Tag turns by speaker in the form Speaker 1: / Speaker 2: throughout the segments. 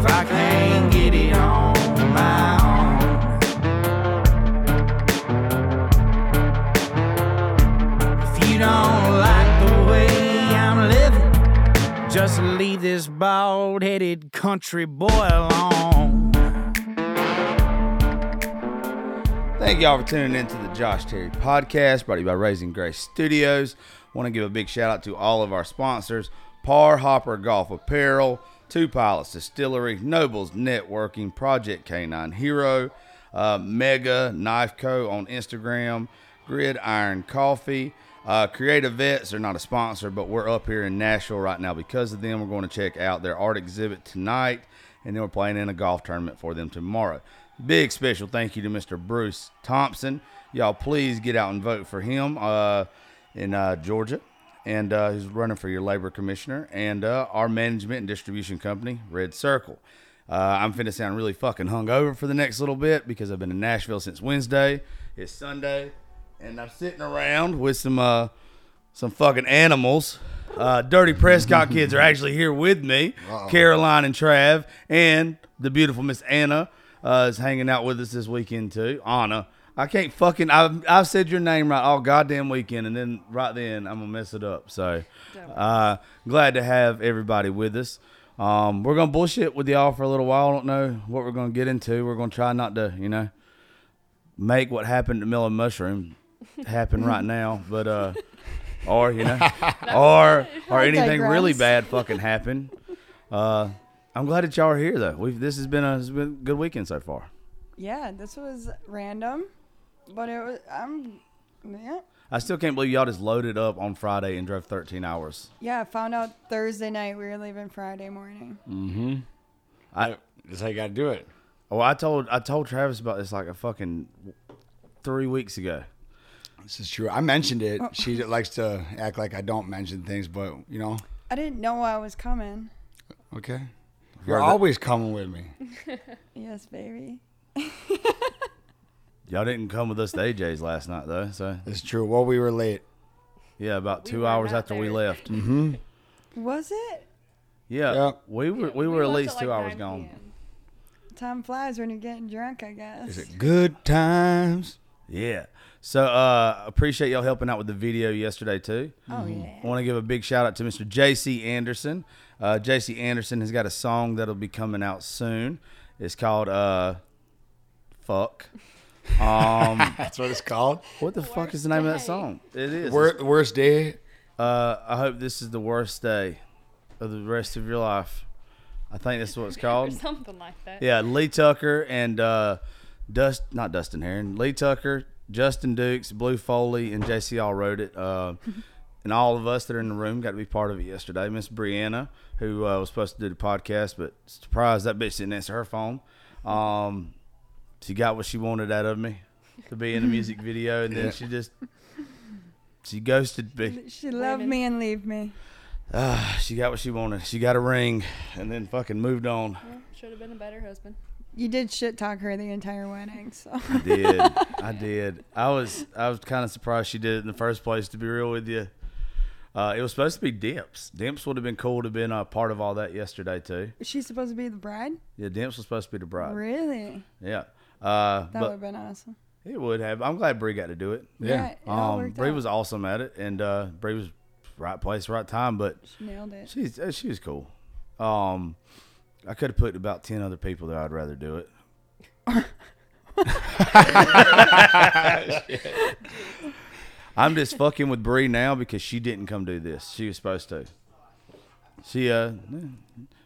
Speaker 1: If I can't get it on my own. If you don't like the way I'm living, just leave this bald headed country boy alone.
Speaker 2: Thank y'all for tuning in to the Josh Terry podcast brought to you by Raising Grace Studios. Want to give a big shout out to all of our sponsors Par Hopper Golf Apparel, Two Pilots Distillery, Nobles Networking, Project Canine Hero, uh, Mega Knife Co. on Instagram, Gridiron Coffee. Uh, Creative Vets, they're not a sponsor, but we're up here in Nashville right now because of them. We're going to check out their art exhibit tonight, and then we're playing in a golf tournament for them tomorrow. Big special thank you to Mr. Bruce Thompson. Y'all, please get out and vote for him uh, in uh, Georgia, and uh, he's running for your labor commissioner and uh, our management and distribution company, Red Circle. Uh, I'm finna sound really fucking hungover for the next little bit because I've been in Nashville since Wednesday. It's Sunday, and I'm sitting around with some uh, some fucking animals. Uh, Dirty Prescott kids are actually here with me. Caroline and Trav, and the beautiful Miss Anna uh, is hanging out with us this weekend too. Anna, I can't fucking I've, I've said your name right all goddamn weekend, and then right then I'm gonna mess it up. So, uh, glad to have everybody with us. Um, we're gonna bullshit with y'all for a little while. I don't know what we're gonna get into. We're gonna try not to, you know, make what happened to Mellow Mushroom happen right now, but uh, or you know, or or anything really bad fucking happen. Uh, I'm glad that y'all are here though. We've this has been a, it's been a good weekend so far.
Speaker 3: Yeah, this was random, but it was I'm yeah
Speaker 2: I still can't believe y'all just loaded up on Friday and drove 13 hours.
Speaker 3: yeah. Found out Thursday night we were leaving Friday morning.
Speaker 2: I
Speaker 4: That's how you gotta do it.
Speaker 2: well, I told I told Travis about this like a fucking three weeks ago.
Speaker 4: This is true. I mentioned it. She likes to act like I don't mention things, but you know,
Speaker 3: I didn't know I was coming.
Speaker 4: okay. You're
Speaker 2: Right.
Speaker 4: always coming with me.
Speaker 3: Yes, baby.
Speaker 2: Y'all didn't come with us to AJ's last night though, so
Speaker 4: It's true. Well, we were late.
Speaker 2: yeah, about two
Speaker 5: were
Speaker 2: hours
Speaker 5: not
Speaker 2: after we
Speaker 5: there.
Speaker 2: left.
Speaker 3: Was it?
Speaker 2: Yeah,
Speaker 4: Yeah.
Speaker 2: we were we
Speaker 5: We
Speaker 2: were at
Speaker 5: left
Speaker 2: least
Speaker 5: like
Speaker 2: two hours
Speaker 5: 9
Speaker 2: gone.
Speaker 5: p.m.
Speaker 3: Time flies when you're getting drunk. I guess.
Speaker 4: Is it good times?
Speaker 2: Yeah. So uh appreciate y'all helping out with the video yesterday too.
Speaker 3: Oh yeah.
Speaker 2: I want to give a big shout out to Mr. JC Anderson. Uh, JC Anderson has got a song that'll be coming out soon. It's called uh, Fuck. Um,
Speaker 4: That's what it's called.
Speaker 2: what the fuck is the name of that
Speaker 5: day.
Speaker 2: song? It is.
Speaker 4: Wor- worst day.
Speaker 2: Uh, I hope this is the worst day of the rest of your life. I think that's what it's
Speaker 5: or
Speaker 2: called.
Speaker 5: something like that.
Speaker 2: Oh. Yeah, Lee Tucker and uh, Dust, not Dustin Heron, Lee Tucker, Justin Dukes, Blue Foley, and JC all wrote it. Uh, and all of us that are in the room got to be part of it yesterday. Miss Brianna, who uh, was supposed to do the podcast, but surprised that bitch didn't answer her phone. Um, she got what she wanted out of me to be in the music video, and then she just she ghosted me.
Speaker 3: She loved me and leave me.
Speaker 2: Ah, she got what she wanted. She got a ring, and then fucking moved on.
Speaker 5: Should have been a better husband.
Speaker 3: You did shit talk her the entire wedding. So
Speaker 2: did. I did. I was I was kind of surprised she did it in the first place. To be real with you, uh, it was supposed to be Dimps. Dimps would have been cool to have been a part of all that yesterday too.
Speaker 3: is she supposed to be the bride?
Speaker 2: Yeah, Dimps was supposed to be the bride.
Speaker 3: Really?
Speaker 2: Yeah, uh,
Speaker 3: That would
Speaker 2: but
Speaker 3: have been awesome.
Speaker 2: it would have. I'm glad Bree got to do it.
Speaker 3: Yeah, it all
Speaker 2: um,
Speaker 3: worked
Speaker 2: Bree
Speaker 3: out.
Speaker 2: was awesome at it, and uh, Bree was right place, right time. But
Speaker 3: She nailed it.
Speaker 2: she's uh, she was cool. Um, I could have put about ten other people there. I'd rather do it. I'm just fucking with Bree now because she didn't come do this. She was supposed to. She uh,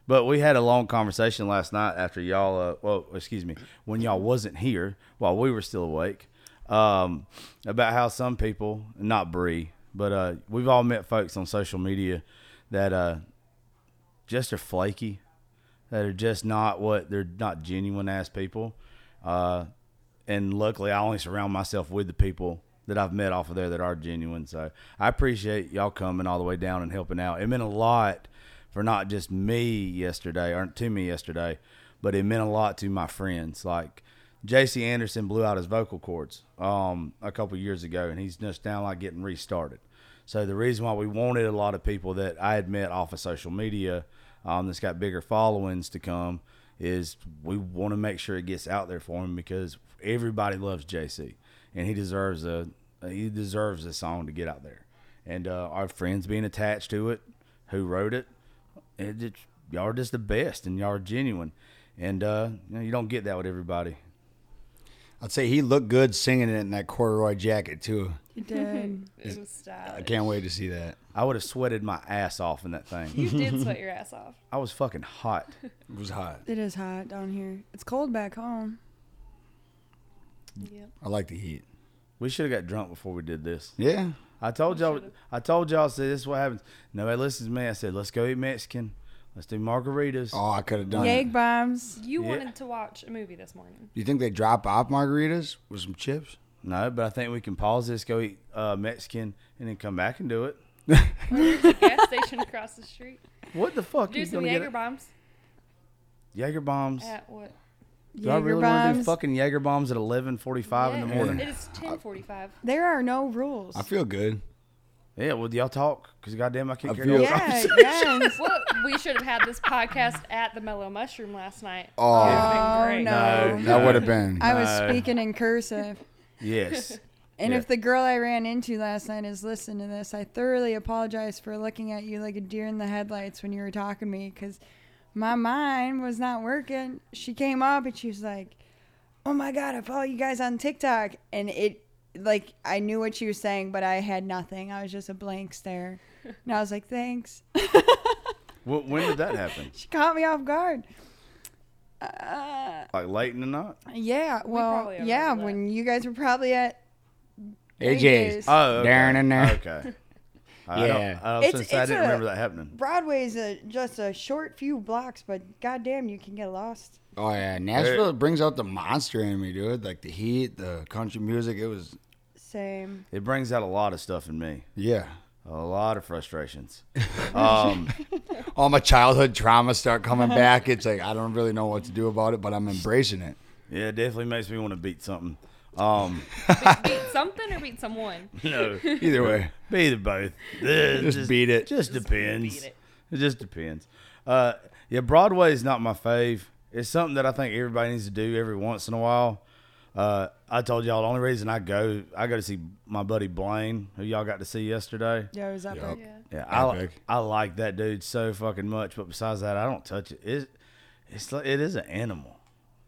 Speaker 2: but we had a long conversation last night after y'all. Uh, well, excuse me, when y'all wasn't here while we were still awake, um, about how some people, not Bree, but uh, we've all met folks on social media that uh, just are flaky that are just not what they're not genuine ass people. Uh, and luckily, I only surround myself with the people that I've met off of there that are genuine. So I appreciate y'all coming all the way down and helping out. It meant a lot for not just me yesterday or to me yesterday, but it meant a lot to my friends. Like JC Anderson blew out his vocal cords um, a couple years ago, and he's just now like getting restarted. So the reason why we wanted a lot of people that I had met off of social media um, that's got bigger followings to come is we want to make sure it gets out there for him because everybody loves JC and he deserves a he deserves a song to get out there. And uh, our friends being attached to it, who wrote it, it just, y'all are just the best and y'all are genuine. And uh, you, know, you don't get that with everybody.
Speaker 4: I'd say he looked good singing it in that corduroy jacket too.
Speaker 3: You did.
Speaker 5: It was style.
Speaker 4: I can't wait to see that.
Speaker 2: I would have sweated my ass off in that thing.
Speaker 5: You did sweat your ass off.
Speaker 2: I was fucking hot.
Speaker 4: It was hot.
Speaker 3: it is hot down here. It's cold back home.
Speaker 5: Yep.
Speaker 4: I like the heat.
Speaker 2: We should have got drunk before we did this.
Speaker 4: Yeah.
Speaker 2: I told y'all. I told y'all. I said this is what happens. Nobody listens to me. I said let's go eat Mexican. Let's do margaritas.
Speaker 4: Oh, I could have done.
Speaker 3: Yag
Speaker 4: it.
Speaker 3: bombs.
Speaker 5: You
Speaker 2: Yeah.
Speaker 5: wanted to watch a movie this morning.
Speaker 4: You think they drop off margaritas with some chips?
Speaker 2: No, but I think we can pause this, go eat uh, Mexican, and then come back and do it.
Speaker 5: Gas station across the street.
Speaker 2: What the fuck?
Speaker 5: Do
Speaker 2: you
Speaker 5: some
Speaker 2: gonna get
Speaker 5: Jaeger bombs
Speaker 2: it? Jaeger bombs.
Speaker 5: at what?
Speaker 2: Do I
Speaker 3: Jaeger
Speaker 2: really want to do
Speaker 3: bombs.
Speaker 2: fucking Jaeger bombs at eleven forty-five in the
Speaker 5: Yeah,
Speaker 2: morning?
Speaker 5: It is ten forty-five.
Speaker 3: there are no rules.
Speaker 4: I feel good.
Speaker 2: Yeah, well, y'all talk because goddamn, I can't
Speaker 4: I
Speaker 2: carry no
Speaker 4: feel-
Speaker 3: yeah, yes.
Speaker 5: Well, we should have had this podcast at the Mellow Mushroom last night.
Speaker 4: Oh.
Speaker 5: It would've been
Speaker 3: Oh,
Speaker 5: great.
Speaker 3: no.
Speaker 2: No.
Speaker 4: That would have been.
Speaker 3: I was
Speaker 2: No.
Speaker 3: speaking in cursive.
Speaker 2: Yes.
Speaker 3: And
Speaker 2: Yeah.
Speaker 3: if the girl I ran into last night is listening to this, I thoroughly apologize for looking at you like a deer in the headlights when you were talking to me because my mind was not working. She came up and she was like, Oh my God, I follow you guys on TikTok. And it, like, I knew what she was saying, but I had nothing. I was just a blank stare. And I was like, Thanks.
Speaker 2: Wh- when did that happen?
Speaker 3: She caught me off guard. Uh,
Speaker 2: Like late in the night?
Speaker 3: yeah. Well,
Speaker 5: probably
Speaker 3: yeah,
Speaker 5: overlap.
Speaker 3: when you guys were probably at
Speaker 4: AJ's.
Speaker 2: Oh, okay.
Speaker 4: Darren in there.
Speaker 2: Okay. I don't,
Speaker 4: Yeah.
Speaker 2: I, was
Speaker 3: It's-
Speaker 2: gonna say, I
Speaker 3: it's
Speaker 2: didn't
Speaker 3: a-
Speaker 2: remember that happening.
Speaker 3: Broadway's a, just a short few blocks, but goddamn, you can get lost.
Speaker 4: Oh yeah, Nashville brings out the monster in me, dude. Like the heat, the country music. It was
Speaker 3: Same.
Speaker 2: It brings out a lot of stuff in me.
Speaker 4: yeah.
Speaker 2: A lot of frustrations. Um,
Speaker 4: All my childhood traumas start coming back. It's like I don't really know what to do about it, but I'm embracing it.
Speaker 2: yeah, it definitely makes me want to beat something. Um,
Speaker 5: Beat something or beat someone.
Speaker 2: no,
Speaker 4: Either way,
Speaker 2: be the both. Ugh,
Speaker 4: just, beat it.
Speaker 2: Just depends.
Speaker 5: beat
Speaker 2: It.
Speaker 5: it.
Speaker 2: just depends. Uh, yeah, Broadway is not my fave. It's something that I think everybody needs to do every once in a while. Uh, I told y'all the only reason I go, I go to see my buddy Blaine, who y'all got to see yesterday.
Speaker 3: Yeah, it was epic.
Speaker 4: Yup.
Speaker 5: Yeah.
Speaker 2: Yeah, I, li-
Speaker 4: Epic.
Speaker 2: I like that dude so fucking much. But besides that, I don't touch it. It it's like, it is an animal.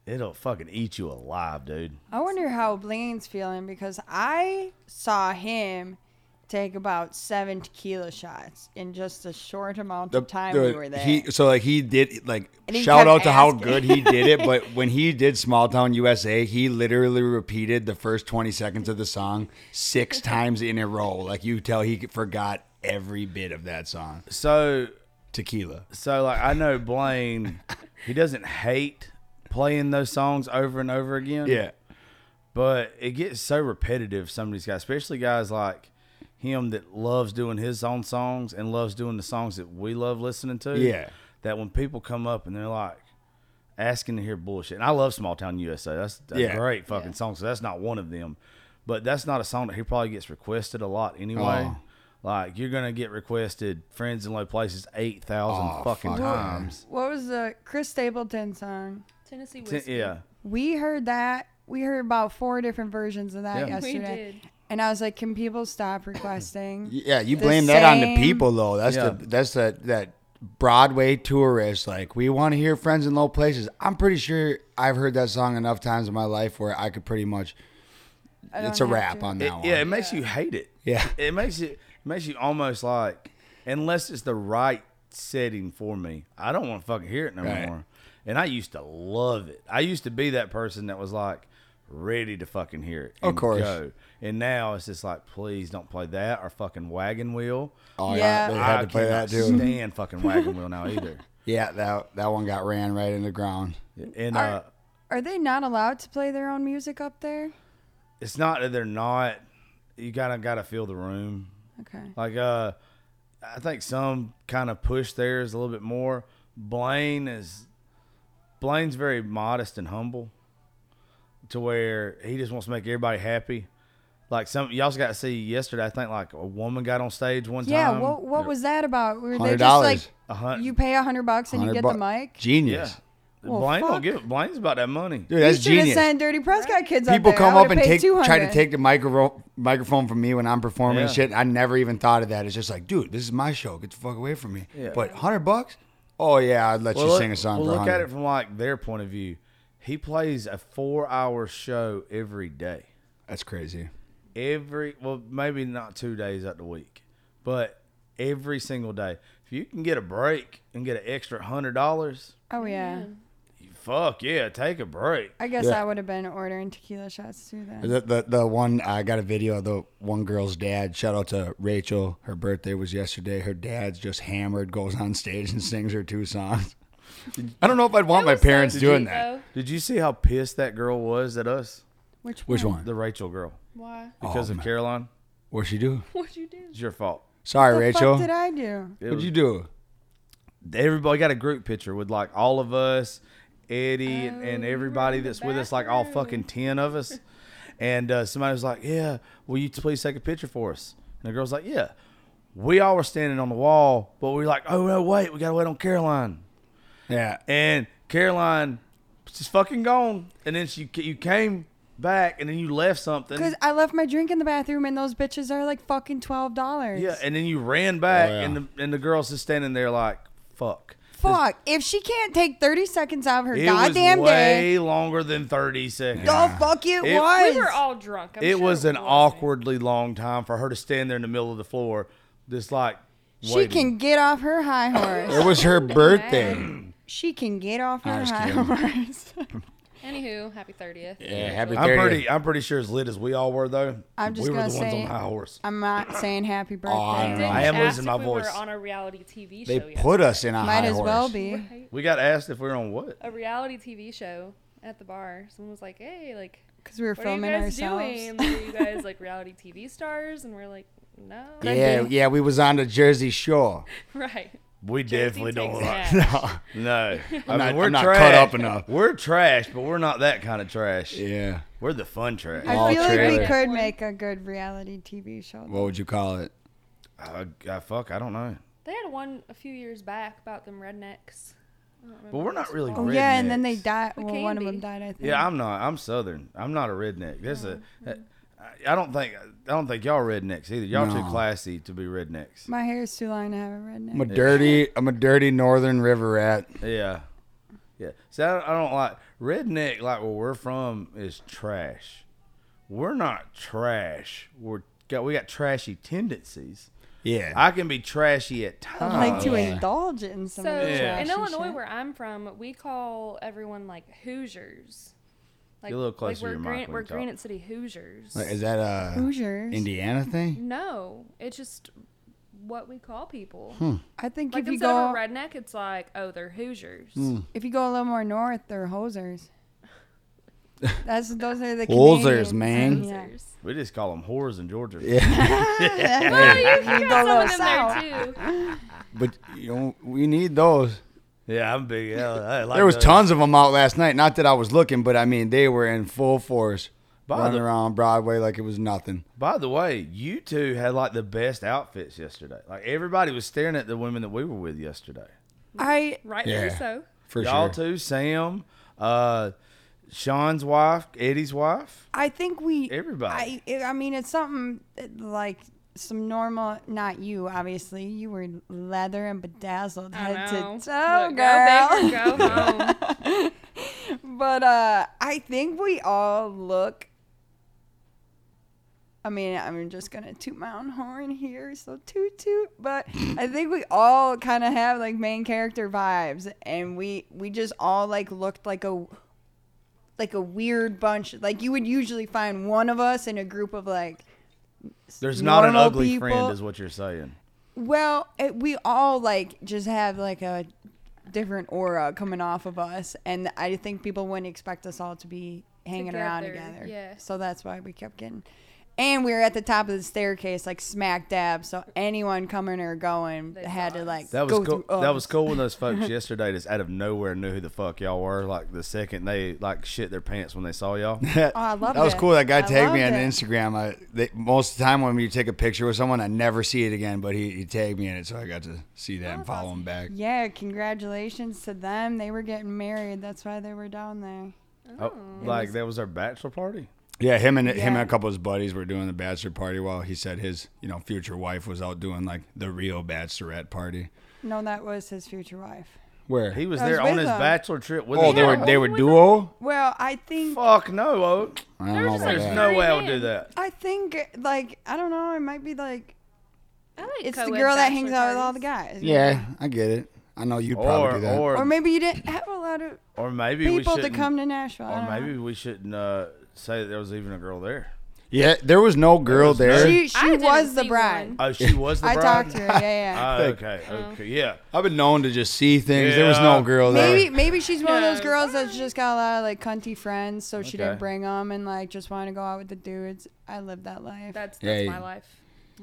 Speaker 2: It'll fucking eat you alive, dude.
Speaker 3: I wonder how Blaine's feeling because I saw him take about seven tequila shots in just a short amount of time we were there.
Speaker 4: He so like he did like
Speaker 3: And he
Speaker 4: shout
Speaker 3: kept
Speaker 4: out to how
Speaker 3: asking.
Speaker 4: good he did it, but when he did Small Town USA, he literally repeated the first twenty seconds of the song six times in a row. Like you tell he forgot every bit of that song.
Speaker 2: So
Speaker 4: Tequila.
Speaker 2: so like I know Blaine, he doesn't hate playing those songs over and over again.
Speaker 4: Yeah.
Speaker 2: But it gets so repetitive. Some of these guys, especially guys like him that loves doing his own songs and loves doing the songs that we love listening to.
Speaker 4: Yeah.
Speaker 2: That when people come up and they're like asking to hear bullshit, and I love Small Town USA. That's a
Speaker 4: Yeah.
Speaker 2: great fucking song. So that's not one of them. But that's not a song that he probably gets requested a lot anyway.
Speaker 4: Oh.
Speaker 2: Like you're gonna get requested "Friends in Low Places" eight thousand
Speaker 4: Oh,
Speaker 2: fucking
Speaker 4: fuck, yeah.
Speaker 2: times.
Speaker 3: what was the Chris Stapleton song?
Speaker 5: Tennessee
Speaker 2: Ten-
Speaker 5: whiskey.
Speaker 2: yeah.
Speaker 3: We heard that. We heard about four different versions of that
Speaker 2: Yeah.
Speaker 5: We
Speaker 3: yesterday.
Speaker 5: did.
Speaker 3: And I was like, can people stop requesting?
Speaker 4: Yeah, you
Speaker 3: The
Speaker 4: blame that on the
Speaker 3: same-
Speaker 4: people though. That's
Speaker 2: Yeah.
Speaker 4: the that's the that Broadway tourist. Like we want to hear friends in low places. I'm pretty sure I've heard that song enough times in my life where I could pretty much.
Speaker 3: I
Speaker 4: It's a
Speaker 3: don't have
Speaker 4: wrap
Speaker 3: to.
Speaker 4: on
Speaker 2: It-
Speaker 4: that one.
Speaker 2: yeah, it makes you hate it.
Speaker 4: Yeah.
Speaker 2: it makes it, it makes you almost like, unless it's the right setting for me, I don't want to fucking hear it no
Speaker 4: Right.
Speaker 2: more. And I used to love it. I used to be that person that was like ready to fucking hear it.
Speaker 4: Of
Speaker 2: and
Speaker 4: course.
Speaker 2: go. And now it's just like, please don't play that or fucking Wagon Wheel.
Speaker 4: Oh,
Speaker 3: Yeah.
Speaker 4: They
Speaker 2: I
Speaker 4: had to play
Speaker 2: cannot
Speaker 4: that too.
Speaker 2: Stand fucking Wagon Wheel now either.
Speaker 4: Yeah, that that one got ran right in the ground.
Speaker 2: And
Speaker 3: Are-
Speaker 2: uh,
Speaker 3: Are they not allowed to play their own music up there?
Speaker 2: it's not that they're not. You gotta gotta feel the room.
Speaker 3: Okay.
Speaker 2: Like uh, I think some kind of push theirs a little bit more. Blaine is Blaine's very modest and humble, to where he just wants to make everybody happy. Like some y'all's got to see yesterday. I think like a woman got on stage one
Speaker 3: Yeah.
Speaker 2: time.
Speaker 3: what What was that about? Were they
Speaker 4: Um, Hundred
Speaker 3: just like
Speaker 4: dollars.
Speaker 2: A hun-
Speaker 3: you pay a hundred bucks and you get
Speaker 4: 100 bu-
Speaker 3: the mic?
Speaker 2: Yeah.
Speaker 4: Genius.
Speaker 3: Well,
Speaker 2: Blaine
Speaker 3: fuck.
Speaker 2: don't give. Blaine's about that money.
Speaker 4: Dude, that's
Speaker 3: you should
Speaker 4: genius.
Speaker 3: have sent Dirty Prescott kids
Speaker 4: People
Speaker 3: up there. I
Speaker 4: come up
Speaker 3: would've
Speaker 4: and
Speaker 3: paid
Speaker 4: take try to
Speaker 3: 200.
Speaker 4: take the micro, microphone from me when I'm performing and
Speaker 2: Yeah.
Speaker 4: shit. I never even thought of that. It's just like, dude, this is my show. Get the fuck away from me.
Speaker 2: Yeah.
Speaker 4: But hundred bucks? Oh yeah, I'd let you sing a song
Speaker 2: well,
Speaker 4: for
Speaker 2: look at
Speaker 4: 100.
Speaker 2: it from like their point of view. He plays a four-hour show every day.
Speaker 4: That's crazy.
Speaker 2: every well maybe not two days out the week but every single day if you can get a break and get an extra hundred dollars
Speaker 3: Oh yeah.
Speaker 2: fuck yeah take a break
Speaker 3: I guess
Speaker 4: Yeah.
Speaker 3: I would have been ordering tequila shots too then.
Speaker 4: The, the the one I got a video of the one girl's dad. Shout out to Rachel. Her birthday was yesterday. Her dad's just hammered, goes on stage and sings her two songs. I don't know if I'd want my
Speaker 5: was so
Speaker 4: parents doing
Speaker 5: cute,
Speaker 4: that.
Speaker 5: though.
Speaker 2: did you see how pissed that girl was at us
Speaker 3: Which one?
Speaker 4: Which one?
Speaker 2: the rachel girl
Speaker 5: Why?
Speaker 2: because
Speaker 4: Oh,
Speaker 2: of
Speaker 4: man.
Speaker 2: caroline
Speaker 4: What'd she do?
Speaker 5: What'd you do?
Speaker 2: it's your fault
Speaker 4: Sorry,
Speaker 3: The
Speaker 4: Rachel.
Speaker 3: fuck did I do?
Speaker 2: It
Speaker 4: What'd
Speaker 2: was-
Speaker 4: you do?
Speaker 2: everybody got a group picture with like all of us, Eddie,
Speaker 3: Oh,
Speaker 2: and, and everybody that's with us, like all fucking 10 of us. And uh, somebody was like, Yeah, will you please take a picture for us? And the girl's like, Yeah. We all were standing on the wall, but we were like, Oh, no, wait, we got to wait on Caroline.
Speaker 4: Yeah.
Speaker 2: And Caroline, she's fucking gone. And then she you came back and then you left something.
Speaker 3: Because I left my drink in the bathroom and those bitches are like fucking twelve dollars.
Speaker 2: Yeah. And then you ran back,
Speaker 4: Oh, yeah.
Speaker 2: and, the, and the girl's just standing there like, Fuck.
Speaker 3: Fuck. If she can't take thirty seconds out of her
Speaker 2: It
Speaker 3: goddamn
Speaker 2: was
Speaker 3: day,
Speaker 2: way longer than 30 seconds.
Speaker 3: oh fuck you,
Speaker 2: It-
Speaker 3: was.
Speaker 5: We were all drunk. I'm
Speaker 2: it
Speaker 5: sure
Speaker 2: was an
Speaker 5: wasn't.
Speaker 2: awkwardly long time for her to stand there in the middle of the floor, just like
Speaker 3: she
Speaker 2: waiting.
Speaker 3: can get off her high horse.
Speaker 4: It was her birthday.
Speaker 3: she can get off her
Speaker 4: was
Speaker 3: high
Speaker 4: kidding.
Speaker 3: horse.
Speaker 5: Anywho, happy 30th.
Speaker 4: Yeah, happy
Speaker 2: I'm
Speaker 4: 30th.
Speaker 2: pretty. I'm pretty sure as lit as we all were though.
Speaker 3: I'm just
Speaker 2: we were
Speaker 3: gonna
Speaker 2: the ones
Speaker 3: say-
Speaker 2: on high horse.
Speaker 3: I'm not saying happy birthday.
Speaker 4: Oh, I don't know.
Speaker 2: I am
Speaker 5: Asked
Speaker 2: losing
Speaker 5: if
Speaker 2: my
Speaker 5: we
Speaker 2: voice.
Speaker 5: Were on a reality TV
Speaker 4: They
Speaker 5: show.
Speaker 4: put us in a
Speaker 3: Might
Speaker 4: high
Speaker 3: as
Speaker 4: horse.
Speaker 3: well be.
Speaker 5: yesterday. Right?
Speaker 2: We got asked if we were on what.
Speaker 5: a reality TV show at the bar. Someone was like, "Hey, like,
Speaker 3: Because we were
Speaker 5: what
Speaker 3: filming
Speaker 5: are you guys
Speaker 3: ourselves.
Speaker 5: doing? Like, are you guys like reality TV stars?" And we're like, "No,
Speaker 4: Yeah, yeah, we was on the Jersey Shore.
Speaker 5: right."
Speaker 2: We definitely don't. Like,
Speaker 5: takes that.
Speaker 4: No.
Speaker 2: no, I mean
Speaker 4: not-
Speaker 2: we're
Speaker 4: I'm not
Speaker 2: trash.
Speaker 4: cut up enough.
Speaker 2: We're trash, but we're not that kind of trash.
Speaker 4: Yeah.
Speaker 2: We're the fun trash.
Speaker 3: I
Speaker 4: All
Speaker 3: feel like we
Speaker 4: trailer.
Speaker 3: could make a good reality TV show.
Speaker 4: What would you call it?
Speaker 2: I, I fuck. I don't know.
Speaker 5: They had one a few years back about them rednecks. I don't
Speaker 2: But we're
Speaker 5: remember
Speaker 2: not
Speaker 5: what
Speaker 2: really.
Speaker 5: it's
Speaker 3: Oh
Speaker 5: called.
Speaker 3: yeah, and then
Speaker 2: rednecks.
Speaker 3: they died.
Speaker 5: We
Speaker 3: Well,
Speaker 5: can
Speaker 3: one of
Speaker 5: be.
Speaker 3: them died, I think.
Speaker 2: Yeah, I'm not. I'm Southern. I'm not a redneck. That's
Speaker 3: Oh,
Speaker 2: a. I don't think. I don't think y'all rednecks either. Y'all too
Speaker 4: No.
Speaker 2: classy to be rednecks.
Speaker 3: My hair is too long to have a red
Speaker 4: I'm a
Speaker 3: neck.
Speaker 4: dirty, I'm a dirty northern river rat.
Speaker 2: Yeah, yeah. See, I don't, I don't like redneck. Like where we're from is trash. We're not trash. We're got we got trashy tendencies.
Speaker 4: Yeah.
Speaker 2: I can be trashy at
Speaker 3: I
Speaker 2: times.
Speaker 3: like to
Speaker 4: yeah.
Speaker 3: indulge in some
Speaker 5: So
Speaker 3: of the
Speaker 2: Yeah.
Speaker 5: in
Speaker 3: trashy
Speaker 5: Illinois,
Speaker 3: shit.
Speaker 5: where I'm from, we call everyone like Hoosiers. Like,
Speaker 2: You're a little closer
Speaker 5: like
Speaker 2: to
Speaker 5: we're
Speaker 2: your mic
Speaker 5: Gran-
Speaker 2: when
Speaker 5: We're
Speaker 2: you talk.
Speaker 5: Granite City Hoosiers.
Speaker 4: Like, is that a
Speaker 3: Hoosiers.
Speaker 4: Indiana thing?
Speaker 5: no, it's just what we call people.
Speaker 4: Hmm.
Speaker 3: I think
Speaker 5: Like
Speaker 3: if you
Speaker 5: instead
Speaker 3: go
Speaker 5: of a redneck, it's like, oh, they're Hoosiers.
Speaker 4: Mm.
Speaker 3: if you go a little more north, they're hosers. That's those are the
Speaker 4: Hosers,
Speaker 3: Canadians.
Speaker 4: man.
Speaker 3: Yeah.
Speaker 5: Hoosiers.
Speaker 2: we just call them whores in Georgia.
Speaker 5: Oh, you can
Speaker 3: go
Speaker 5: got
Speaker 3: a
Speaker 5: some
Speaker 3: little
Speaker 5: of
Speaker 3: south.
Speaker 5: them there too.
Speaker 4: But you know, we need those.
Speaker 2: Yeah, I'm big. Yeah, I like
Speaker 4: There was
Speaker 2: those.
Speaker 4: tons of them out last night. Not that I was looking, but I mean, they were in full force,
Speaker 2: By
Speaker 4: running
Speaker 2: the-
Speaker 4: around Broadway like it was nothing.
Speaker 2: By the way, you two had like the best outfits yesterday. Like everybody was staring at the women that we were with yesterday.
Speaker 3: I
Speaker 5: Right
Speaker 4: Yeah.
Speaker 5: there, so.
Speaker 4: For
Speaker 2: Y'all
Speaker 4: sure.
Speaker 2: too, Sam, uh, Sean's wife, Eddie's wife.
Speaker 3: I think we
Speaker 2: Everybody.
Speaker 3: I I mean it's something that, like some normal. Not you, obviously. You were leather and bedazzled
Speaker 5: I
Speaker 3: head
Speaker 5: know.
Speaker 3: to toe, girl.
Speaker 5: Look, Go big or go home.
Speaker 3: But uh I think we all look I mean, I'm just gonna toot my own horn here, so toot toot. But I think we all kind of have like main character vibes, and we we just all like looked like a like a weird bunch. Like you would usually find one of us in a group of like
Speaker 2: There's not an
Speaker 3: normal
Speaker 2: ugly
Speaker 3: people.
Speaker 2: friend, is what you're saying.
Speaker 3: Well, it, we all like just have like a different aura coming off of us, and I think people wouldn't expect us all to be hanging around
Speaker 5: Together,
Speaker 3: together.
Speaker 5: yeah.
Speaker 3: So that's why we kept getting. And we were at the top of the staircase, like smack dab. So anyone coming or going
Speaker 5: They
Speaker 3: had
Speaker 5: saw
Speaker 3: to
Speaker 5: us.
Speaker 3: like
Speaker 2: That was
Speaker 3: go
Speaker 2: cool.
Speaker 3: through
Speaker 2: That
Speaker 3: us.
Speaker 2: was cool when those folks yesterday just out of nowhere knew who the fuck y'all were. Like the second they like shit their pants when they saw y'all.
Speaker 3: Oh, I love
Speaker 4: That was
Speaker 3: it.
Speaker 4: cool. That guy
Speaker 3: I
Speaker 4: tagged me
Speaker 3: loved
Speaker 4: on
Speaker 3: it.
Speaker 4: Instagram. I, they, most of the time when you take a picture with someone, I never see it again, but he, he tagged me in it, so I got to see
Speaker 3: Oh,
Speaker 4: that and follow him back.
Speaker 3: Yeah, congratulations to them. They were getting married. That's why they were down there.
Speaker 2: Oh, like that was our bachelor party.
Speaker 4: Yeah, him and him
Speaker 3: Yeah.
Speaker 4: and a couple of his buddies were doing the bachelor party while he said his you know future wife was out doing like the real bachelorette party.
Speaker 3: No, that was his future wife.
Speaker 4: Where
Speaker 2: He was
Speaker 3: I was
Speaker 2: there on
Speaker 3: with
Speaker 2: his
Speaker 3: them.
Speaker 2: bachelor trip with.
Speaker 4: oh
Speaker 2: his
Speaker 4: they were
Speaker 2: wife.
Speaker 4: they were duo.
Speaker 3: Well, I think
Speaker 2: Fuck no, Oak.
Speaker 4: I don't
Speaker 5: They're
Speaker 4: know
Speaker 5: just
Speaker 4: about
Speaker 5: like
Speaker 2: There's
Speaker 4: that.
Speaker 2: no
Speaker 5: Three
Speaker 2: way I'll do
Speaker 5: men.
Speaker 2: that.
Speaker 3: I think like I don't know. It might be like
Speaker 5: I like
Speaker 3: it's the
Speaker 5: co-ed
Speaker 3: girl that hangs
Speaker 5: bachelor
Speaker 3: out with all the
Speaker 5: parties.
Speaker 3: guys.
Speaker 4: yeah, I get it. I know you'd probably do
Speaker 2: Or
Speaker 4: that.
Speaker 3: Or
Speaker 2: or
Speaker 3: maybe you didn't have a lot of
Speaker 2: or maybe we
Speaker 3: people to
Speaker 2: should
Speaker 3: come to Nashville.
Speaker 2: Or
Speaker 3: I don't
Speaker 2: maybe we shouldn't uh, say that there was even a girl there.
Speaker 4: yeah, there was no girl
Speaker 2: was no-
Speaker 4: there.
Speaker 3: know. she
Speaker 5: I
Speaker 3: she
Speaker 5: didn't
Speaker 3: was the
Speaker 5: see
Speaker 3: bride.
Speaker 5: one.
Speaker 2: Oh, she was the
Speaker 3: I
Speaker 2: bride.
Speaker 3: talked to her. Yeah, yeah.
Speaker 2: Oh, okay, okay, yeah.
Speaker 4: I've been known to just see things. There was
Speaker 2: Yeah.
Speaker 4: no girl there.
Speaker 3: Maybe maybe she's one of those
Speaker 5: Yeah.
Speaker 3: girls that's just got a lot of like cunty friends, so she
Speaker 2: Okay.
Speaker 3: didn't bring them and like just wanted to go out with the dudes. I lived that life.
Speaker 5: That's, that's
Speaker 4: Yeah, you-
Speaker 5: my life.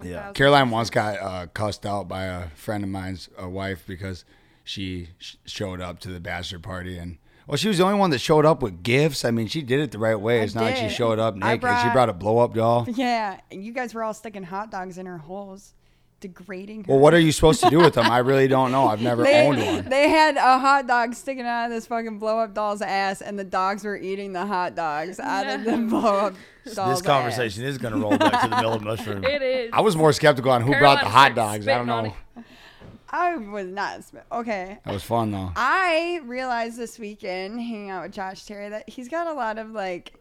Speaker 2: Yeah.
Speaker 5: 1000%.
Speaker 4: Caroline once got uh, cussed out by a friend of mine's uh wife because she sh- showed up to the bachelor party and well, she was the only one that showed up with gifts. I mean, she did it the right way.
Speaker 3: I
Speaker 4: It's not like she
Speaker 3: did.
Speaker 4: showed up
Speaker 3: I
Speaker 4: naked. she
Speaker 3: brought-
Speaker 4: brought a blow up doll.
Speaker 3: yeah, and you guys were all sticking hot dogs in her holes, degrading her.
Speaker 4: Well, what are you supposed to do with them? I really don't know. I've never owned
Speaker 3: They,
Speaker 4: one.
Speaker 3: they had a hot dog sticking out of this fucking blow up doll's ass, and the dogs were eating the hot dogs out of the blow up doll's
Speaker 2: This conversation is going to roll back to the mellow mushroom.
Speaker 5: It is.
Speaker 4: I was more skeptical on who brought the
Speaker 5: Caroline
Speaker 4: hot
Speaker 5: started
Speaker 4: dogs. I don't
Speaker 5: spitting on
Speaker 4: know.
Speaker 3: Ass. I was not. sm- Okay.
Speaker 4: That was fun though.
Speaker 3: I realized this weekend, hanging out with Josh Terry, that he's got a lot of like,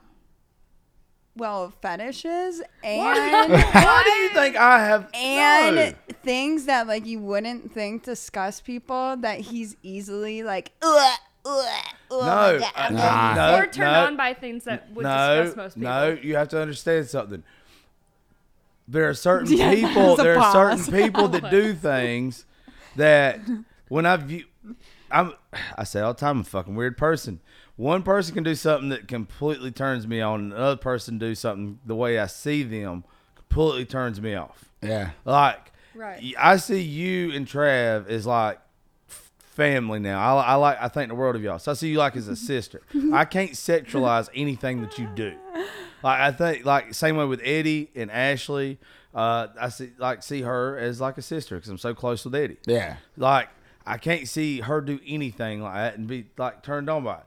Speaker 3: well, fetishes and.
Speaker 2: Why do you think I have?
Speaker 3: and
Speaker 2: No.
Speaker 3: things that like you wouldn't think disgust people that he's easily like ugh, ugh, ugh,
Speaker 2: No,
Speaker 3: like
Speaker 2: uh,
Speaker 3: that.
Speaker 2: no, no,
Speaker 5: or turned on by things that would
Speaker 2: no,
Speaker 5: disgust most people.
Speaker 2: no. You have to understand something. There are certain
Speaker 3: Yeah, that
Speaker 2: people.
Speaker 3: was a
Speaker 2: There are
Speaker 3: pause.
Speaker 2: certain people that do things that when I view, I'm. I say all the time, I'm a fucking weird person. One person can do something that completely turns me on, and another person do something the way I see them completely turns me off.
Speaker 4: Yeah.
Speaker 2: Like,
Speaker 5: Right.
Speaker 2: y- I see you and Trav as like f- family now. I, I like. I think the world of y'all. So I see you like as a sister. I can't sexualize anything that you do. Like I think, like same way with Eddie and Ashley. Uh, I see like see her as like a sister because I'm so close with Eddie.
Speaker 4: Yeah.
Speaker 2: Like I can't see her do anything like that and be like turned on by it.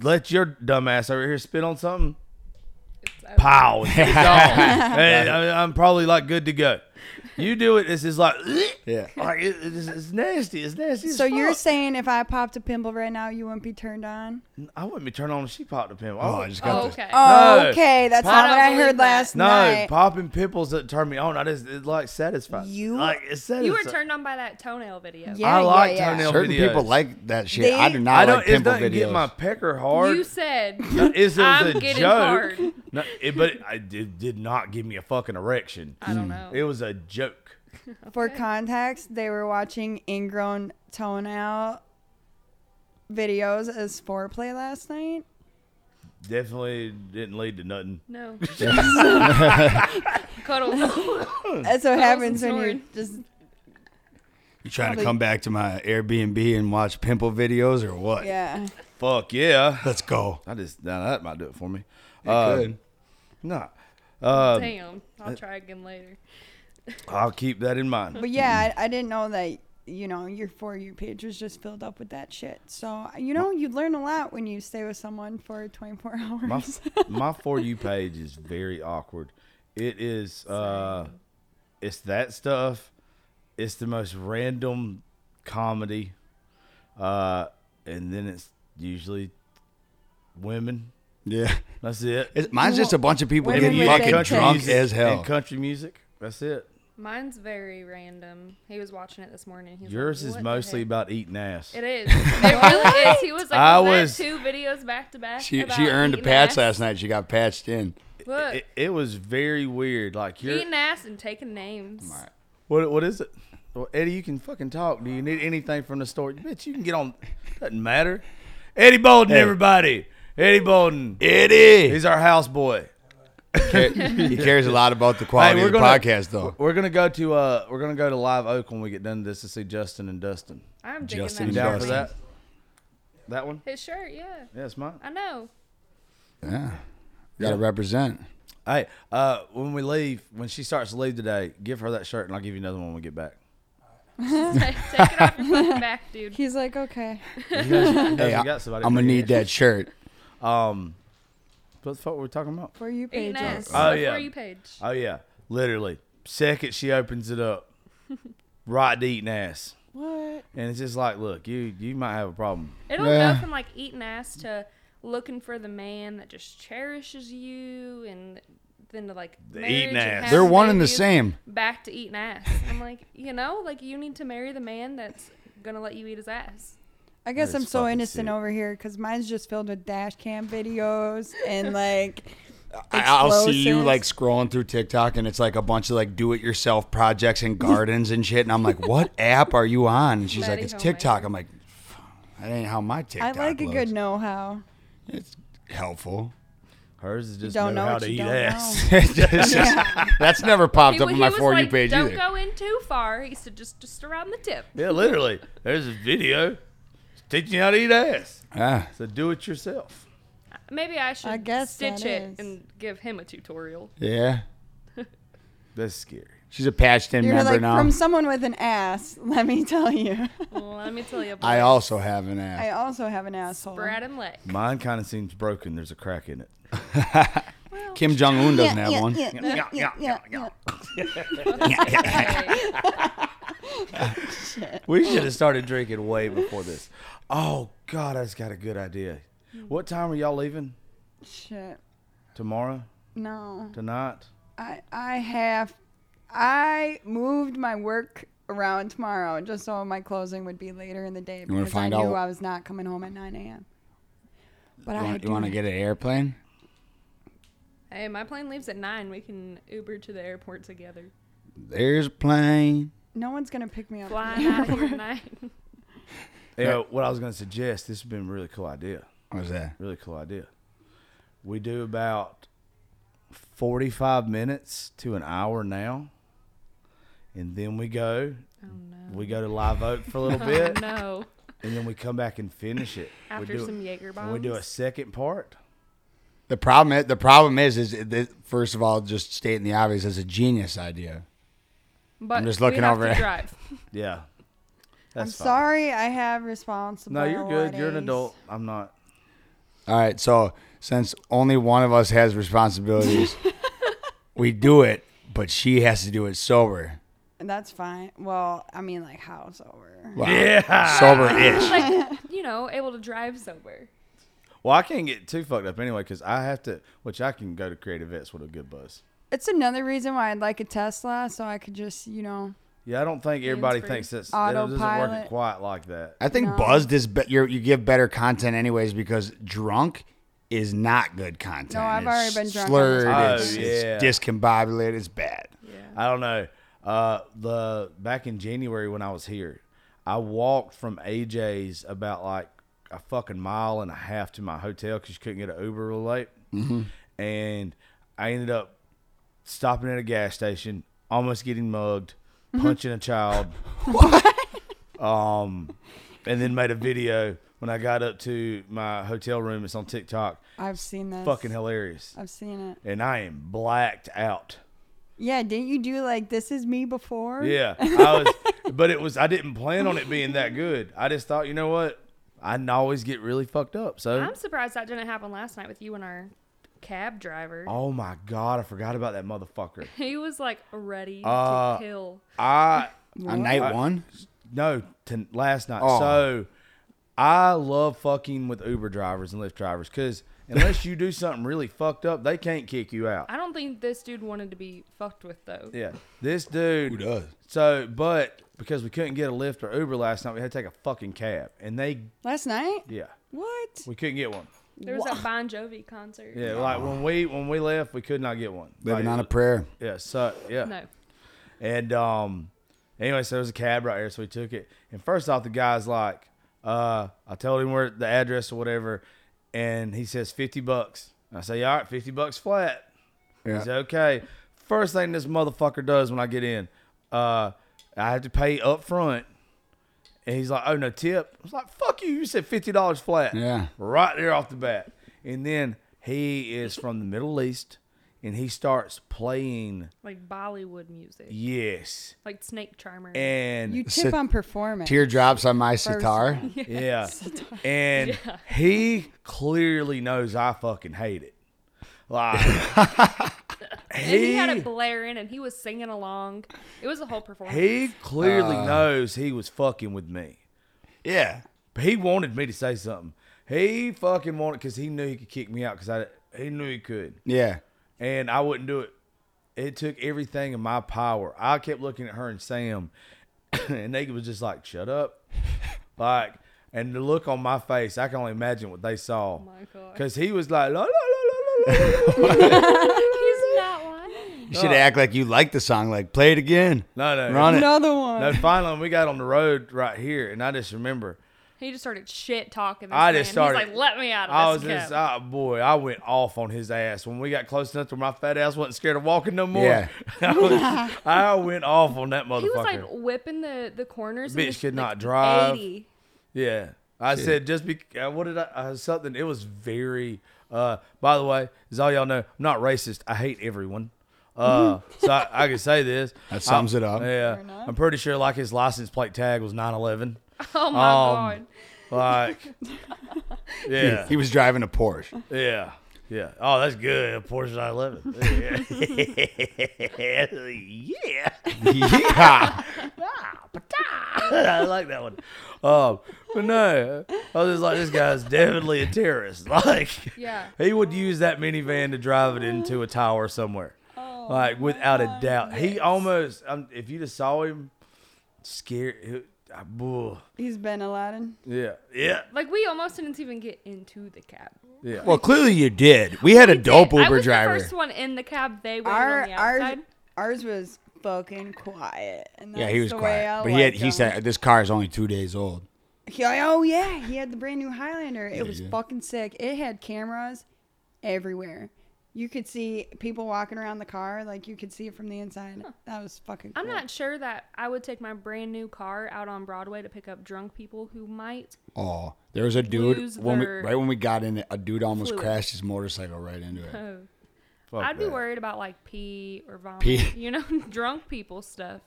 Speaker 2: Let your dumb ass over here spit on something. Pow! It's on. And I- I'm probably like good to go. You do it. It's just like
Speaker 4: Yeah.
Speaker 2: like it, it's, it's nasty. It's nasty. as
Speaker 3: So you're
Speaker 2: fuck.
Speaker 3: saying if I popped a pimple right now, you wouldn't be turned on?
Speaker 2: I wouldn't be turned on if she popped a pimple. I
Speaker 4: Oh, I
Speaker 2: wouldn't-
Speaker 4: just got
Speaker 5: Oh,
Speaker 4: this.
Speaker 5: okay.
Speaker 3: Oh,
Speaker 2: No.
Speaker 3: okay, that's
Speaker 2: Pop-
Speaker 3: not what
Speaker 5: I
Speaker 3: I
Speaker 5: don't
Speaker 3: heard
Speaker 5: believe that.
Speaker 3: last
Speaker 2: No,
Speaker 3: night.
Speaker 2: popping pimples that turn me on. I just it like satisfies.
Speaker 3: You-
Speaker 2: like it satisfies.
Speaker 5: you were turned on by that toenail video.
Speaker 3: Yeah,
Speaker 2: I like
Speaker 3: yeah, yeah.
Speaker 2: toenail
Speaker 4: Certain people
Speaker 2: videos.
Speaker 4: like that shit.
Speaker 3: They-
Speaker 4: I do not
Speaker 2: I don't.
Speaker 4: like
Speaker 2: it
Speaker 4: pimple
Speaker 2: doesn't
Speaker 4: videos.
Speaker 2: get my pecker hard.
Speaker 5: You said
Speaker 2: No, it was
Speaker 5: I'm
Speaker 2: a
Speaker 5: getting
Speaker 2: joke.
Speaker 5: hard.
Speaker 2: No, it, but I did, did not give me a fucking erection.
Speaker 5: I don't know.
Speaker 2: It was a joke.
Speaker 3: For context, they were watching ingrown toenail videos as foreplay last night.
Speaker 2: Definitely didn't lead to nothing.
Speaker 5: no. Cuddle.
Speaker 2: Hmm.
Speaker 3: That's what happens when you're
Speaker 5: snoring.
Speaker 3: just
Speaker 4: you trying to
Speaker 3: Probably-
Speaker 4: come back to my Airbnb and watch pimple videos or what?
Speaker 3: yeah.
Speaker 2: Fuck yeah.
Speaker 4: Let's go.
Speaker 2: I just now that might do it for me. Uh,
Speaker 4: Good.
Speaker 2: Nah, uh,
Speaker 5: Damn. I'll try again later.
Speaker 2: I'll keep that in mind.
Speaker 3: But yeah, I, I didn't know that. You know, your for you page was just filled up with that shit. So you know, you learn a lot when you stay with someone for 24 hours.
Speaker 2: My my for you page is very awkward. It is. Uh, it's that stuff. It's the most random comedy, uh, and then it's usually women.
Speaker 4: Yeah.
Speaker 2: That's it.
Speaker 4: It's, mine's just a bunch of people
Speaker 3: Women
Speaker 4: getting
Speaker 3: with
Speaker 4: fucking
Speaker 3: big
Speaker 4: drunk
Speaker 2: music,
Speaker 4: as hell.
Speaker 2: And country music. That's it.
Speaker 5: Mine's very random. He was watching it this morning. He was
Speaker 2: Yours
Speaker 5: like,
Speaker 2: is
Speaker 5: "What the
Speaker 2: mostly
Speaker 5: heck?"
Speaker 2: about eating ass.
Speaker 5: It is. It really is. He was like,
Speaker 2: I
Speaker 5: I was
Speaker 2: was-
Speaker 5: that two videos back to back.
Speaker 4: she
Speaker 5: about E
Speaker 4: she earned a
Speaker 5: eating
Speaker 4: patch
Speaker 5: ass?
Speaker 4: last night. She got patched in.
Speaker 5: Look,
Speaker 2: It, it was very weird. Like you're,
Speaker 5: eating ass and taking names.
Speaker 2: what what is it? Well, Eddie, you can fucking talk. Do you need anything from the store? Bitch, you can get on. Doesn't matter. Eddie Bolden,
Speaker 4: Hey.
Speaker 2: everybody. Eddie Bolden.
Speaker 4: Eddie.
Speaker 2: He's our house boy.
Speaker 4: he cares Oh, a lot about the quality
Speaker 2: Hey,
Speaker 4: of the podcast, though.
Speaker 2: We're gonna go to uh, we're gonna go to Live Oak when we get done this to see Justin and Dustin.
Speaker 5: I'm digging
Speaker 4: Justin
Speaker 2: You
Speaker 5: that.
Speaker 4: and
Speaker 2: down
Speaker 5: shirt.
Speaker 2: for that? That one?
Speaker 5: His shirt, yeah.
Speaker 2: Yes, mine.
Speaker 5: I know.
Speaker 4: Yeah, got to represent.
Speaker 2: Hey, uh, when we leave, when she starts to leave today, give her that shirt and I'll give you another one when we get back.
Speaker 5: take, take it off your fucking back, dude.
Speaker 3: He's like, okay.
Speaker 2: Hey,
Speaker 4: Hey, I,
Speaker 2: got somebody
Speaker 4: am
Speaker 2: for
Speaker 4: gonna
Speaker 2: you.
Speaker 4: need that shirt.
Speaker 2: Um, what the fuck were we talking about?
Speaker 3: For you,
Speaker 5: Eating
Speaker 3: Paige.
Speaker 5: ass.
Speaker 2: Oh,
Speaker 5: before
Speaker 2: yeah.
Speaker 5: you page.
Speaker 2: Oh yeah, literally. Second she opens it up, right to eating ass,
Speaker 3: What?
Speaker 2: and it's just like, look, you you might have a problem.
Speaker 5: It'll
Speaker 4: Yeah.
Speaker 5: go from like eating ass to looking for the man that just cherishes you, and then to like
Speaker 2: The
Speaker 5: marriage
Speaker 2: eating
Speaker 5: and
Speaker 2: ass.
Speaker 5: having
Speaker 4: They're one and the
Speaker 5: babies,
Speaker 4: same.
Speaker 5: Back to eating ass. I'm like, you know, like you need to marry the man that's gonna let you eat his ass.
Speaker 3: I guess
Speaker 2: That is
Speaker 3: I'm so
Speaker 2: fucking
Speaker 3: innocent
Speaker 2: sick.
Speaker 3: over here because mine's just filled with dash cam videos and like.
Speaker 4: I- I'll see you
Speaker 3: explosives.
Speaker 4: like scrolling through TikTok, and it's like a bunch of like do-it-yourself projects and gardens and shit. And I'm like, "What app are you on?" And she's like,
Speaker 5: Betty
Speaker 4: "It's TikTok."
Speaker 5: Homemaker.
Speaker 4: I'm like, "That ain't how my
Speaker 3: I
Speaker 4: TikTok."
Speaker 3: like a
Speaker 4: looks.
Speaker 3: good know-how.
Speaker 4: It's helpful.
Speaker 2: Hers is just
Speaker 3: don't
Speaker 2: know,
Speaker 3: know
Speaker 2: how
Speaker 3: what
Speaker 2: to
Speaker 3: you
Speaker 2: eat
Speaker 3: don't
Speaker 2: ass.
Speaker 4: It's just- That's never popped
Speaker 5: He-
Speaker 4: up on
Speaker 5: he
Speaker 4: my
Speaker 5: was
Speaker 4: for you
Speaker 5: like,
Speaker 4: page
Speaker 5: Don't
Speaker 4: either.
Speaker 5: go in too far. He said just just around the tip.
Speaker 2: yeah, literally. There's a video It's teaching you how to eat ass.
Speaker 4: Ah,
Speaker 2: So do it yourself.
Speaker 5: Maybe I should
Speaker 3: I guess that
Speaker 5: stitch it
Speaker 3: is.
Speaker 5: and give him a tutorial.
Speaker 4: yeah,
Speaker 2: That's scary.
Speaker 4: she's a patched-in
Speaker 3: You're
Speaker 4: member
Speaker 3: like
Speaker 4: now.
Speaker 3: from someone with an ass. Let me tell you.
Speaker 5: Let me tell you.
Speaker 4: I
Speaker 5: boy.
Speaker 4: also have an app.
Speaker 3: I also have an asshole.
Speaker 5: Brad and Lake.
Speaker 2: Mine kind of seems broken. There's a crack in it.
Speaker 4: Kim Jong Un doesn't have one.
Speaker 2: yeah, yeah, yeah, yeah. We should have started drinking way before this. Oh God, I just got a good idea. What time are y'all leaving?
Speaker 3: Shit.
Speaker 2: Tomorrow?
Speaker 3: No.
Speaker 2: Tonight?
Speaker 3: I I have I moved my work around tomorrow just so my closing would be later in the day
Speaker 4: wanna
Speaker 3: because
Speaker 4: find
Speaker 3: I knew
Speaker 4: out-
Speaker 3: I was not coming home at 9 a.m. But
Speaker 4: You
Speaker 3: I
Speaker 4: want,
Speaker 3: do
Speaker 4: you want to get an airplane?
Speaker 5: Hey, my plane leaves at nine. We can Uber to the airport together.
Speaker 4: There's a plane.
Speaker 3: no one's gonna pick me up. from
Speaker 5: Flying
Speaker 3: the
Speaker 5: out of here
Speaker 3: airport.
Speaker 5: tonight.
Speaker 2: You know, what I was going to suggest, this has been a really cool idea.
Speaker 4: What's that?
Speaker 2: Really cool idea. We do about 45 minutes to an hour now. And then we go.
Speaker 5: Oh no.
Speaker 2: We go to Live Oak for a little
Speaker 5: Oh
Speaker 2: bit.
Speaker 5: no.
Speaker 2: And then we come back and finish it. we
Speaker 5: After
Speaker 2: do,
Speaker 5: some Jaeger bombs.
Speaker 2: and we do a second part.
Speaker 4: The problem, i- the problem is, is it- it- first of all, just stating the obvious, it's a genius idea.
Speaker 5: But
Speaker 4: I'm just
Speaker 5: we
Speaker 4: looking
Speaker 5: have
Speaker 4: over
Speaker 5: to
Speaker 4: it.
Speaker 5: drive.
Speaker 2: Yeah.
Speaker 3: I'm
Speaker 2: That's fine.
Speaker 3: sorry I have responsible.
Speaker 2: No, you're good. You're an adult. I'm not.
Speaker 4: All right, so since only one of us has responsibilities, we do it, but she has to do it sober.
Speaker 3: And that's fine. Well, I mean like house over.
Speaker 4: Wow.
Speaker 5: Ah.
Speaker 4: Yeah, sober-ish.
Speaker 5: like, you know, able to drive sober.
Speaker 2: Well, I can't get too fucked up anyway because I have to, which I can go to Creative X with a good buzz.
Speaker 3: It's another reason why I'd like a Tesla so I could just, you know,
Speaker 2: Yeah, I don't think everybody
Speaker 5: Hands-free.
Speaker 2: thinks that's, that it doesn't work
Speaker 3: Autopilot.
Speaker 2: quite like that.
Speaker 4: I think
Speaker 3: No.
Speaker 4: buzzed is be- you're, you give better content anyways because drunk is not good content.
Speaker 3: No, I've
Speaker 4: It's
Speaker 3: already been drunk on
Speaker 4: Slurred,
Speaker 2: this
Speaker 4: it's,
Speaker 2: podcast.
Speaker 4: it's discombobulated, it's bad.
Speaker 5: Yeah.
Speaker 2: I don't know. Uh, the back in January when I was here, I walked from AJ's about like a fucking mile and a half to my hotel because you couldn't get an Uber real late, and I ended up stopping at a gas station, almost getting mugged, punching a child. Um, and then made a video when I got up to my hotel room. It's on TikTok.
Speaker 3: I've seen this.
Speaker 2: Fucking hilarious.
Speaker 3: I've seen it.
Speaker 2: And I am blacked out.
Speaker 3: Yeah, didn't you do like this is me before?
Speaker 2: Yeah, I was, but it was I didn't plan on it being that good. I just thought, you know what, I can always get really fucked up. So,
Speaker 5: I'm surprised that didn't happen last night with you and our cab driver.
Speaker 2: oh my god, I forgot about that motherfucker.
Speaker 5: He was like ready
Speaker 2: Uh,
Speaker 5: to kill.
Speaker 2: I
Speaker 4: On night one,
Speaker 2: no to, last night.
Speaker 4: Oh.
Speaker 2: So, I love fucking with Uber drivers and Lyft drivers because unless you do something really fucked up, they can't kick you out.
Speaker 5: I don't think this dude wanted to be fucked with though.
Speaker 2: Yeah, this dude.
Speaker 4: Who does?
Speaker 2: So, but because we couldn't get a Lyft or Uber last night, we had to take a fucking cab, and they
Speaker 3: Last night?
Speaker 2: yeah,
Speaker 3: What?
Speaker 2: we couldn't get one.
Speaker 5: There was that Bon Jovi concert.
Speaker 2: Yeah, like when we when we left, we could not get one.
Speaker 4: living
Speaker 2: Like,
Speaker 4: on a prayer.
Speaker 2: yeah, so yeah,
Speaker 5: No.
Speaker 2: and um, Anyway, so there was a cab right here, so we took it. And first off, the guy's like, uh, I told him where the address or whatever, and he says fifty bucks. And I say, all right, fifty bucks flat. He's
Speaker 4: Yeah.
Speaker 2: okay. First thing this motherfucker does when I get in, uh, I have to pay up front. And he's like, oh, no tip. I was like, fuck you. You said $50 flat.
Speaker 4: Yeah.
Speaker 2: Right there off the bat. And then he is from the Middle East and he starts playing,
Speaker 5: like Bollywood music,
Speaker 2: yes.
Speaker 5: like Snake Charmer.
Speaker 2: And
Speaker 3: You
Speaker 4: Sit-
Speaker 3: tip on performance.
Speaker 4: Teardrops on my sitar.
Speaker 2: yeah. And he clearly knows I fucking hate it. Like,
Speaker 5: And he had it blaring, and he was singing along. It was a whole performance.
Speaker 2: He clearly knows he was fucking with me.
Speaker 4: Yeah.
Speaker 2: He wanted me to say something. He fucking wanted because he knew he could kick me out because I he knew he could,
Speaker 4: Yeah.
Speaker 2: and I wouldn't do it. It took everything in my power. I kept looking at her and Sam, and they was just like, "Shut up," like, and the look on my face, I can only imagine what they saw.
Speaker 5: Oh my God.
Speaker 2: Because he was like, la, la, la, la, la, la, la, la."
Speaker 5: He's not lying.
Speaker 4: You should act like you like the song. Like, play it again.
Speaker 2: Oh. No, no, no.
Speaker 4: Run it.
Speaker 3: Another one.
Speaker 2: no, finally we got on the road right here, and I just remember.
Speaker 5: He just started shit talking. This
Speaker 2: I just
Speaker 5: man.
Speaker 2: started-
Speaker 5: He's like, "Let me out of
Speaker 2: I was
Speaker 5: this."
Speaker 2: just, ah,
Speaker 5: cab."
Speaker 2: boy, I went off on his ass when we got close enough to where my fat ass wasn't scared of walking no more.
Speaker 4: Yeah.
Speaker 2: I, was- I went off on that motherfucker.
Speaker 5: he was like whipping the the corners.
Speaker 2: Bitch
Speaker 5: and just,
Speaker 2: could
Speaker 5: like,
Speaker 2: not drive.
Speaker 5: 80.
Speaker 2: yeah. I said, just be, uh, what did I, uh, something, it was very, uh, by the way, as all y'all know, I'm not racist. I hate everyone. Uh, so I, I can say this.
Speaker 4: Mm-hmm. That sums it up.
Speaker 2: Yeah.
Speaker 3: Fair enough.
Speaker 2: I'm pretty sure like his license plate tag was 911.
Speaker 5: Oh my
Speaker 2: Um,
Speaker 5: god.
Speaker 2: Like, yeah.
Speaker 4: He was driving a Porsche.
Speaker 2: Yeah. Yeah. Oh, that's good. A Porsche 911. Yeah.
Speaker 4: yeah.
Speaker 2: I like that one. Um, but no, I was just like, this guy's definitely a terrorist. Like,
Speaker 5: Yeah.
Speaker 2: he would use that minivan to drive it into a tower somewhere.
Speaker 5: Oh,
Speaker 2: like, without a doubt. He almost, um, if you just saw him, scared. he- I, boo.
Speaker 3: He's been Aladdin.
Speaker 2: yeah. Yeah.
Speaker 5: Like we almost didn't even get into the cab.
Speaker 2: Yeah.
Speaker 4: Well, clearly you did. We had a
Speaker 2: Oh,
Speaker 4: dope
Speaker 5: I
Speaker 4: Uber
Speaker 5: was
Speaker 4: driver.
Speaker 5: The first one in the cab. They were
Speaker 3: Our
Speaker 5: on the outside.
Speaker 3: ours ours was fucking quiet. And
Speaker 4: yeah,
Speaker 3: that's
Speaker 4: he was
Speaker 3: the Way um, I
Speaker 4: quiet. But he had,
Speaker 3: liked
Speaker 4: he
Speaker 3: him.
Speaker 4: said, this car is only two days old.
Speaker 3: He- oh yeah, he had the brand new Highlander. It was
Speaker 4: yeah.
Speaker 3: fucking sick. It had cameras everywhere. You could see people walking around the car, like you could see it from the inside. That was fucking.
Speaker 5: I'm
Speaker 3: cool.
Speaker 5: not sure that I would take my brand new car out on Broadway to pick up drunk people who might.
Speaker 4: Oh, there was a dude
Speaker 5: Lose
Speaker 4: when we,
Speaker 5: their-
Speaker 4: right when we got in. A dude almost
Speaker 5: Fluid.
Speaker 4: crashed his motorcycle right into it.
Speaker 5: Oh,
Speaker 2: Fuck
Speaker 5: I'd be
Speaker 2: that.
Speaker 5: worried about like pee or vomit.
Speaker 4: Pee.
Speaker 5: You know, drunk people stuff.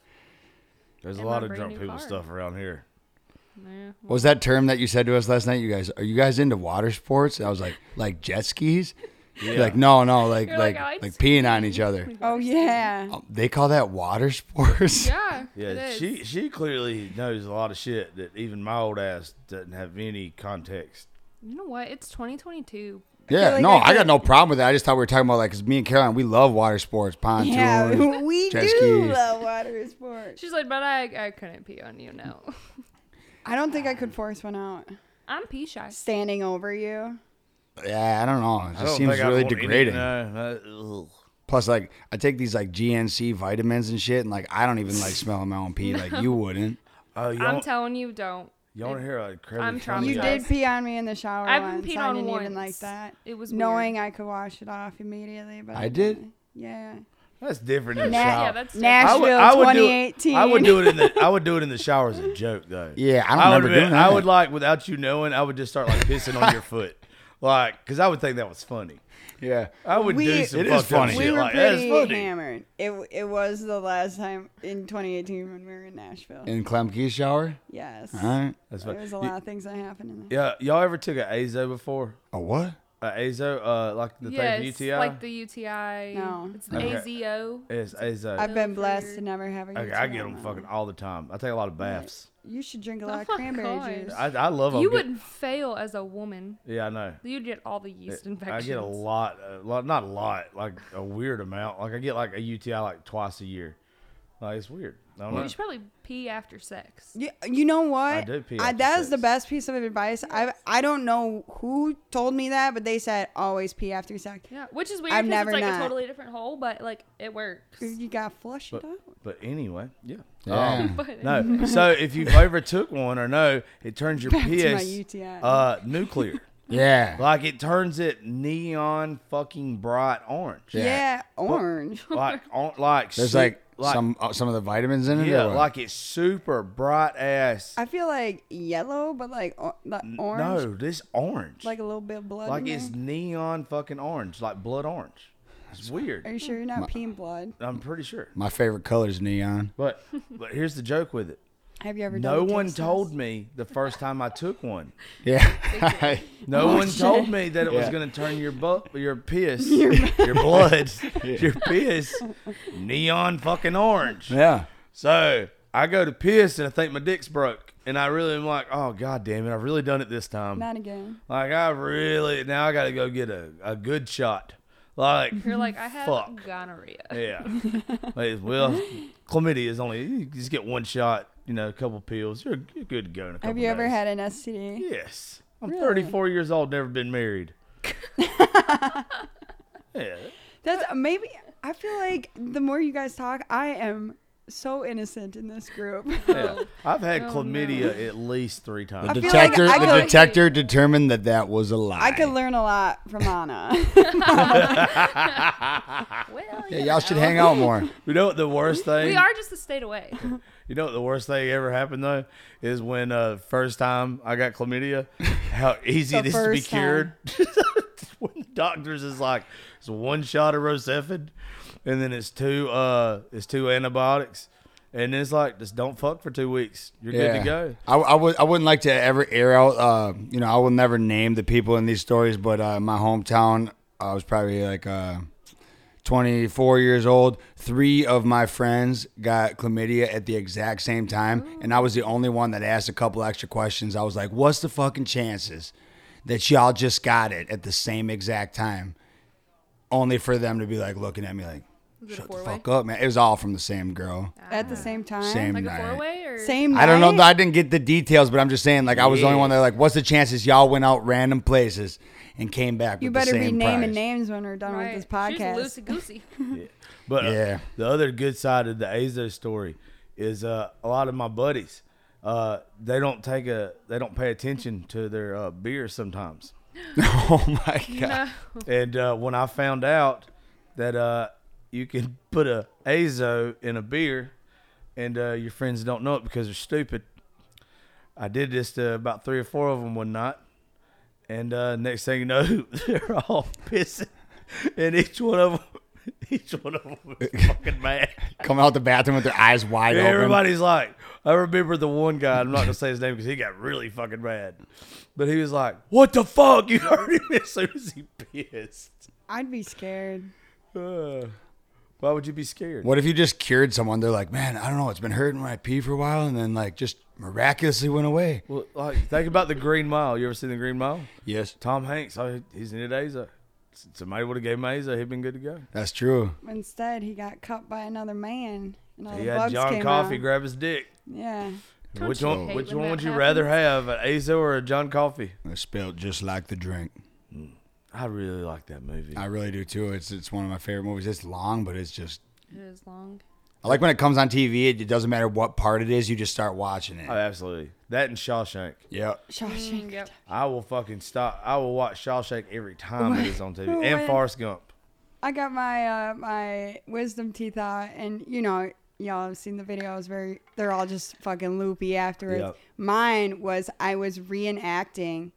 Speaker 2: There's a
Speaker 5: in
Speaker 2: lot
Speaker 5: my
Speaker 2: of
Speaker 5: brand
Speaker 2: drunk
Speaker 5: new
Speaker 2: people
Speaker 5: car.
Speaker 2: stuff around here.
Speaker 5: Yeah.
Speaker 4: What was that term that you said to us last night? You guys, are you guys into water sports? And I was like, like jet skis. You're like no, no, like
Speaker 5: You're
Speaker 4: like
Speaker 5: like, "Oh,
Speaker 4: like,
Speaker 5: "I
Speaker 4: peeing on each other.
Speaker 3: Oh yeah.
Speaker 4: Um, They call that water sports.
Speaker 5: Yeah. it
Speaker 2: Yeah,
Speaker 5: is.
Speaker 2: she she clearly knows a lot of shit that even my old ass doesn't have any context.
Speaker 5: You know what? It's 2022.
Speaker 4: Yeah,
Speaker 3: like
Speaker 4: no,
Speaker 3: I
Speaker 4: I got
Speaker 3: could-
Speaker 4: no problem with that. I just thought we were talking about like, cause me and Caroline, we love water sports, pontoons,
Speaker 3: Yeah, we
Speaker 4: jet
Speaker 3: do
Speaker 4: skis.
Speaker 3: love water sports.
Speaker 5: She's like, but I, I couldn't pee on you. No,
Speaker 3: I don't think I could force one out
Speaker 5: I'm pee shy.
Speaker 3: standing over you.
Speaker 4: Yeah, I don't know. It
Speaker 2: I
Speaker 4: just
Speaker 2: don't
Speaker 4: seems
Speaker 2: think I'd
Speaker 4: really
Speaker 2: want any-
Speaker 4: degrading.
Speaker 2: no, uh, ugh.
Speaker 4: Plus, like, I take these like GNC vitamins and shit, and like, I don't even like smelling my own pee. Like, you wouldn't.
Speaker 2: oh, you
Speaker 5: I'm
Speaker 2: don't,
Speaker 5: telling you, don't.
Speaker 2: you don't hear a crazy
Speaker 5: I'm
Speaker 2: funny
Speaker 5: traumatized.
Speaker 3: You
Speaker 2: guy.
Speaker 3: did pee on me in the shower
Speaker 5: I've been
Speaker 3: once.
Speaker 5: peed
Speaker 3: I
Speaker 5: on
Speaker 3: didn't even
Speaker 5: once.
Speaker 3: like that.
Speaker 5: It was
Speaker 3: knowing I could wash it off immediately, but
Speaker 4: I did?
Speaker 3: didn't. Yeah.
Speaker 2: That's different in the
Speaker 3: Nah.
Speaker 2: shower.
Speaker 5: Yeah, that's
Speaker 3: Nash-
Speaker 2: I would,
Speaker 3: Nashville
Speaker 2: I would do.
Speaker 3: 2018.
Speaker 2: I would do it in the. I would do it in the shower as a joke though.
Speaker 4: Yeah, I don't
Speaker 2: would
Speaker 4: remember
Speaker 2: be-
Speaker 4: doing
Speaker 2: I
Speaker 4: that.
Speaker 2: would like without you knowing. I would just start like pissing on your foot, like because I would think that was funny.
Speaker 4: Yeah.
Speaker 2: I would do
Speaker 3: We-
Speaker 2: some
Speaker 4: It is
Speaker 2: fucked up
Speaker 4: funny.
Speaker 2: shit
Speaker 3: we were
Speaker 2: like that's
Speaker 3: pretty
Speaker 2: funny.
Speaker 3: hammered. It it was the last time in 2018 when we were in Nashville.
Speaker 4: In Klemke's shower?
Speaker 3: yes.
Speaker 4: All right.
Speaker 2: That's
Speaker 3: There
Speaker 2: funny.
Speaker 3: was a lot of things that happened in there.
Speaker 2: Yeah, y'all ever took an azo before?
Speaker 4: A what?
Speaker 2: A azo, uh, like the
Speaker 5: yes,
Speaker 2: thing for UTI.
Speaker 5: like the UTI.
Speaker 3: No.
Speaker 5: it's
Speaker 2: Okay.
Speaker 5: AZO.
Speaker 2: Yes, azo.
Speaker 3: I've been
Speaker 5: Those
Speaker 3: blessed
Speaker 5: were-
Speaker 3: to never have a
Speaker 2: Okay,
Speaker 3: UTI
Speaker 2: I get
Speaker 3: in
Speaker 2: them
Speaker 3: my
Speaker 2: fucking
Speaker 3: life.
Speaker 2: all the time. I take a lot of baths.
Speaker 3: You should drink a lot of
Speaker 5: Oh my
Speaker 3: cranberry
Speaker 5: God.
Speaker 3: juice.
Speaker 2: I, I love them.
Speaker 5: You would fail as a woman.
Speaker 2: Yeah, I know.
Speaker 5: You'd get all the yeast
Speaker 2: I
Speaker 5: infections.
Speaker 2: get a uh, lot, a lot, not a lot, like a weird amount. Like I get like a UTI like twice a year, Like it's weird. I don't
Speaker 5: You
Speaker 2: know.
Speaker 5: should probably pee after sex.
Speaker 3: You, you know what?
Speaker 2: I do pee after
Speaker 3: that is the
Speaker 2: sex.
Speaker 3: best piece of advice. I I don't know who told me that, but they said always pee after sex.
Speaker 5: Yeah, which is weird
Speaker 3: I've
Speaker 5: because
Speaker 3: never
Speaker 5: it's like
Speaker 3: not. Mm.
Speaker 5: a totally different hole, but like it works.
Speaker 3: You got flush it
Speaker 2: But,
Speaker 3: out.
Speaker 2: but anyway, yeah.
Speaker 4: Yeah.
Speaker 2: Um,
Speaker 5: But
Speaker 2: no. So if you overtook one or no, it turns your
Speaker 3: Back to my
Speaker 2: piss
Speaker 3: UTI.
Speaker 2: uh, nuclear.
Speaker 4: Yeah.
Speaker 2: like it turns it neon fucking bright orange.
Speaker 3: Yeah,
Speaker 4: Yeah.
Speaker 3: orange.
Speaker 2: Like on, like
Speaker 4: There's
Speaker 2: su-
Speaker 4: like, some uh, some of the vitamins in it. or
Speaker 2: yeah,
Speaker 4: what?
Speaker 2: like it's super bright ass.
Speaker 3: I feel like yellow, but like, o- like orange,
Speaker 2: No, this orange. Like,
Speaker 3: like a little bit of blood. in
Speaker 2: it's
Speaker 3: there.
Speaker 2: neon fucking orange, like blood orange. It's weird.
Speaker 3: Are you sure you're not peeing blood?
Speaker 2: I'm pretty sure.
Speaker 4: my favorite color is neon.
Speaker 2: But but here's the joke with it.
Speaker 3: Have you ever?
Speaker 2: No
Speaker 3: done a
Speaker 2: one
Speaker 3: taste
Speaker 2: told
Speaker 3: test?
Speaker 2: me the first time I took one.
Speaker 4: Yeah.
Speaker 2: No one told me that it was
Speaker 4: Yeah.
Speaker 2: going to turn your bu- your piss, your, blood, your piss neon fucking orange.
Speaker 4: yeah.
Speaker 2: So I go to piss and I think my dick's broke, and I really am like, oh god damn it, I've really done it this time.
Speaker 3: Not again.
Speaker 2: Like I really now I gotta go get a, a good shot. Like
Speaker 5: you're like, I have
Speaker 2: Fuck.
Speaker 5: gonorrhea.
Speaker 2: yeah. Like, well, chlamydia is only you just get one shot, you know, a couple pills. You're, you're good to go in a couple
Speaker 3: Have you ever
Speaker 2: days.
Speaker 3: had an STD?
Speaker 2: Yes. I'm
Speaker 3: Really?
Speaker 2: 34 years old, never been married. yeah.
Speaker 3: That's maybe. I feel like the more you guys talk, I am so innocent in this group.
Speaker 2: yeah. I've had
Speaker 5: Oh,
Speaker 2: chlamydia at least three
Speaker 4: The
Speaker 2: times.
Speaker 3: feel like
Speaker 4: detector
Speaker 3: I
Speaker 4: the
Speaker 3: could-
Speaker 4: detector determined that that was a lie.
Speaker 3: I could learn a lot from Anna.
Speaker 5: Well,
Speaker 4: Yeah,
Speaker 5: you
Speaker 4: y'all should
Speaker 5: know.
Speaker 4: hang out more.
Speaker 2: You know what the worst thing?
Speaker 5: We are just a state away.
Speaker 2: You know what the worst thing ever happened though is when uh first time I got chlamydia, how easy
Speaker 3: The
Speaker 2: it is to be
Speaker 3: first time.
Speaker 2: cured. when the doctors is like, it's one shot of Rosefin, and then it's two uh it's two antibiotics, and it's like just don't fuck for two weeks, you're good to go.
Speaker 4: I, I would. I wouldn't like to ever air out. Uh, you know, I will never name the people in these stories, but uh, my hometown, I was probably like uh, 24 years old. Three of my friends got chlamydia at the exact same time, and I was the only one that asked a couple extra questions. I was like, "What's the fucking chances that y'all just got it at the same exact time?" Only for them to be like looking at me like,
Speaker 5: Is it a
Speaker 4: "Shut the
Speaker 5: four-way?
Speaker 4: fuck up, man!" It was all from the same girl.
Speaker 3: At the same time.
Speaker 4: Same
Speaker 5: Like
Speaker 4: night.
Speaker 5: a four way or
Speaker 3: Same.
Speaker 4: I don't know.
Speaker 3: night?
Speaker 4: though, I didn't get the details, but I'm just saying, like, I was the only one that, like, what's the chances y'all went out random places and came back?
Speaker 3: You
Speaker 4: with
Speaker 3: better
Speaker 4: the
Speaker 3: be
Speaker 4: same
Speaker 3: naming
Speaker 4: prize?
Speaker 3: names when we're done with this podcast.
Speaker 5: She's loosey goosey.
Speaker 2: But uh,
Speaker 4: Yeah.
Speaker 2: the other good side of the Azo story is uh, a lot of my buddies, uh, they don't take a they don't pay attention to their uh, beer sometimes.
Speaker 4: oh my god!
Speaker 2: And uh, when I found out that uh, you can put a azo in a beer, and uh, your friends don't know it because they're stupid, I did this to about three or four of them one night, and uh, next thing you know, they're all pissing, and each one of them, each one of them was fucking mad.
Speaker 4: Coming out the bathroom with their eyes wide open.
Speaker 2: Everybody's like, I remember the one guy. I'm not gonna say his name because he got really fucking mad, but he was like, "What the fuck? You heard him as soon as he pissed."
Speaker 3: I'd be scared.
Speaker 2: Uh, why would you be scared?
Speaker 4: What if you just cured someone? They're like, man, I don't know. It's been hurting my pee for a while, and then like just miraculously went away.
Speaker 2: Well, like, think about the Green Mile. You ever seen the Green Mile?
Speaker 4: Yes,
Speaker 2: Tom Hanks. Oh, he's in it. Aza. Somebody would have gave him Aza. He'd been good to go.
Speaker 4: that's true.
Speaker 3: Instead, he got cut by another man, and all
Speaker 2: He
Speaker 3: the
Speaker 2: had
Speaker 3: bugs
Speaker 2: John
Speaker 3: came
Speaker 2: Coffee
Speaker 3: out.
Speaker 2: grab his dick.
Speaker 3: yeah,
Speaker 5: Mm, Don't
Speaker 2: which
Speaker 5: you
Speaker 2: one?
Speaker 5: hate
Speaker 2: Which
Speaker 5: when
Speaker 2: one
Speaker 5: that
Speaker 2: would you rather have, an Aza or a John Coffee?
Speaker 4: It's spelled just like the drink.
Speaker 2: I really like that movie.
Speaker 4: I really do too. It's it's one of my favorite movies. It's long, but it's just.
Speaker 5: It is long.
Speaker 4: I like when it comes on TV. It, it doesn't matter what part it is. You just start watching
Speaker 2: Oh,
Speaker 4: it.
Speaker 2: absolutely. That and Shawshank.
Speaker 4: Yep.
Speaker 3: Shawshank.
Speaker 5: Mm, yep.
Speaker 2: I will fucking stop. I will watch Shawshank every time it is on TV.
Speaker 3: When-
Speaker 2: And Forrest Gump.
Speaker 3: I got my uh, my wisdom teeth out, and you know, y'all have seen the videos where they're all just fucking loopy afterwards.
Speaker 2: Yep.
Speaker 3: Mine was I was reenacting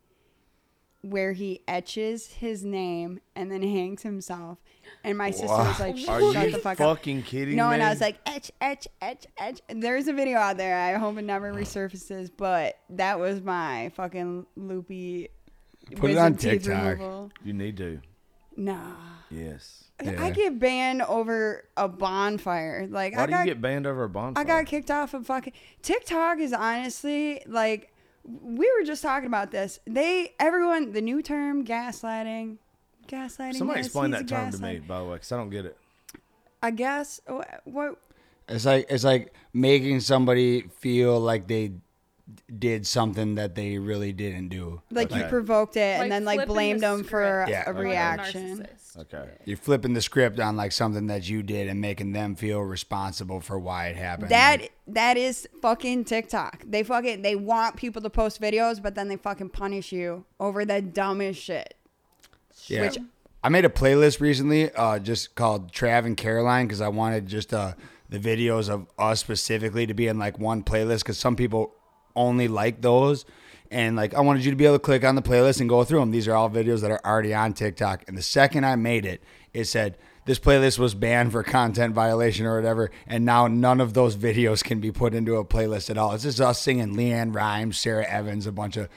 Speaker 3: where he etches his name and then hangs himself, and my sister was like,
Speaker 2: Are
Speaker 3: "Shut
Speaker 2: you
Speaker 3: the fuck up."
Speaker 2: fucking kidding
Speaker 3: No,
Speaker 2: me?
Speaker 3: and I was like, etch, etch, etch, etch. There's a video out there. I hope it never resurfaces, but that was my fucking loopy.
Speaker 4: Put it
Speaker 3: wisdom
Speaker 4: on
Speaker 3: teeth
Speaker 4: TikTok.
Speaker 3: removal.
Speaker 2: you need to.
Speaker 3: Nah.
Speaker 2: Yes.
Speaker 3: I
Speaker 4: Yeah.
Speaker 3: get banned over a bonfire. Like
Speaker 2: Why
Speaker 3: I
Speaker 2: do
Speaker 3: got
Speaker 2: you get banned over a bonfire?
Speaker 3: I got kicked off of fucking TikTok is honestly like we were just talking about this. They everyone the new term gaslighting. Gaslighting.
Speaker 2: Somebody
Speaker 3: this,
Speaker 2: explain
Speaker 3: he's
Speaker 2: that
Speaker 3: a
Speaker 2: term to me,
Speaker 3: gaslight-
Speaker 2: by the way, because I don't get it.
Speaker 3: I guess wh- what
Speaker 4: It's like it's like making somebody feel like they did something that they really didn't do.
Speaker 3: Like you
Speaker 2: Okay.
Speaker 3: provoked it
Speaker 5: Like
Speaker 3: and then like
Speaker 5: flipping the
Speaker 3: blamed them for
Speaker 5: script
Speaker 4: Yeah,
Speaker 3: a
Speaker 4: okay.
Speaker 3: reaction.
Speaker 5: narcissist.
Speaker 2: Okay.
Speaker 4: You're flipping the script on like something that you did and making them feel responsible for why it happened.
Speaker 3: That that is fucking TikTok. They fucking they want people to post videos, but then they fucking punish you over the dumbest shit.
Speaker 4: Yeah. I made a playlist recently, uh, just called Trav and Caroline, because I wanted just uh, the videos of us specifically to be in like one playlist, because some people only like those, and like I wanted you to be able to click on the playlist and go through them. These are all videos that are already on TikTok, and the second I made it, it said this playlist was banned for content violation or whatever, and now none of those videos can be put into a playlist at all. It's just us singing Leanne Rhymes, Sarah Evans, a bunch of.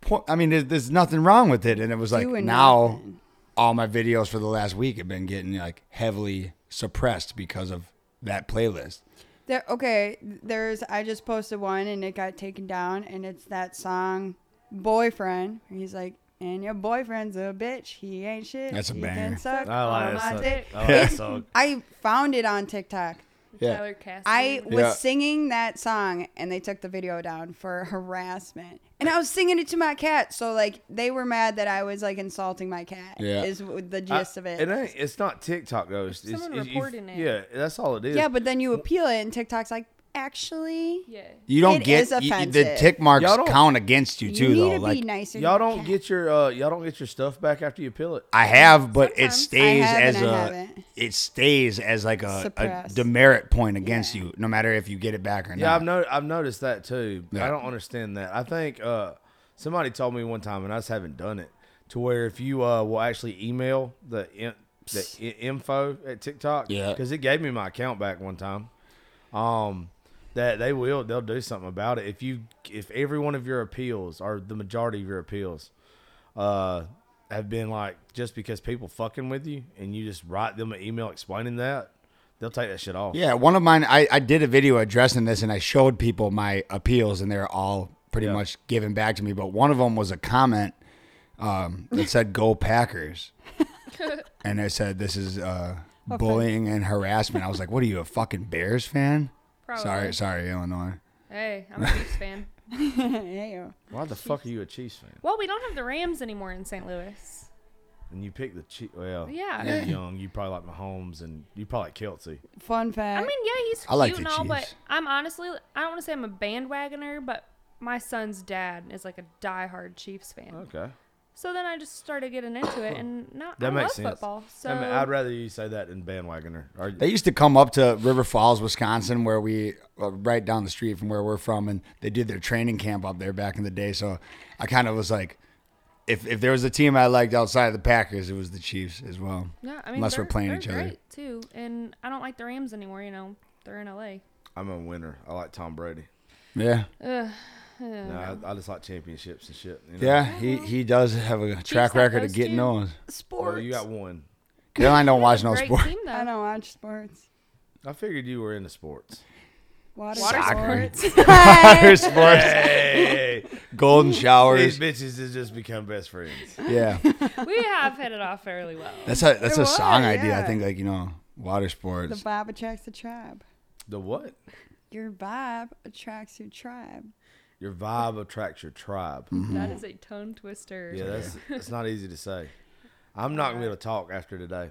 Speaker 4: po- I mean, there's, there's nothing wrong with it, and it was like
Speaker 3: Doing
Speaker 4: now
Speaker 3: nothing.
Speaker 4: all my videos for the last week have been getting like heavily suppressed because of that playlist.
Speaker 3: There, okay, there's. I just posted one and it got taken down, and it's that song, "Boyfriend." He's like, "And your boyfriend's a bitch. He ain't shit.
Speaker 4: That's a
Speaker 3: he
Speaker 4: banger.
Speaker 3: Can suck
Speaker 5: I
Speaker 3: on
Speaker 5: like
Speaker 3: my
Speaker 5: that song.
Speaker 3: dick."
Speaker 5: I like
Speaker 4: that
Speaker 3: It's- I found it on TikTok.
Speaker 4: Yeah.
Speaker 5: Tyler Cassidy.
Speaker 3: I was
Speaker 4: Yeah.
Speaker 3: singing that song and they took the video down for harassment. And I was singing it to my cat, so like they were mad that I was like insulting my cat.
Speaker 4: Yeah.
Speaker 3: is w- the gist of it.
Speaker 2: It ain't. It's not TikTok though. It's, it's,
Speaker 5: someone
Speaker 2: it's- you-
Speaker 5: reporting it.
Speaker 2: Yeah, that's all it is.
Speaker 3: Yeah, but then you appeal it, and TikTok's like, actually,
Speaker 5: yeah.
Speaker 4: You don't
Speaker 3: It
Speaker 4: get
Speaker 3: is
Speaker 4: you- you- the
Speaker 3: offensive.
Speaker 4: tick marks
Speaker 2: Y'all don't-
Speaker 4: count against you
Speaker 3: you
Speaker 4: too,
Speaker 3: need
Speaker 4: though.
Speaker 3: to
Speaker 4: Like
Speaker 3: be nicer. to
Speaker 2: y'all
Speaker 3: your
Speaker 2: don't
Speaker 3: cat.
Speaker 2: get your uh, y'all don't get your stuff back after you peel it.
Speaker 4: I have, but
Speaker 5: Sometimes.
Speaker 4: it
Speaker 5: I
Speaker 4: stays
Speaker 3: have
Speaker 4: as
Speaker 3: and I
Speaker 4: a
Speaker 3: haven't.
Speaker 4: it stays as like a, a
Speaker 3: Suppressed.
Speaker 4: demerit point against you, no matter if you get it back or not.
Speaker 2: Yeah, I've no, I've noticed that too.
Speaker 4: Yeah.
Speaker 2: I don't understand that. I think uh, somebody told me one time, and I just haven't done it, to where if you uh, will actually email the in, the i- info at TikTok,
Speaker 4: Yeah.
Speaker 2: because it gave me my account back one time. Um, that they will, they'll do something about it if you if every one of your appeals or the majority of your appeals, uh, have been like just because people fucking with you and you just write them an email explaining that, they'll take that shit off.
Speaker 4: Yeah, one of mine. I, I did a video addressing this, and I showed people my appeals, and they're all pretty
Speaker 2: Yeah.
Speaker 4: much given back to me. But one of them was a comment um, that said "Go Packers," and I said, "This is uh, bullying and harassment." I was like, "What are you, a fucking Bears fan?"
Speaker 5: Probably.
Speaker 4: Sorry, sorry, Illinois.
Speaker 5: Hey, I'm a Chiefs fan.
Speaker 3: Yeah, you-
Speaker 2: Why the fuck are you a Chiefs fan?
Speaker 5: Well, we don't have the Rams anymore in St. Louis.
Speaker 2: And you pick the cheap. Well,
Speaker 5: Yeah.
Speaker 2: You're young. You probably like Mahomes, and you probably like Kelsey.
Speaker 3: Fun fact.
Speaker 5: I mean, yeah, he's cute
Speaker 4: I like
Speaker 5: and
Speaker 4: the
Speaker 5: all, but
Speaker 4: Chiefs.
Speaker 5: I'm honestly, I don't want to say I'm a bandwagoner, but my son's dad is like a diehard Chiefs fan.
Speaker 2: Okay,
Speaker 5: So then I just started getting into it, and now
Speaker 2: that
Speaker 5: I
Speaker 2: makes
Speaker 5: love
Speaker 2: sense.
Speaker 5: football. So
Speaker 2: I mean, I'd rather you say that than bandwagoner. Or,
Speaker 4: They used to come up to River Falls, Wisconsin, where we uh, right down the street from where we're from, and they did their training camp up there back in the day. So I kind of was like, if if there was a team I liked outside of the Packers, it was the Chiefs as well.
Speaker 5: yeah, I mean,
Speaker 4: unless we're
Speaker 5: they're-
Speaker 4: playing
Speaker 5: they're
Speaker 4: each other.
Speaker 5: great, too. And I don't like the Rams anymore. You know, they're in LA.
Speaker 2: I'm a winner. I like Tom Brady.
Speaker 4: Yeah,
Speaker 2: No, I, I just like championships and shit. You know?
Speaker 4: yeah, he he does have a track
Speaker 5: like
Speaker 4: record of
Speaker 5: those
Speaker 4: getting
Speaker 5: two.
Speaker 4: those.
Speaker 3: sports.
Speaker 2: Well, you got one.
Speaker 4: Caroline don't watch no
Speaker 5: Great
Speaker 4: sports.
Speaker 5: team, though.
Speaker 3: I don't watch sports.
Speaker 2: I figured you were into sports.
Speaker 3: Water,
Speaker 5: Water
Speaker 3: sports.
Speaker 4: Water sports,
Speaker 2: Hey,
Speaker 4: golden
Speaker 2: these
Speaker 4: showers.
Speaker 2: bitches has just become best friends.
Speaker 4: Yeah,
Speaker 5: we have hit it off fairly well.
Speaker 4: that's a that's
Speaker 3: It
Speaker 4: a
Speaker 3: was,
Speaker 4: song idea. I
Speaker 3: yeah.
Speaker 4: think like you know, water sports.
Speaker 3: the vibe attracts the tribe.
Speaker 2: The what?
Speaker 3: Your vibe attracts your tribe.
Speaker 2: Your vibe attracts your tribe.
Speaker 4: Mm-hmm.
Speaker 5: That is a tongue twister.
Speaker 2: Mm. Yeah, that's it's not easy to say. I'm not gonna be able to talk after today.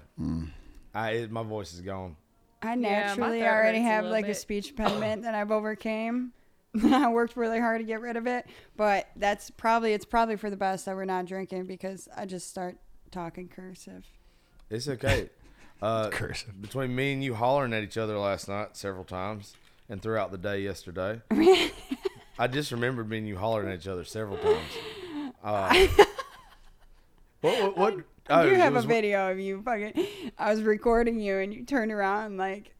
Speaker 2: I it, my voice is gone.
Speaker 3: I
Speaker 5: my
Speaker 3: naturally
Speaker 5: throat
Speaker 3: already
Speaker 5: hurts a
Speaker 3: have
Speaker 5: little
Speaker 3: like a
Speaker 5: bit.
Speaker 3: speech impediment that I've overcame. I worked really hard to get rid of it, but that's probably it's probably for the best that we're not drinking because I just start talking cursive.
Speaker 2: It's okay. Uh,
Speaker 4: Cursive.
Speaker 2: between me and you hollering at each other last night several times and throughout the day yesterday. I just remembered me and you hollering at each other several times. Uh, what? What? what
Speaker 3: I
Speaker 2: oh,
Speaker 3: do
Speaker 2: it
Speaker 3: have a
Speaker 2: was-
Speaker 3: video of you fucking. I was recording you and you turned around and like,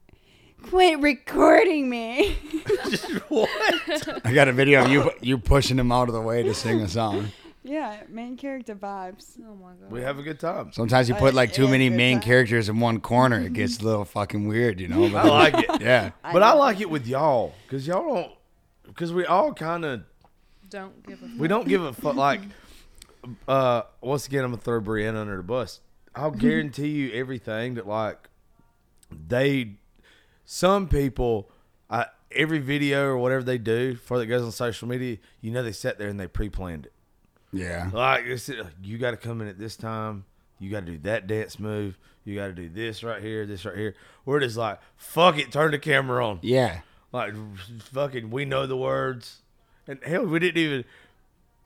Speaker 3: quit recording me.
Speaker 2: what?
Speaker 4: I got a video of you you pushing him out of the way to sing a song.
Speaker 3: yeah, main character vibes.
Speaker 5: Oh my god.
Speaker 2: We have a good time.
Speaker 4: Sometimes you
Speaker 3: Uh,
Speaker 4: put like too
Speaker 3: yeah,
Speaker 4: many
Speaker 3: good
Speaker 4: main
Speaker 3: time.
Speaker 4: characters in one corner. It gets a little fucking weird, you know.
Speaker 2: I like it,
Speaker 4: yeah,
Speaker 2: but I like it with y'all because y'all don't because we all kind of
Speaker 5: Don't give a.
Speaker 2: We don't give a fuck. Like, uh, once again, I'm gonna throw Brianna under the bus. I'll guarantee you everything that like they some people, I, every video or whatever they do before that goes on social media, you know they sat there and they pre-planned it.
Speaker 4: Yeah.
Speaker 2: Like it's, uh, you got to come in at this time. You got to do that dance move. You got to do this right here, this right here. We're just like, fuck it, turn the camera on.
Speaker 4: Yeah.
Speaker 2: Like, fucking, we know the words. And hell, we didn't even.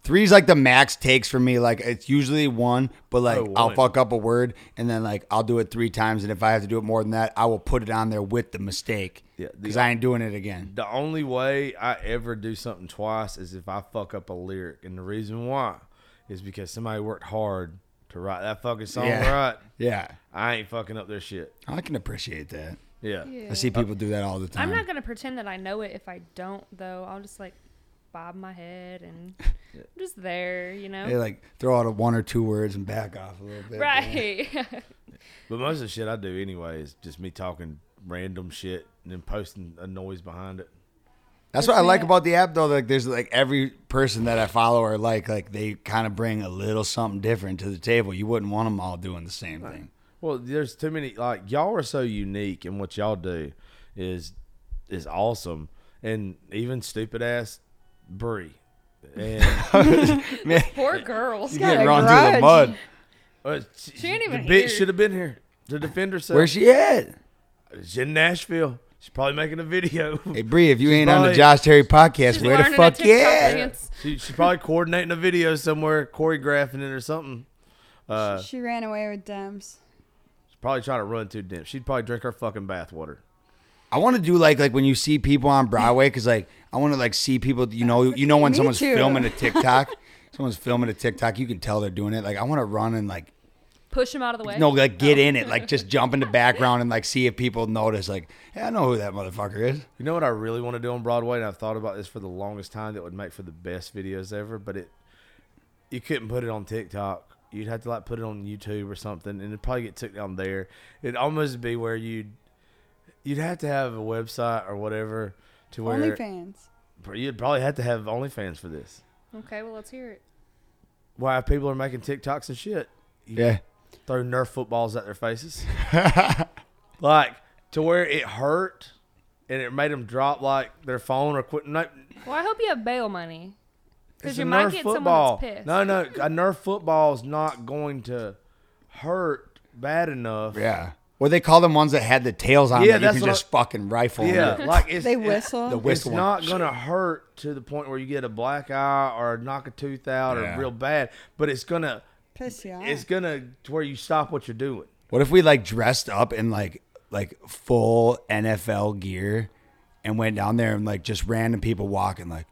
Speaker 4: Three's like the max takes for me. Like it's usually one, but like
Speaker 2: Oh,
Speaker 4: I'll
Speaker 2: one.
Speaker 4: fuck up a word and then like I'll do it three times, and if I have to do it more than that, I will put it on there with the mistake.
Speaker 2: Yeah, the-
Speaker 4: Because I ain't doing it again.
Speaker 2: The only way I ever do something twice is if I fuck up a lyric. And the reason why is because somebody worked hard to write that fucking song
Speaker 4: Yeah.
Speaker 2: right.
Speaker 4: Yeah.
Speaker 2: I ain't fucking up their shit.
Speaker 4: I can appreciate that.
Speaker 2: Yeah.
Speaker 4: I see people do that all the time.
Speaker 5: I'm not gonna pretend that I know it if I don't though. I'll just like bob my head and I'm just there, you know.
Speaker 4: They like throw out a one or two words and back off a little bit.
Speaker 5: right.
Speaker 2: But most of the shit I do anyway is just me talking random shit and then posting a noise behind it.
Speaker 4: That's what I like about the app though. Like there's like every person that I follow or like, like they kind of bring a little something different to the table. You wouldn't want them all doing the same thing.
Speaker 2: Well, there's too many. Like y'all are so unique, and what y'all do is is awesome. And even stupid ass Brie, and
Speaker 5: Poor girls.
Speaker 3: got a
Speaker 4: run through the
Speaker 3: grudge.
Speaker 4: mud.
Speaker 2: uh,
Speaker 5: She ain't even
Speaker 2: the
Speaker 5: here.
Speaker 2: bitch should have been here to defend herself.
Speaker 4: Where's she at?
Speaker 2: She's in Nashville. She's probably making a video.
Speaker 4: Hey Bree, if you ain't on the
Speaker 2: probably-
Speaker 4: Josh Terry podcast,
Speaker 5: She's
Speaker 4: where the
Speaker 5: learning a
Speaker 4: fuck you
Speaker 5: TikTok
Speaker 4: at?
Speaker 5: dance.
Speaker 2: she, she's probably coordinating a video somewhere, choreographing it or something. Uh,
Speaker 3: she ran away with Dems.
Speaker 2: she's probably trying to run too dim. She'd probably drink her fucking bathwater.
Speaker 4: I want to do like like when you see people on Broadway because like I want to like see people. You know, you know when
Speaker 3: Me
Speaker 4: someone's
Speaker 3: too.
Speaker 4: filming a TikTok, someone's filming a TikTok, you can tell they're doing it. Like I want to run and like
Speaker 5: Push him out of the way.
Speaker 4: no like get in it, like just jump in the background and like see if people notice. Like hey, I know who that motherfucker is.
Speaker 2: You know what I really want to do on Broadway, and I've thought about this for the longest time. That would make for the best videos ever, but it you couldn't put it on TikTok. You'd have to like put it on YouTube or something, and it'd probably get took down there. It'd almost be where you'd you'd have to have a website or whatever to where
Speaker 3: OnlyFans.
Speaker 2: you'd probably have to have OnlyFans for this.
Speaker 5: Okay, well let's hear it.
Speaker 2: Why if people are making TikToks and shit? You
Speaker 4: Yeah,
Speaker 2: throw Nerf footballs at their faces, like to where it hurt, and it made them drop like their phone or quit. Not,
Speaker 5: Well, I hope you have bail money. Because
Speaker 2: It's
Speaker 5: you
Speaker 2: a
Speaker 5: might
Speaker 2: Nerf
Speaker 5: get
Speaker 2: football.
Speaker 5: someone that's pissed.
Speaker 2: No, no, a Nerf football is not going to hurt bad enough.
Speaker 4: yeah. Well, they call them ones that had the tails on.
Speaker 2: Yeah,
Speaker 4: Yeah, that
Speaker 2: that's
Speaker 4: you can
Speaker 2: what
Speaker 4: just fucking rifle.
Speaker 2: yeah.
Speaker 4: Yeah,
Speaker 2: Like it's
Speaker 3: They
Speaker 2: it-
Speaker 3: whistle.
Speaker 4: the
Speaker 2: it's
Speaker 4: whistle.
Speaker 2: not going to hurt to the point where you get a black eye or knock a tooth out
Speaker 4: Yeah.
Speaker 2: or real bad, but it's gonna
Speaker 3: Piss you off.
Speaker 2: it's gonna to where you stop what you're doing.
Speaker 4: What if we like dressed up in like like full NFL gear and went down there and like just random people walking like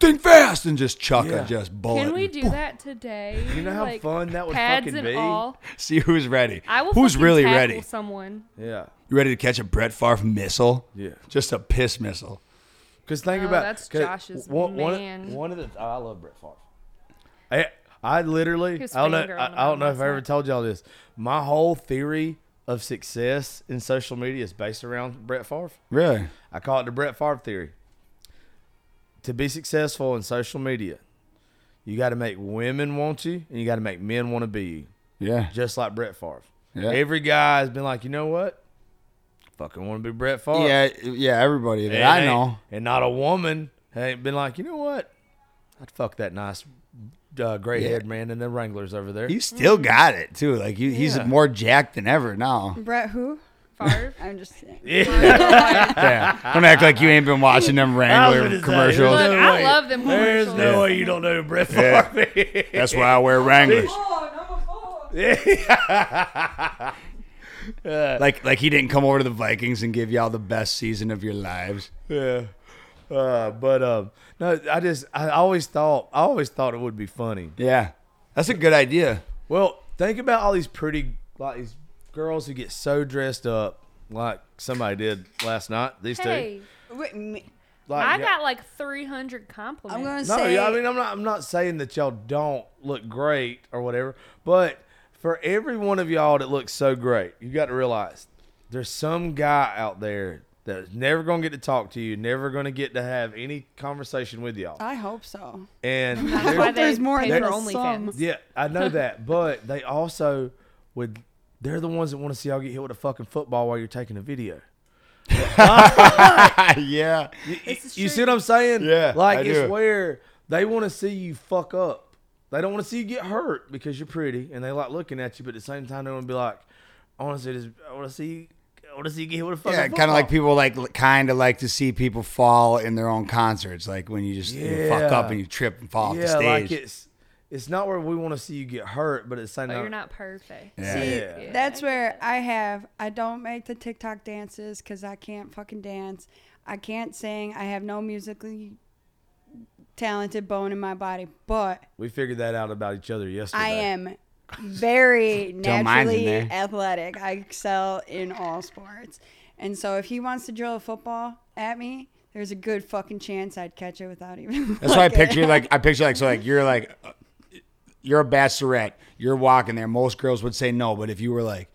Speaker 4: think fast and just chuck
Speaker 2: Yeah.
Speaker 4: a just bullet.
Speaker 5: Can we
Speaker 4: and
Speaker 5: do that today?
Speaker 2: You know how fun that would
Speaker 5: pads
Speaker 2: fucking
Speaker 5: and
Speaker 2: be?
Speaker 5: All.
Speaker 4: see who's ready?
Speaker 5: I will.
Speaker 4: who's
Speaker 5: fucking
Speaker 4: really
Speaker 5: tackle
Speaker 4: ready?
Speaker 5: Someone.
Speaker 2: Yeah,
Speaker 4: You ready to catch a Brett Favre missile?
Speaker 2: Yeah.
Speaker 4: Just a piss missile.
Speaker 2: because think
Speaker 5: Oh,
Speaker 2: about
Speaker 5: that's
Speaker 2: 'cause
Speaker 5: Josh's
Speaker 2: one, one of-
Speaker 5: man.
Speaker 2: One of the oh, I love Brett Favre. I, I literally,
Speaker 5: He was
Speaker 2: I don't know,
Speaker 5: fangirling
Speaker 2: I, I
Speaker 5: about
Speaker 2: don't
Speaker 5: him
Speaker 2: know if
Speaker 5: last
Speaker 2: I ever
Speaker 5: night.
Speaker 2: told y'all this. My whole theory of success in social media is based around Brett Favre.
Speaker 4: Really?
Speaker 2: I call it the Brett Favre theory. To be successful in social media, you got to make women want you, and you got to make men want to be you,
Speaker 4: Yeah.
Speaker 2: just like Brett Favre.
Speaker 4: Yeah.
Speaker 2: Every guy has been like, you know what? Fucking want to be Brett Favre.
Speaker 4: Yeah, yeah, everybody that
Speaker 2: And
Speaker 4: I
Speaker 2: ain't-
Speaker 4: know.
Speaker 2: And not a woman ain't been like, you know what? I'd fuck that nice uh, gray haired man in the Wranglers over there.
Speaker 4: He still got it too. Like he, he's
Speaker 2: Yeah.
Speaker 4: more jacked than ever now.
Speaker 3: Brett who?
Speaker 5: Favre.
Speaker 3: I'm just kidding.
Speaker 4: yeah. Don't act like you ain't been watching
Speaker 2: I
Speaker 4: them
Speaker 2: was
Speaker 4: Wrangler
Speaker 2: gonna say,
Speaker 4: commercials.
Speaker 5: Look,
Speaker 2: no
Speaker 5: I
Speaker 2: way.
Speaker 5: love them
Speaker 2: There's no
Speaker 5: commercials.
Speaker 2: way you don't know Brett
Speaker 4: Yeah.
Speaker 2: Favre.
Speaker 4: That's why I wear Wranglers. like like he didn't come over to the Vikings and give y'all the best season of your lives.
Speaker 2: yeah. Uh, but um, no, I just I always thought I always thought it would be funny.
Speaker 4: Yeah, that's a good idea.
Speaker 2: Well, think about all these pretty like these girls who get so dressed up like somebody did last night. These
Speaker 5: Hey,
Speaker 3: Wait, me-
Speaker 2: two, like,
Speaker 5: I
Speaker 2: yeah.
Speaker 5: got like 300 compliments.
Speaker 3: I'm gonna
Speaker 2: No,
Speaker 3: say
Speaker 2: yeah, I mean, I'm not. I'm not saying that y'all don't look great or whatever, but for every one of y'all that looks so great, you got to realize there's some guy out there that's never gonna get to talk to you, never gonna get to have any conversation with y'all,
Speaker 3: I hope so.
Speaker 2: and
Speaker 5: That's why
Speaker 2: there's-
Speaker 5: they
Speaker 3: there's more
Speaker 5: pay
Speaker 3: than
Speaker 5: for
Speaker 3: a
Speaker 5: OnlyFans.
Speaker 2: yeah, I know that, but they also would. They're the ones that want to see y'all get hit with a fucking football while you're taking a video.
Speaker 4: yeah.
Speaker 5: This is
Speaker 2: you
Speaker 5: true.
Speaker 2: see what I'm saying?
Speaker 4: Yeah,
Speaker 2: Like
Speaker 4: I
Speaker 2: it's
Speaker 4: do.
Speaker 2: where they want to see you fuck up. They don't want to see you get hurt because you're pretty and they like looking at you, but at the same time they want to be like, I want to see this. I want to see. you- I want to see you get hit with a fucking.
Speaker 4: Yeah, kind of like
Speaker 2: football.
Speaker 4: people like kind of like to see people fall in their own concerts, like when you just you fuck
Speaker 2: Yeah.
Speaker 4: up and you trip and fall off the
Speaker 2: Yeah,
Speaker 4: stage.
Speaker 2: like it's it's not where we want to see you get hurt, but at the same
Speaker 5: But
Speaker 2: time,
Speaker 5: Oh, you're not perfect.
Speaker 4: Yeah.
Speaker 3: See,
Speaker 2: Yeah.
Speaker 3: that's where I have. I don't make the TikTok dances because I can't fucking dance. I can't sing. I have no musically talented bone in my body, but
Speaker 2: we figured that out about each other yesterday.
Speaker 3: I am very
Speaker 4: Don't mind him
Speaker 3: naturally
Speaker 4: there.
Speaker 3: athletic. I excel in all sports. And so if he wants to drill a football at me, there's a good fucking chance I'd catch it without even.
Speaker 4: That's why I
Speaker 3: looking.
Speaker 4: picture like I picture like so like you're like uh, you're a bachelorette. You're walking there. Most girls would say no, but if you were like,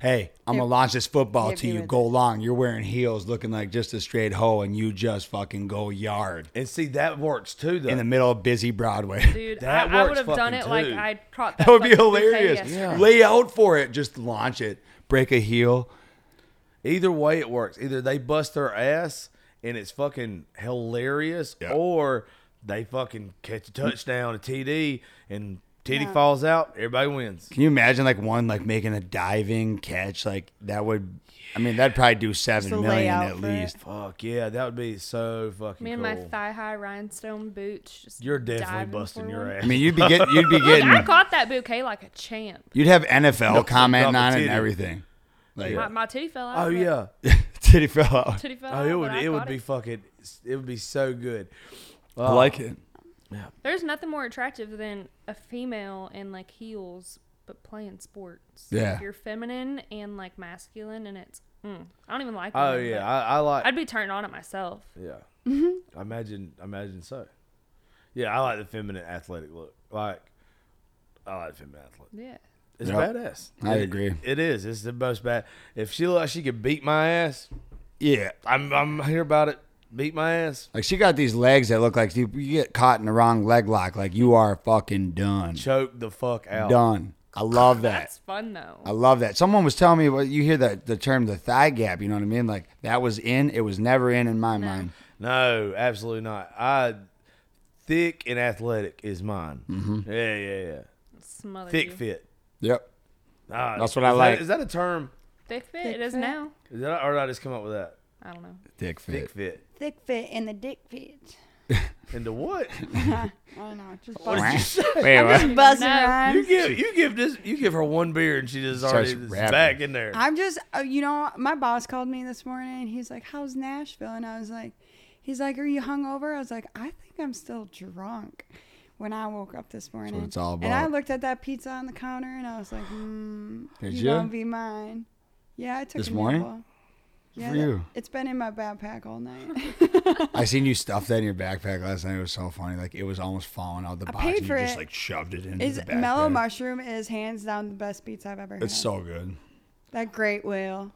Speaker 4: "Hey, I'm gonna launch this football
Speaker 3: If
Speaker 4: to
Speaker 3: you
Speaker 4: you,"
Speaker 3: would-
Speaker 4: go long. You're wearing heels, looking like just a straight hoe, and you just fucking go yard
Speaker 2: and see that works too, though.
Speaker 4: in the middle of busy Broadway.
Speaker 5: Dude,
Speaker 2: That
Speaker 5: I, I would
Speaker 2: works
Speaker 5: have done
Speaker 2: fucking
Speaker 5: it like
Speaker 2: too.
Speaker 5: I caught
Speaker 4: that would be
Speaker 5: fucking bouquet
Speaker 4: hilarious.
Speaker 5: yesterday.
Speaker 2: Yeah.
Speaker 4: Lay out for it. Just launch it. Break a heel.
Speaker 2: Either way, it works. Either they bust their ass and it's fucking hilarious,
Speaker 4: Yeah.
Speaker 2: or they fucking catch a touchdown, a TD, and TD falls out. Everybody wins.
Speaker 4: Can you imagine like one like making a diving catch? Like that would. I mean, that'd probably do
Speaker 3: Just
Speaker 4: seven
Speaker 3: a
Speaker 4: million
Speaker 3: layout
Speaker 4: at
Speaker 3: for it.
Speaker 4: least.
Speaker 2: Fuck yeah, that would be so fucking.
Speaker 5: Me and
Speaker 2: cool.
Speaker 5: my thigh high rhinestone boots. Just
Speaker 2: You're definitely
Speaker 5: diving
Speaker 2: busting
Speaker 5: for
Speaker 2: your
Speaker 5: one.
Speaker 2: ass.
Speaker 4: I mean, you'd be getting. You'd be
Speaker 5: Look, I
Speaker 4: getting.
Speaker 5: caught that bouquet like a champ.
Speaker 4: You'd have NFL
Speaker 2: No,
Speaker 4: commenting
Speaker 2: not
Speaker 4: on
Speaker 2: the
Speaker 4: it and
Speaker 2: titty.
Speaker 4: everything. Like
Speaker 5: My, my titty fell out.
Speaker 2: oh
Speaker 5: but-
Speaker 2: yeah,
Speaker 4: titty fell out.
Speaker 5: Titty fell
Speaker 2: oh
Speaker 5: out.
Speaker 2: it
Speaker 5: but
Speaker 2: would
Speaker 5: I
Speaker 2: it would
Speaker 5: caught
Speaker 2: be fucking it would be so good.
Speaker 4: I like it.
Speaker 5: There's nothing more attractive than a female in like heels but playing sports.
Speaker 4: Yeah.
Speaker 5: Like, you're feminine and like masculine, and it's. Mm, I don't even like.
Speaker 2: Oh
Speaker 5: women,
Speaker 2: yeah,
Speaker 5: but
Speaker 2: I, I like.
Speaker 5: I'd Mm-hmm. be turned on at myself.
Speaker 2: Yeah. I imagine I imagine so. Yeah, I like the feminine athletic look. Like I like the feminine athletic.
Speaker 5: Yeah.
Speaker 2: It's
Speaker 4: Yep.
Speaker 2: badass.
Speaker 4: I
Speaker 2: It-
Speaker 4: agree.
Speaker 2: It is. It's the most bad. If she looked like she could beat my ass,
Speaker 4: Yeah.
Speaker 2: I'm I'm here about it. Beat my ass.
Speaker 4: Like she got these legs that look like you, you get caught in the wrong leg lock. Like you are fucking done.
Speaker 2: Choke the fuck out.
Speaker 4: Done. I love that.
Speaker 5: That's fun though.
Speaker 4: I love that. Someone was telling me what you hear that the term the thigh gap. You know what I mean? Like that was in. It was never in in my mind.
Speaker 2: No, absolutely not. I thick and athletic is mine.
Speaker 4: Mm-hmm.
Speaker 2: Yeah, yeah, yeah.
Speaker 5: Smother
Speaker 2: Thick
Speaker 5: you.
Speaker 2: fit.
Speaker 4: Yep.
Speaker 2: Ah,
Speaker 4: That's what
Speaker 2: is
Speaker 4: I
Speaker 2: that-
Speaker 4: like.
Speaker 2: Is that a term?
Speaker 5: Thick fit.
Speaker 3: Thick
Speaker 5: it is
Speaker 3: fit.
Speaker 5: now.
Speaker 2: Is that, or did I just come up with that?
Speaker 5: I don't know.
Speaker 4: Thick
Speaker 2: Thick
Speaker 4: fit.
Speaker 2: fit.
Speaker 3: Thick fit and the dick fit.
Speaker 2: Into what?
Speaker 3: I don't know. Just
Speaker 2: What did you say?
Speaker 4: Wait, what?
Speaker 3: busting buzzing
Speaker 5: No.
Speaker 3: rhymes.
Speaker 2: You give you give this you give her one beer and she just
Speaker 4: Starts
Speaker 2: already is
Speaker 4: rapping.
Speaker 2: back in there.
Speaker 3: I'm just, uh, you know, my boss called me this morning. He's like, "How's Nashville?" And I was like, "He's like, are you hungover?" I was like, "I think I'm still drunk." When I woke up this morning,
Speaker 4: it's all
Speaker 3: and I
Speaker 4: about.
Speaker 3: looked at that pizza on the counter, and I was like, mm,
Speaker 4: Did
Speaker 3: "You
Speaker 4: you?
Speaker 3: gonna be mine?" Yeah, I took
Speaker 4: This
Speaker 3: a
Speaker 4: morning?
Speaker 3: nibble. Yeah,
Speaker 4: for
Speaker 3: that-
Speaker 4: you.
Speaker 3: it's been in my backpack all night.
Speaker 4: I seen you stuff that in your backpack last night. It was so funny. Like it was almost falling out of the box.
Speaker 3: paid
Speaker 4: and
Speaker 3: for
Speaker 4: you just
Speaker 3: it.
Speaker 4: like shoved it into
Speaker 3: Is
Speaker 4: the backpack.
Speaker 3: mellow mushroom is hands down the best pizza I've ever had.
Speaker 4: It's so good.
Speaker 3: that great whale.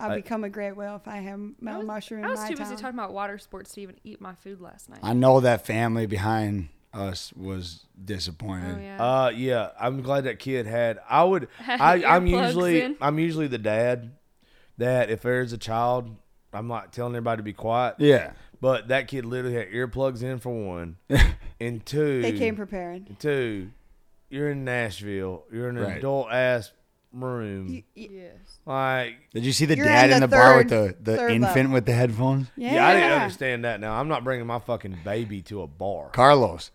Speaker 3: I'll
Speaker 2: I-
Speaker 3: become a great whale if I have
Speaker 5: I
Speaker 3: mellow
Speaker 5: was,
Speaker 3: mushroom.
Speaker 5: I was
Speaker 3: in my
Speaker 5: too
Speaker 3: town.
Speaker 5: busy talking about water sports to even eat my food last night.
Speaker 4: I know that family behind us was disappointed.
Speaker 5: oh yeah.
Speaker 2: uh yeah, I'm glad that kid had I would I I'm
Speaker 5: Earplugs
Speaker 2: usually
Speaker 5: in.
Speaker 2: I'm usually the dad that if there's a child, I'm like telling everybody to be quiet.
Speaker 4: Yeah.
Speaker 2: But that kid literally had earplugs in for one and two
Speaker 3: They came prepared.
Speaker 2: two, you're in Nashville. You're in an
Speaker 4: Right.
Speaker 2: adult ass room.
Speaker 3: You- you-
Speaker 5: yes.
Speaker 2: like
Speaker 4: Did you see the
Speaker 3: You're
Speaker 4: dad
Speaker 3: on
Speaker 4: in the
Speaker 3: the
Speaker 4: bar with the,
Speaker 3: third-
Speaker 4: the
Speaker 3: third
Speaker 4: infant
Speaker 3: level.
Speaker 4: with the headphones?
Speaker 2: yeah. I didn't understand that now. I'm not bringing my fucking baby to a bar.
Speaker 4: Carlos.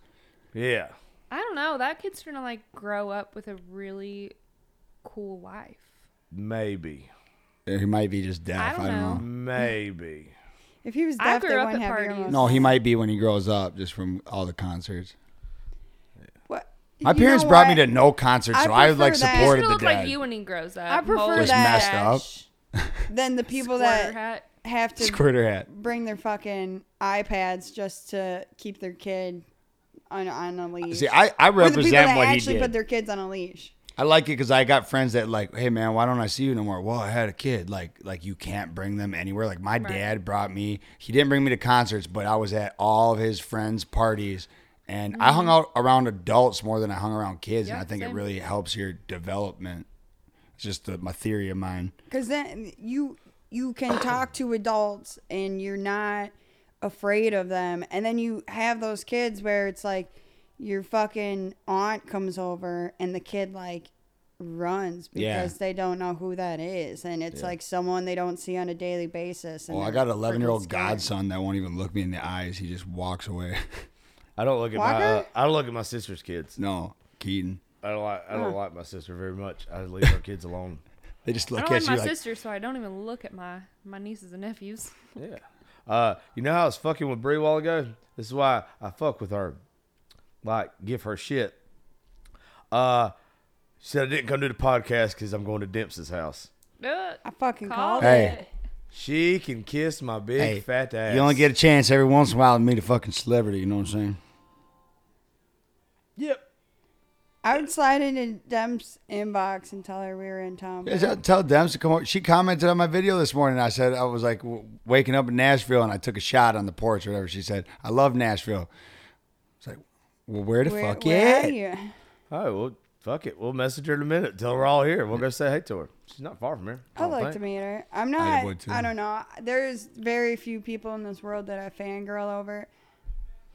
Speaker 2: Yeah.
Speaker 5: I don't know. That kid's gonna like grow up with a really cool life.
Speaker 2: Maybe.
Speaker 4: He might be just deaf. I don't, know.
Speaker 2: Maybe.
Speaker 3: If he was
Speaker 5: I
Speaker 3: deaf, they
Speaker 5: grew up
Speaker 3: wouldn't
Speaker 5: at
Speaker 3: have
Speaker 5: parties.
Speaker 3: earmuffs.
Speaker 4: No, he might be when he grows up just from all the concerts.
Speaker 3: What?
Speaker 4: My
Speaker 3: You
Speaker 4: parents
Speaker 3: know
Speaker 4: brought me
Speaker 3: what?
Speaker 4: to no concerts,
Speaker 3: I
Speaker 4: so I like
Speaker 3: prefer that.
Speaker 5: He's
Speaker 4: supported
Speaker 5: gonna
Speaker 4: the
Speaker 5: look
Speaker 4: dad.
Speaker 5: like you when he grows up.
Speaker 3: I prefer
Speaker 5: Mullet
Speaker 3: Just that.
Speaker 4: messed up.
Speaker 5: mustache,
Speaker 3: Then the people that
Speaker 5: squatter hat.
Speaker 3: have to
Speaker 4: Squirter hat.
Speaker 3: bring their fucking iPads just to keep their kid on on a leash.
Speaker 4: See, I, I
Speaker 3: Or the people
Speaker 4: represent
Speaker 3: that
Speaker 4: what he
Speaker 3: actually
Speaker 4: did.
Speaker 3: put their kids on a leash.
Speaker 4: I like it because I got friends that like, hey man, why don't I see you no more? Well, I had a kid. Like, like you can't bring them anywhere. Like my dad brought me. He didn't bring me to concerts, but I was at all of his friends' parties, and I hung out around adults more than I hung around kids. and
Speaker 5: Mm. Yeah,
Speaker 4: I think it
Speaker 5: same.
Speaker 4: really helps your development. It's just the, my theory of mine.
Speaker 3: Because then you you can talk to adults and you're not afraid of them. And then you have those kids where it's like your fucking aunt comes over and the kid like runs
Speaker 4: Yeah.
Speaker 3: because they don't know who that is and it's like someone they don't see on a daily basis. And
Speaker 4: Well, Oh, I
Speaker 3: they're
Speaker 4: got an
Speaker 3: freaking
Speaker 4: 11 year old
Speaker 3: scared.
Speaker 4: godson that won't even look me in the eyes. He just walks away.
Speaker 2: I don't look at my uh,
Speaker 3: Walker?
Speaker 2: I don't look at my sister's kids.
Speaker 4: no, Keaton.
Speaker 2: I don't like I don't like my sister very much. I leave her kids alone.
Speaker 4: They just
Speaker 5: I
Speaker 4: look
Speaker 5: don't like
Speaker 4: at
Speaker 5: my
Speaker 4: you like,
Speaker 5: sister, so I don't even look at my my nieces and nephews.
Speaker 2: Yeah. Uh, you know how I was fucking with Brie a while ago? This is why I fuck with her. Like, give her shit. Uh, she said I didn't come to the podcast because I'm going to Dempsey's house.
Speaker 5: Ugh,
Speaker 3: I fucking
Speaker 5: call
Speaker 3: called
Speaker 4: Hey.
Speaker 3: it.
Speaker 5: it.
Speaker 2: She can kiss my big
Speaker 4: Hey,
Speaker 2: fat ass.
Speaker 4: you only get a chance every once in a while to meet a fucking celebrity. You know what I'm saying?
Speaker 2: Yep.
Speaker 3: I would slide into Demp's inbox and tell her we were in town.
Speaker 4: Yeah, tell- tell Dems to come over. She commented on my video this morning. I said I was like w- waking up in Nashville and I took a shot on the porch or whatever. She said, I love Nashville. It's like, well, where the
Speaker 3: Where,
Speaker 4: fuck
Speaker 3: where
Speaker 4: at?
Speaker 3: are you?
Speaker 2: Oh, well, fuck it. We'll message her in a minute. Tell her we're all here. We'll go say hey to her. She's not far from here. I
Speaker 4: Oh,
Speaker 3: I'd
Speaker 2: don't
Speaker 3: like
Speaker 2: think.
Speaker 3: to meet her. I'm not.
Speaker 4: would, too.
Speaker 3: I, don't know. There's very few people in this world that I fangirl over.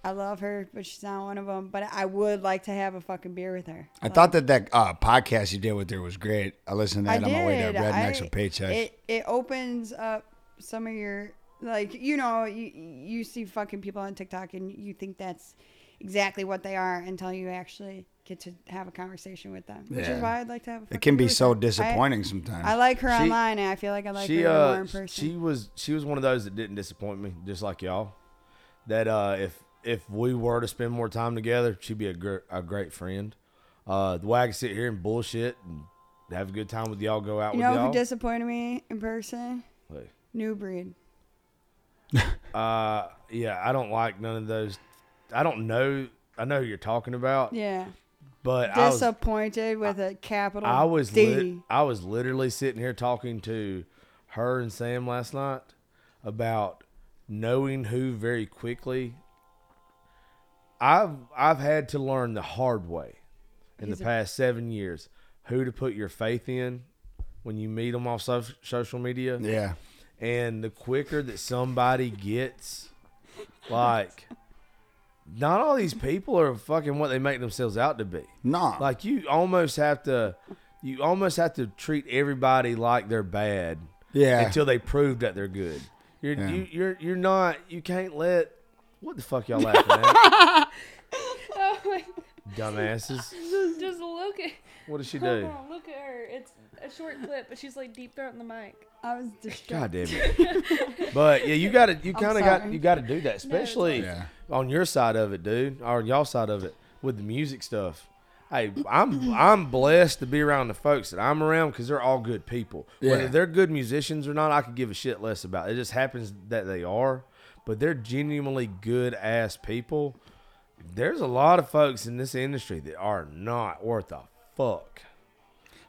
Speaker 3: I love her, but she's not one of them. But I would like to have a fucking beer with her.
Speaker 4: I thought that that uh, podcast you did with her was great. I listened to
Speaker 3: I
Speaker 4: that
Speaker 3: did.
Speaker 4: on my way to Rednecks
Speaker 3: I-
Speaker 4: with Paychecks.
Speaker 3: It it opens up some of your like you know you you see fucking people on TikTok and you think that's exactly what they are until you actually get to have a conversation with them, which
Speaker 4: Yeah.
Speaker 3: is why I'd like to have. A fucking
Speaker 4: it can
Speaker 3: beer
Speaker 4: be
Speaker 3: with
Speaker 4: so
Speaker 3: her. I-
Speaker 4: disappointing sometimes.
Speaker 3: I, like her
Speaker 2: She-
Speaker 3: online, and I feel like I like
Speaker 2: she
Speaker 3: her
Speaker 2: uh
Speaker 3: more in person.
Speaker 2: she was she was one of those that didn't disappoint me, just like y'all. That uh if if we were to spend more time together, she'd be a gr- a great friend. Uh, the way I can sit here and bullshit and have a good time with y'all, go out
Speaker 3: You
Speaker 2: with
Speaker 3: know
Speaker 2: y'all.
Speaker 3: who disappointed me in person?
Speaker 2: Like,
Speaker 3: New breed.
Speaker 2: uh, yeah, I don't like none of those. I don't know. I know who you're talking about,
Speaker 3: Yeah.
Speaker 2: but I was
Speaker 3: Disappointed with a capital
Speaker 2: I was
Speaker 3: D.
Speaker 2: lit, I was literally sitting here talking to her and Sam last night about knowing who very quickly. I've I've had to learn the hard way in
Speaker 3: He's
Speaker 2: the
Speaker 3: a-
Speaker 2: past seven years who to put your faith in when you meet them off so- social media,
Speaker 4: yeah.
Speaker 2: and the quicker that somebody gets, like. Not all these people are fucking what they make themselves out to be
Speaker 4: No.
Speaker 2: like you almost have to you almost have to treat everybody like they're bad
Speaker 4: yeah.
Speaker 2: until they prove that they're good you're
Speaker 4: Yeah.
Speaker 2: you, you're you're not you can't let what the fuck y'all laughing at
Speaker 5: Oh my,
Speaker 2: dumbasses
Speaker 5: just, just look at.
Speaker 2: what does she
Speaker 5: Hold
Speaker 2: do
Speaker 5: on, look at her. It's a short clip, but she's like deep throat in the mic.
Speaker 3: I was
Speaker 2: god
Speaker 3: distracted.
Speaker 2: damn it but yeah you gotta you kind of got
Speaker 3: sorry.
Speaker 2: you gotta do that especially
Speaker 4: okay.
Speaker 2: on your side of it dude or on y'all side of it with the music stuff Hey, I'm I'm blessed to be around the folks that I'm around because they're all good people. Whether
Speaker 4: Yeah.
Speaker 2: they're good musicians or not, I could give a shit less about. It just happens that they are, but they're genuinely good ass people. There's a lot of folks in this industry that are not worth a fuck.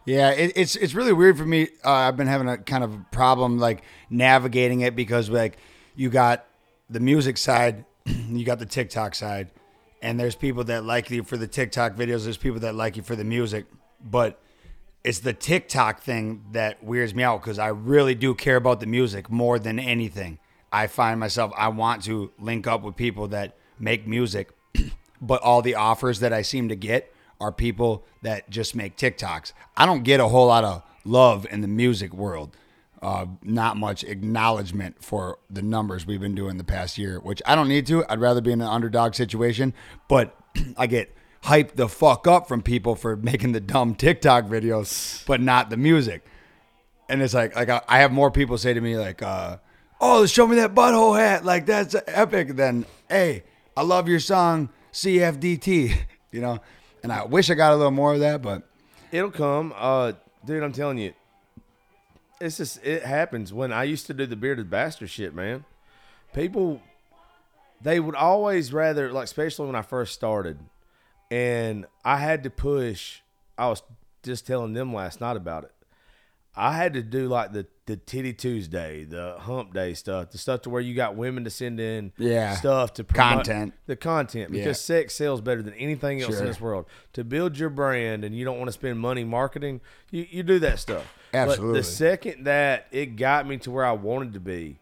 Speaker 4: Yeah, it, it's it's really weird for me. Uh, I've been having a kind of problem like navigating it because like you got the music side, you got the TikTok side, and there's people that like you for the TikTok videos. There's people that like you for the music, but it's the TikTok thing that weirds me out because I really do care about the music more than anything. I find myself I want to link up with people that make music, but all the offers that I seem to get are people that just make TikToks. I don't get a whole lot of love in the music world. Uh, not much acknowledgement for the numbers we've been doing the past year, which I don't need to. I'd rather be in an underdog situation, but I get hyped the fuck up from people for making the dumb TikTok videos, but not the music. And it's like, like I, I have more people say to me like, uh, "Oh, show me that butthole hat, like that's epic." Than, "Hey, I love your song CFDT," you know. And I wish I got a little more of that, but
Speaker 2: It'll come, uh, dude. I'm telling you, it's just it happens. When I used to do the bearded bastard shit, man, people they would always rather like, especially when I first started, and I had to push. I was just telling them last night about it. I had to do like the the titty Tuesday, the hump day stuff, the stuff to where you got women to send in
Speaker 4: Yeah.
Speaker 2: stuff to promote
Speaker 4: Content.
Speaker 2: the content because
Speaker 4: Yeah.
Speaker 2: sex sells better than anything else in
Speaker 4: Sure.
Speaker 2: this world. To build your brand and you don't want to spend money marketing, you, you do that stuff. But
Speaker 4: Absolutely.
Speaker 2: the second that it got me to where I wanted to be,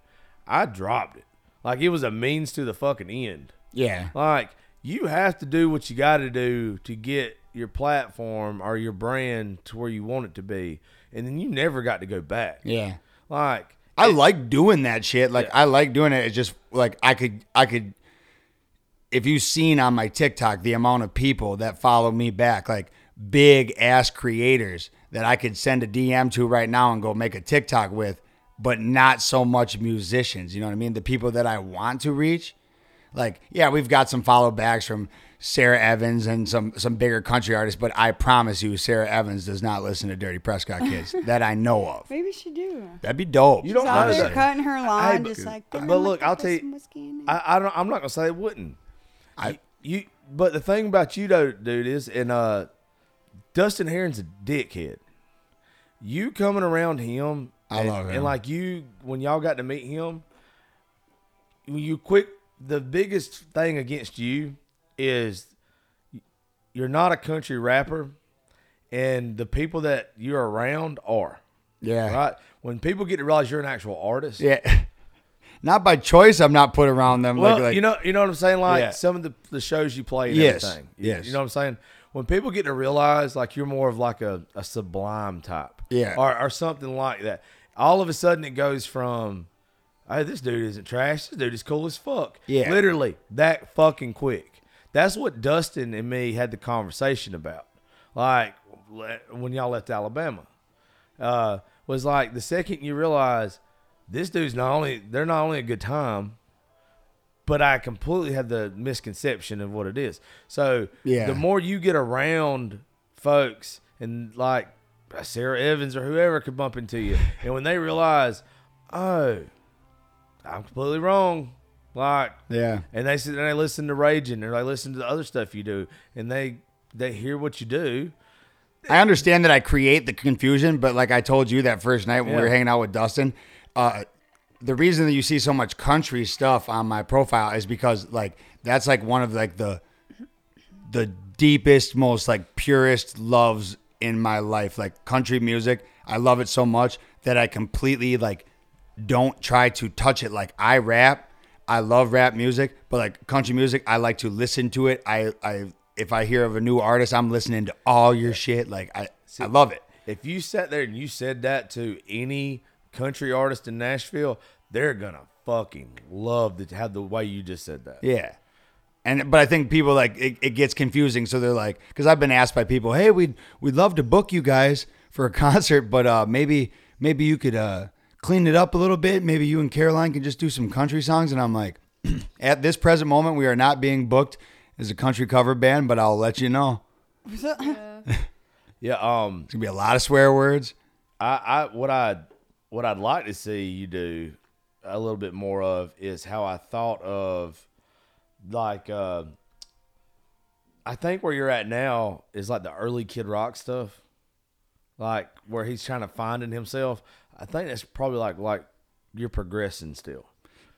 Speaker 2: I dropped it. Like it was a means to the fucking end.
Speaker 4: Yeah.
Speaker 2: Like you have to do what you got to do to get your platform or your brand to where you want it to be, and then you never got to go back.
Speaker 4: Yeah.
Speaker 2: Like
Speaker 4: I like doing that shit. Like I like doing it. It's just like I could I could if you've seen on my TikTok the amount of people that follow me back, like big ass creators that I could send a DM to right now and go make a TikTok with, but not so much musicians. You know what I mean? The people that I want to reach. Like, yeah, we've got some follow backs from Sarah Evans and some some bigger country artists, but I promise you, Sarah Evans does not listen to Dirty Prescott Kids that I know of.
Speaker 3: Maybe she do.
Speaker 4: That'd be dope.
Speaker 2: you
Speaker 3: She's
Speaker 2: don't
Speaker 3: out
Speaker 2: know
Speaker 3: there
Speaker 2: that.
Speaker 3: cutting her lawn,
Speaker 2: but-
Speaker 3: just like.
Speaker 2: but
Speaker 3: "Girl,
Speaker 2: look,
Speaker 3: can I
Speaker 2: I'll
Speaker 3: put
Speaker 2: tell you-
Speaker 3: some whiskey in there?"
Speaker 2: I, I don't. I'm not gonna say it wouldn't.
Speaker 4: I-
Speaker 2: you. But the thing about you, though, dude, is and uh, Dustin Heron's a dickhead. You coming around him,
Speaker 4: I
Speaker 2: and,
Speaker 4: love
Speaker 2: and
Speaker 4: him.
Speaker 2: like you when y'all got to meet him, when you quick. The biggest thing against you is you're not a country rapper, and the people that you're around are
Speaker 4: Yeah.
Speaker 2: right. When people get to realize you're an actual artist,
Speaker 4: Yeah. Not by choice, I'm not put around them.
Speaker 2: Well,
Speaker 4: like, like,
Speaker 2: you know, you know what I'm saying. Like
Speaker 4: Yeah.
Speaker 2: some of the, the shows you play, and
Speaker 4: Yes,
Speaker 2: everything. You-
Speaker 4: yes.
Speaker 2: You know what I'm saying. When people get to realize, like you're more of like a, a sublime type,
Speaker 4: Yeah.
Speaker 2: or, or something like that. All of a sudden, it goes from, "Hey, this dude isn't trash. This dude is cool as fuck."
Speaker 4: Yeah.
Speaker 2: literally that fucking quick. That's what Dustin and me had the conversation about. Like le- when y'all left Alabama, uh, was like the second you realize this dude's not only they're not only a good time, but I completely had the misconception of what it is. So
Speaker 4: Yeah.
Speaker 2: the more you get around folks and like Sarah Evans or whoever could bump into you, and when they realize, oh, I'm completely wrong, like
Speaker 4: yeah.
Speaker 2: and they sit and they listen to Raging or they listen to the other stuff you do, and they they hear what you do.
Speaker 4: I understand that I create the confusion, but like I told you that first night when we were
Speaker 2: Yeah.
Speaker 4: hanging out with Dustin, uh, the reason that you see so much country stuff on my profile is because like that's like one of like the the deepest, most like purest loves in my life. Like country music, I love it so much that I completely like don't try to touch it. Like I rap, I love rap music, but like country music, I like to listen to it. I I if I hear of a new artist, I'm listening to all your shit. Like I I love it.
Speaker 2: If you sat there and you said that to any country artist in Nashville, they're gonna fucking love the, how the way you just said that.
Speaker 4: Yeah. And but I think people like it, it gets confusing, so they're like, because I've been asked by people, hey, we'd we'd love to book you guys for a concert, but uh, maybe maybe you could uh, clean it up a little bit. Maybe you and Caroline can just do some country songs. And I'm like, at this present moment, we are not being booked as a country cover band, but I'll let you know.
Speaker 2: Yeah. Um.
Speaker 4: It's gonna be a lot of swear words.
Speaker 2: I, I what I what I'd like to see you do a little bit more of is how I thought of like uh, I think where you're at now is like the early Kid Rock stuff, like where he's trying to finding himself. I think that's probably like like you're progressing still.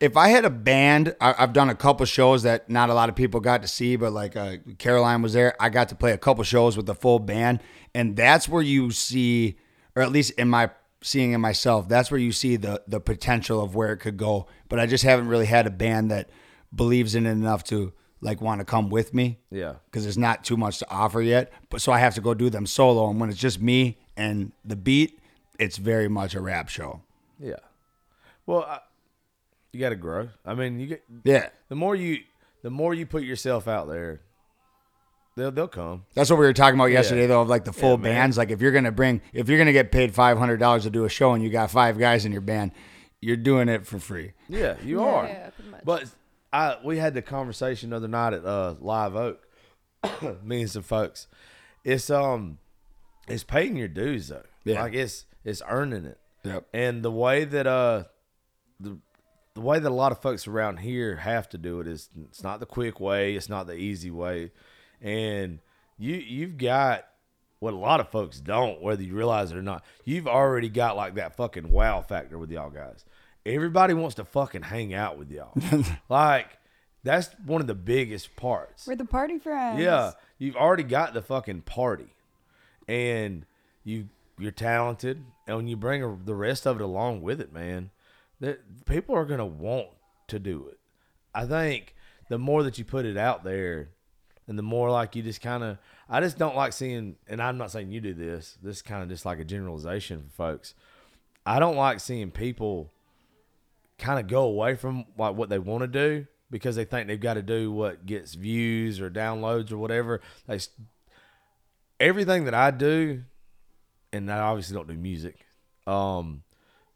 Speaker 4: if I had a band, I, I've done a couple shows that not a lot of people got to see, but like uh, Caroline was there. I got to play a couple shows with the full band, and that's where you see, or at least in my seeing in myself, that's where you see the the potential of where it could go. But I just haven't really had a band that believes in it enough to like want to come with me
Speaker 2: Yeah.
Speaker 4: because there's not too much to offer yet. But so I have to go do them solo, and when it's just me and the beat, it's very much a rap show.
Speaker 2: Yeah. Well, I, you got to grow. I mean, you get
Speaker 4: Yeah.
Speaker 2: the more you the more you put yourself out there, they'll they'll come.
Speaker 4: That's what we were talking about yesterday, though, of like the full
Speaker 2: man.
Speaker 4: bands. Like, if you're gonna bring, if you're gonna get paid five hundred dollars to do a show, and you got five guys in your band, you're doing it for free.
Speaker 2: Yeah, you
Speaker 5: Yeah,
Speaker 2: are.
Speaker 5: yeah, pretty much.
Speaker 2: But I we had the conversation the other night at uh, Live Oak, me and some folks. It's um, it's paying your dues though.
Speaker 4: Yeah.
Speaker 2: Like it's it's earning it.
Speaker 4: Yep.
Speaker 2: And the way that uh, the the way that a lot of folks around here have to do it is it's not the quick way, it's not the easy way, and you you've got what a lot of folks don't, whether you realize it or not. You've already got like that fucking wow factor with y'all guys. Everybody wants to fucking hang out with y'all. like, that's one of the biggest parts.
Speaker 3: We're the party friends.
Speaker 2: Yeah, you've already got the fucking party, and you you're talented, and you bring a- the rest of it along with it, man. That people are gonna want to do it. I think the more that you put it out there, and the more like you just kind of, I just don't like seeing. And I'm not saying you do this. This kind of just like a generalization for folks. I don't like seeing people kind of go away from like what they want to do because they think they've got to do what gets views or downloads or whatever. They s- everything that I do, and I obviously don't do music, um,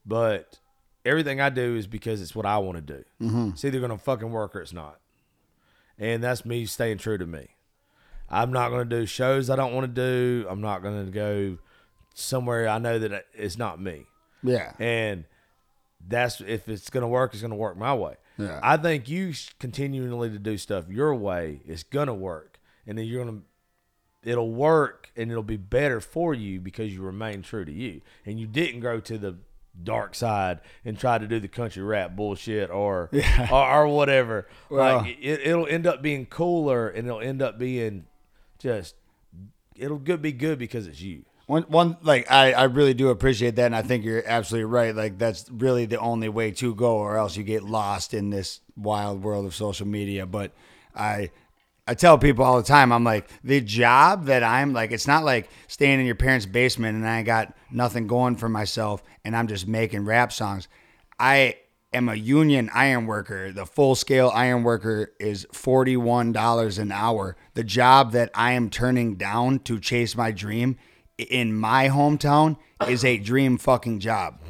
Speaker 2: but everything I do is because it's what I want to do. It's either gonna fucking work or it's not, and that's me staying true to me. I'm not gonna do shows I don't want to do. I'm not gonna go somewhere I know that it's not me
Speaker 4: Yeah.
Speaker 2: and that's if it's gonna work, it's gonna work my way.
Speaker 4: Yeah.
Speaker 2: I think you s- continually to do stuff your way is gonna work, and then you're gonna it'll work and it'll be better for you because you remain true to you and you didn't go to the dark side and try to do the country rap bullshit or or, or whatever.
Speaker 4: Well-
Speaker 2: like it, it'll end up being cooler and it'll end up being just it'll good be good because it's you.
Speaker 4: One, one, like I, I really do appreciate that, and I think you're absolutely right. Like that's really the only way to go, or else you get lost in this wild world of social media. But I, I tell people all the time, I'm like the job that I'm like, it's not like staying in your parents' basement and I got nothing going for myself, and I'm just making rap songs. I am a union iron worker. The full scale iron worker is $41 an hour. The job that I am turning down to chase my dream i- in my hometown is a dream fucking job.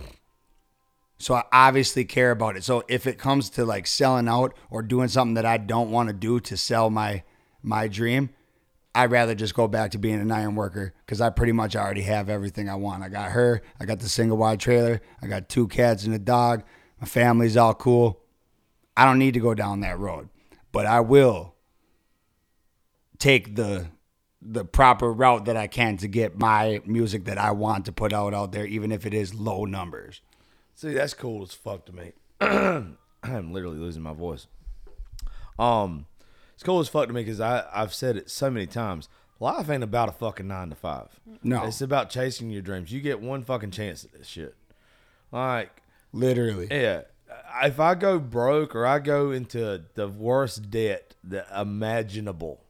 Speaker 4: So I obviously care about it. So if it comes to like selling out or doing something that I don't want to do to sell my my dream, I'd rather just go back to being an iron worker because I pretty much already have everything I want. I got her, I got the single wide trailer, I got two cats and a dog, my family's all cool. I don't need to go down that road, but I will take the the proper route that I can to get my music that I want to put out out there, even if it is low numbers.
Speaker 2: See, that's cool as fuck to me. I'm literally losing my voice. Um, it's cool as fuck to me because I I've said it so many times. Life ain't about a fucking nine to five.
Speaker 4: No.
Speaker 2: it's about chasing your dreams. You get one fucking chance at this shit. Like,
Speaker 4: Literally.
Speaker 2: yeah, if I go broke or I go into the worst debt that imaginable,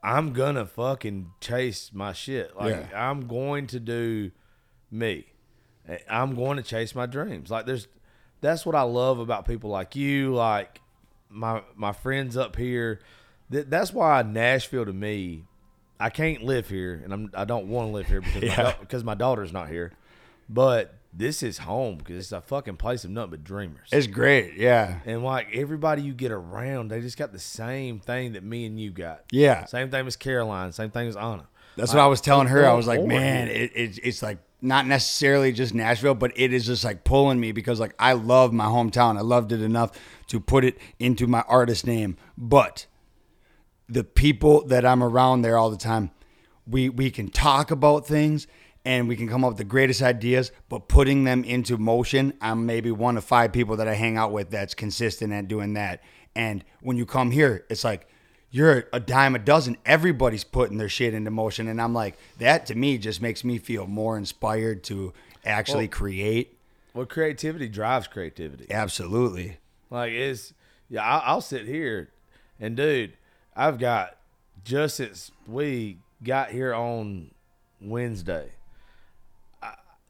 Speaker 2: I'm gonna fucking chase my shit. Like
Speaker 4: Yeah.
Speaker 2: I'm going to do me. I'm going to chase my dreams. Like there's that's what I love about people like you, like my my friends up here. That that's why Nashville to me, I can't live here and I'm I don't want to live here because my, da- because my daughter's not here. But this is home because it's a fucking place of nothing but dreamers.
Speaker 4: It's great. Yeah.
Speaker 2: And like everybody you get around, they just got the same thing that me and you got.
Speaker 4: Yeah.
Speaker 2: Same thing as Caroline. Same thing as Anna.
Speaker 4: That's what I was telling her. I was like,
Speaker 2: Lord.
Speaker 4: man, it, it, it's like not necessarily just Nashville, but it is just like pulling me because like I love my hometown. I loved it enough to put it into my artist name. But the people that I'm around there all the time, we we can talk about things and we can come up with the greatest ideas, but putting them into motion, I'm maybe one of five people that I hang out with that's consistent at doing that. And when you come here, it's like you're a dime a dozen. Everybody's putting their shit into motion, and I'm like, that to me just makes me feel more inspired to actually
Speaker 2: Well-
Speaker 4: create.
Speaker 2: Well, creativity drives creativity.
Speaker 4: Absolutely.
Speaker 2: Like it's yeah, I, I'll sit here and dude, I've got just since we got here on Wednesday. I,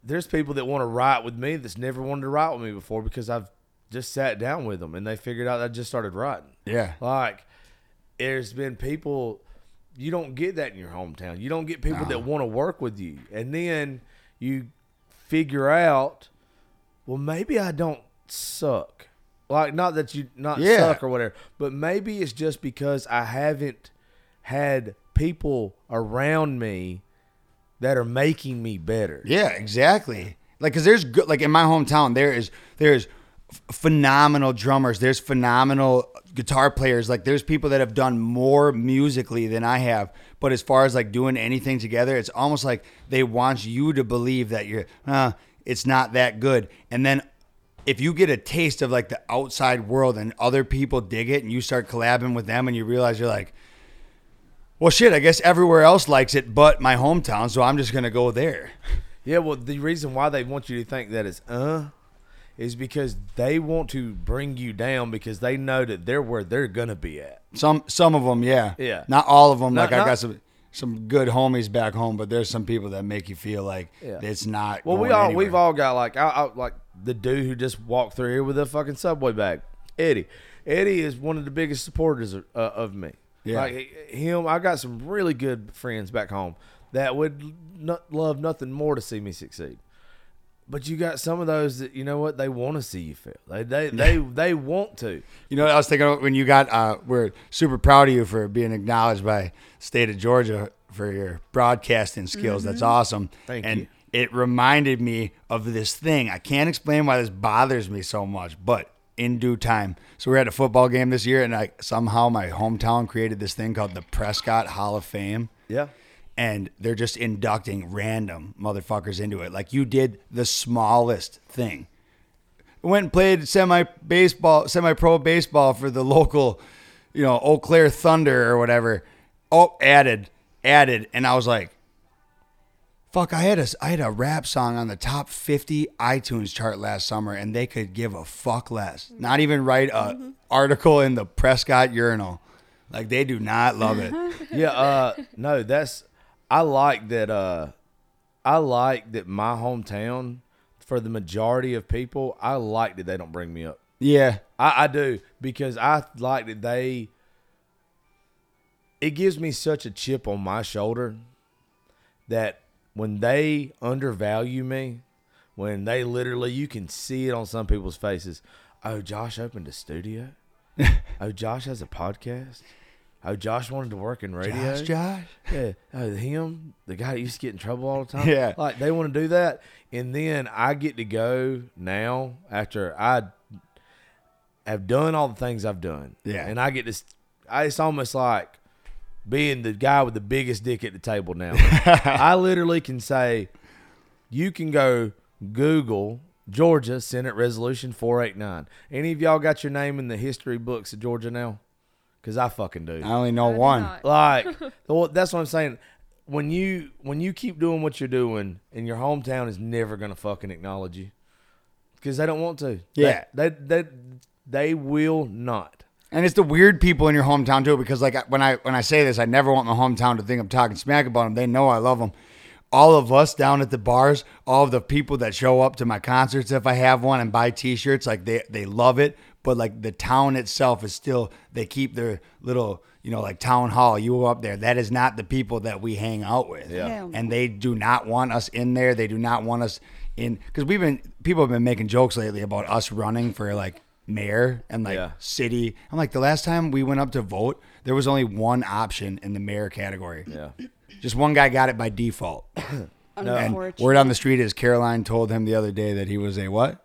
Speaker 2: there's people that want to write with me that's never wanted to write with me before because I've just sat down with them and they figured out I just started writing.
Speaker 4: Yeah.
Speaker 2: Like there's been people you don't get that in your hometown. You don't get people that want to work with you. And then you figure out well maybe I don't suck. Like not that you not
Speaker 4: Yeah.
Speaker 2: suck or whatever, but maybe it's just because I haven't had people around me that are making me better.
Speaker 4: Yeah, exactly. Like, cause there's good. Like in my hometown, there is there's f- phenomenal drummers. There's phenomenal guitar players. Like there's people that have done more musically than I have, But as far as like doing anything together, it's almost like they want you to believe that you're, uh, it's not that good. And then if you get a taste of like the outside world and other people dig it and you start collabing with them and you realize you're like, well, shit, I guess everywhere else likes it but my hometown, so I'm just going to go there.
Speaker 2: Yeah, well, the reason why they want you to think that is uh is because they want to bring you down because they know that they're where they're gonna be at.
Speaker 4: Some some of them, yeah.
Speaker 2: Yeah.
Speaker 4: Not all of them.
Speaker 2: Not-
Speaker 4: like I
Speaker 2: not-
Speaker 4: got some some good homies back home, but there's some people that make you feel like
Speaker 2: Yeah.
Speaker 4: it's not.
Speaker 2: Well, we
Speaker 4: going
Speaker 2: all
Speaker 4: anywhere.
Speaker 2: we've all got like I, I like the dude who just walked through here with a fucking subway bag, Eddie. Eddie is one of the biggest supporters of, uh, of me.
Speaker 4: Yeah.
Speaker 2: Like h- him, I got some really good friends back home that would not love nothing more to see me succeed. But you got some of those that you know what they want to see you fail. They they they, they want to.
Speaker 4: You know, I was thinking when you got. Uh, we're super proud of you for being acknowledged by state of Georgia for your broadcasting skills. That's awesome.
Speaker 2: Mm-hmm. Thank
Speaker 4: and
Speaker 2: you.
Speaker 4: It reminded me of this thing. I can't explain why this bothers me so much, but in due time. So we're at a football game this year, and I somehow my hometown created this thing called the Prescott Hall of Fame.
Speaker 2: Yeah.
Speaker 4: and they're just inducting random motherfuckers into it. Like you did the smallest thing. Went and played semi baseball, semi pro baseball for the local, you know, Eau Claire Thunder or whatever. Oh, added, added, and I was like, "Fuck!" I had a I had a rap song on the top fifty iTunes chart last summer, and they could give a fuck less. Not even write a article in the Prescott Urinal. Like they do not love it.
Speaker 2: yeah, uh no, that's I like that uh I like that my hometown for the majority of people, I like that they don't bring me up.
Speaker 4: yeah.
Speaker 2: I, I do because I like that they it gives me such a chip on my shoulder that when they undervalue me, when they literally you can see it on some people's faces, oh Josh opened a studio. oh Josh has a podcast. Oh Josh wanted to work in radio.
Speaker 4: Josh, Josh.
Speaker 2: Yeah, oh, him, the guy that used to get in trouble all the time.
Speaker 4: Yeah.
Speaker 2: like they want to do that, and then I get to go now after I have done all the things I've done.
Speaker 4: Yeah.
Speaker 2: and I get this. I, it's almost like being the guy with the biggest dick at the table now. I literally can say, you can go Google Georgia Senate Resolution four eight nine. Any of y'all got your name in the history books of Georgia now? Because I fucking do.
Speaker 4: I only know
Speaker 5: do
Speaker 4: one.
Speaker 5: not.
Speaker 2: Like well, that's what I'm saying. When you when you keep doing what you're doing, and your hometown is never gonna fucking acknowledge you, because they don't want to.
Speaker 4: Yeah.
Speaker 2: they they they, they will not.
Speaker 4: And it's the weird people in your hometown too, because like I- when I when I say this, I never want my hometown to think I'm talking smack about them. They know I love them. All of us down at the bars, all of the people that show up to my concerts if I have one and buy T-shirts, like they they love it. But like the town itself is still they keep their little you know like town hall. You go up there, that is not the people that we hang out with.
Speaker 3: Hell no.
Speaker 4: And they do not want us in there. They do not want us in because we've been people have been making jokes lately about us running for like mayor and like
Speaker 2: Yeah.
Speaker 4: city. I'm like the last time we went up to vote, there was only one option in the mayor category.
Speaker 2: Yeah,
Speaker 4: Just one guy got it by default. and
Speaker 3: Unfortunately.
Speaker 4: word on the street is Caroline told him the other day that he was a what?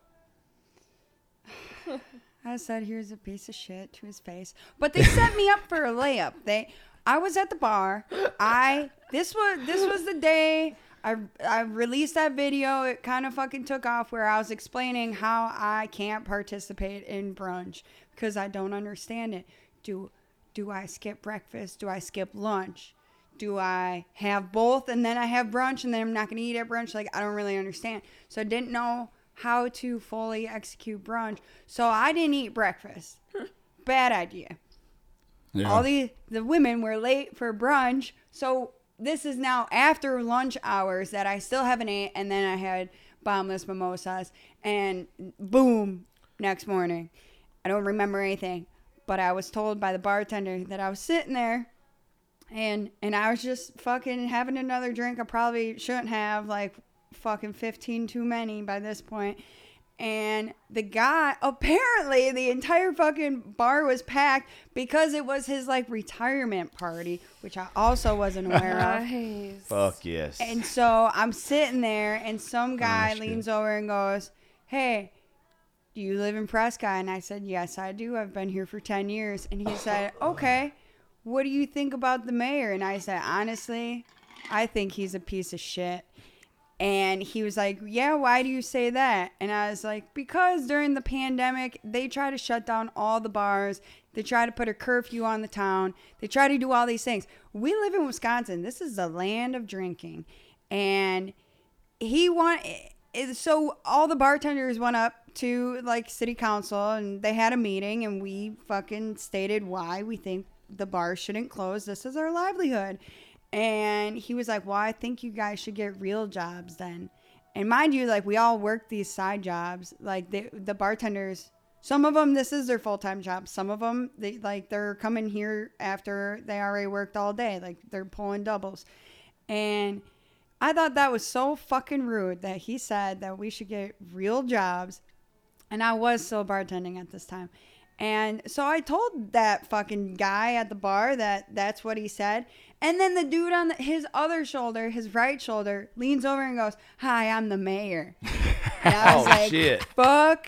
Speaker 3: I said, "Here's a piece of shit" to his face, but they set me up for a layup. They, I was at the bar. I this was this was the day I I released that video. It kind of fucking took off where I was explaining how I can't participate in brunch because I don't understand it. Do do I skip breakfast? Do I skip lunch? do I have both and then I have brunch and then I'm not going to eat at brunch? Like, I don't really understand. So I didn't know how to fully execute brunch. So I didn't eat breakfast. Bad idea.
Speaker 4: Yeah.
Speaker 3: All the, the women were late for brunch. So this is now after lunch hours that I still haven't ate. And then I had bombless mimosas and boom, next morning. I don't remember anything, but I was told by the bartender that I was sitting there and and I was just fucking having another drink I probably shouldn't have like fucking 15 too many by this point and the guy apparently the entire fucking bar was packed because it was his like retirement party which I also wasn't aware of
Speaker 5: Nice.
Speaker 2: fuck yes.
Speaker 3: and so I'm sitting there, and some guy leans over and goes, Hey, do you live in Prescott? And I said, Yes, I do. I've been here for 10 years. And he said, Okay, what do you think about the mayor? And I said, honestly, I think he's a piece of shit. And he was like, yeah, why do you say that? And I was like, because during the pandemic, they try to shut down all the bars. They try to put a curfew on the town. They try to do all these things. We live in Wisconsin. This is the land of drinking. And he want it- so all the bartenders went up to like city council and they had a meeting and we fucking stated why we think the bar shouldn't close this is our livelihood and he was like well i think you guys should get real jobs then and mind you like we all work these side jobs like the, the bartenders some of them this is their full-time job some of them they like they're coming here after they already worked all day like they're pulling doubles and I thought that was so fucking rude that he said that we should get real jobs. And I was still bartending at this time. And so I told that fucking guy at the bar that that's what he said. And then the dude on the, his other shoulder, his right shoulder, leans over and goes, Hi, I'm the mayor. And I was
Speaker 2: Oh,
Speaker 3: like,
Speaker 2: shit.
Speaker 3: Fuck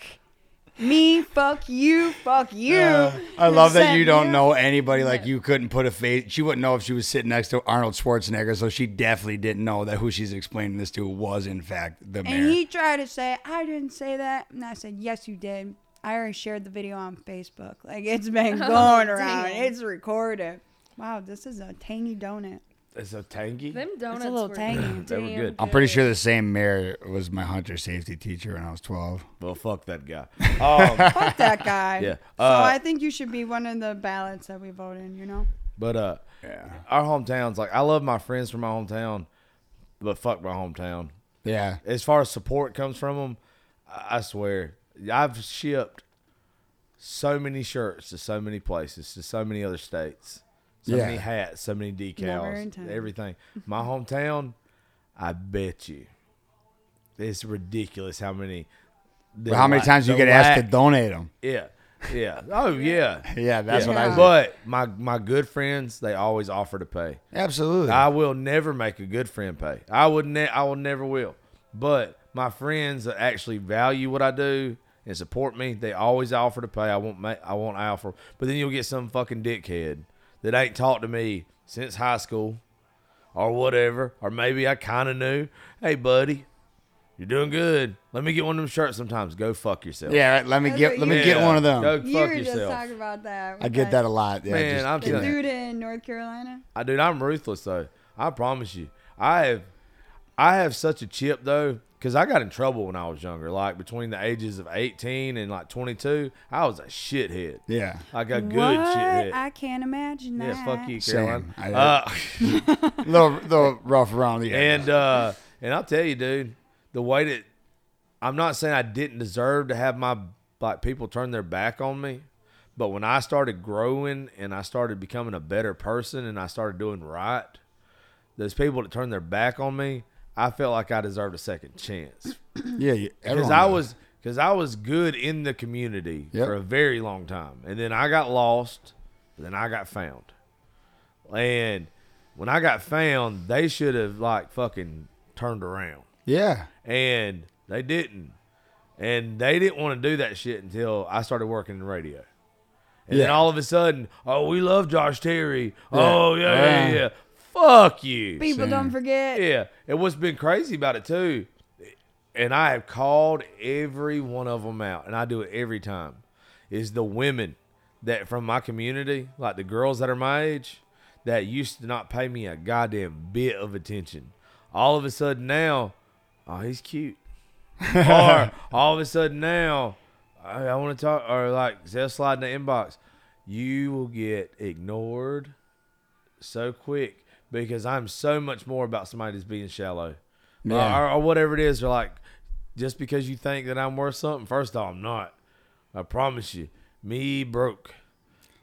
Speaker 3: me, fuck you, fuck you.
Speaker 4: Uh, I love that
Speaker 3: Sent
Speaker 4: you don't
Speaker 3: you.
Speaker 4: know anybody. Like you couldn't put a face. She wouldn't know if she was sitting next to Arnold Schwarzenegger, so she definitely didn't know that who she's explaining this to was in fact the mayor.
Speaker 3: And he tried to say, I didn't say that. And I said, Yes, you did. I already shared the video on Facebook. Like, it's been
Speaker 5: Oh,
Speaker 3: going around,
Speaker 5: dang.
Speaker 3: it's recorded. Wow, this is a tangy donut.
Speaker 2: It's a tangy.
Speaker 5: Them donuts
Speaker 3: little
Speaker 5: were
Speaker 3: tangy.
Speaker 5: damn
Speaker 2: They were good.
Speaker 4: I'm pretty sure the same mayor was my hunter safety teacher when I was 12.
Speaker 2: Well, fuck that guy. Um,
Speaker 3: Fuck that guy.
Speaker 2: Yeah,
Speaker 3: so
Speaker 2: uh,
Speaker 3: I think you should be one of the ballots that we vote in, you know?
Speaker 2: but uh,
Speaker 4: Yeah.
Speaker 2: our hometowns. Like I love my friends from my hometown, but fuck my hometown.
Speaker 4: Yeah.
Speaker 2: As far as support comes from them, I I swear I've shipped so many shirts to so many places to so many other states. So
Speaker 4: Yeah.
Speaker 2: many hats, so many
Speaker 3: Never in
Speaker 2: decals,
Speaker 3: time.
Speaker 2: everything. My hometown, I bet you, it's ridiculous how many. the
Speaker 4: But how many
Speaker 2: la-
Speaker 4: times you
Speaker 2: the
Speaker 4: get asked to
Speaker 2: lack-
Speaker 4: donate them?
Speaker 2: Yeah. Yeah. Oh yeah.
Speaker 4: Yeah, that's what I
Speaker 3: Yeah.
Speaker 4: was.
Speaker 2: But my my good friends, they always offer to pay.
Speaker 4: Absolutely.
Speaker 2: I will never make a good friend pay. I would ne- I will never will. But my friends that actually value what I do and support me, they always offer to pay. I won't make I won't offer. But then you'll get some fucking dickhead that ain't talked to me since high school or whatever, or maybe I kind of knew, "Hey buddy, you're doing good. Let me get one of them shirts sometimes. Go fuck yourself."
Speaker 4: yeah, right, let me
Speaker 3: That's
Speaker 4: get
Speaker 3: what
Speaker 4: let me
Speaker 3: you-
Speaker 4: get one of them.
Speaker 2: Go fuck
Speaker 3: you were
Speaker 2: yourself.
Speaker 3: just talking about that.
Speaker 4: I get that a lot. Yeah,
Speaker 2: Man,
Speaker 4: just
Speaker 2: I'm
Speaker 4: give
Speaker 3: The
Speaker 2: telling
Speaker 4: me-
Speaker 2: you.
Speaker 3: dude in North Carolina.
Speaker 2: I dude, I'm ruthless though. I promise you. I have I have such a chip though cuz I got in trouble when I was younger. Like between the ages of 18 and like 22, I was a shithead.
Speaker 4: Yeah.
Speaker 2: Like a good
Speaker 3: what?
Speaker 2: shithead.
Speaker 3: I can't imagine that.
Speaker 2: yeah, fuck you, Caroline.
Speaker 4: Same. I-
Speaker 2: Uh,
Speaker 4: little, little rough around the edges.
Speaker 2: and uh and I'll tell you, dude, the way that I'm not saying I didn't deserve to have my like people turn their back on me, but when I started growing and I started becoming a better person and I started doing right, those people that turned their back on me, I felt like I deserved a second chance
Speaker 4: yeah, you-
Speaker 2: because
Speaker 4: everyone
Speaker 2: I
Speaker 4: does.
Speaker 2: was because I was good in the community
Speaker 4: Yep.
Speaker 2: for a very long time, and then I got lost, and then I got found, and when I got found, they should have like fucking turned around,
Speaker 4: Yeah.
Speaker 2: and they didn't, and they didn't want to do that shit until I started working in radio. And then
Speaker 4: Yeah.
Speaker 2: all of a sudden, oh, we love Josh Terry. Oh, yeah, yeah,
Speaker 4: Yeah.
Speaker 2: yeah. Fuck you.
Speaker 3: People don't forget.
Speaker 2: Yeah. And what's been crazy about it too, and I have called every one of them out, and I do it every time, is the women that from my community, like the girls that are my age, that used to not pay me a goddamn bit of attention. All of a sudden now, oh, he's cute. or all of a sudden now, I, I want to talk, or like they'll slide in the inbox. You will get ignored so quick because I'm so much more about somebody that's being shallow Or-
Speaker 4: Yeah.
Speaker 2: or, or whatever it is. They're like, just because you think that I'm worth something, first off, I'm not. I promise you, me broke.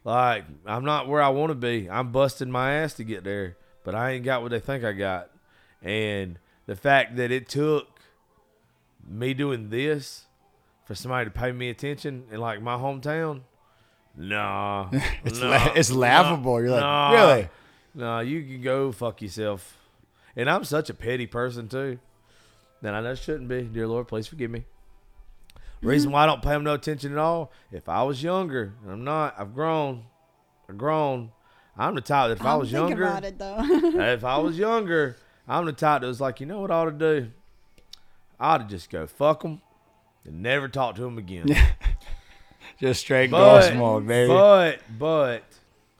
Speaker 2: Like, I'm not where I want to be. I'm busting my ass to get there, but I ain't got what they think I got. And the fact that it took me doing this for somebody to pay me attention in like my hometown, nah.
Speaker 4: It's,
Speaker 2: nah,
Speaker 4: la- it's
Speaker 2: nah,
Speaker 4: laughable. You're like,
Speaker 2: nah.
Speaker 4: really?
Speaker 2: Nah, you can go fuck yourself. And I'm such a petty person too. That I know shouldn't be. Dear Lord, please forgive me. Reason why I don't pay them no attention at all. If I was younger, and I'm not, I've grown. I've grown. I'm the type that if i
Speaker 3: I'm
Speaker 2: was
Speaker 3: thinking
Speaker 2: younger,
Speaker 3: about it though.
Speaker 2: if I was younger, I'm the type that was like, you know what I ought to do? I ought to just go fuck them and never talk to them again.
Speaker 4: Just straight
Speaker 2: but,
Speaker 4: ghost mode, baby.
Speaker 2: but, but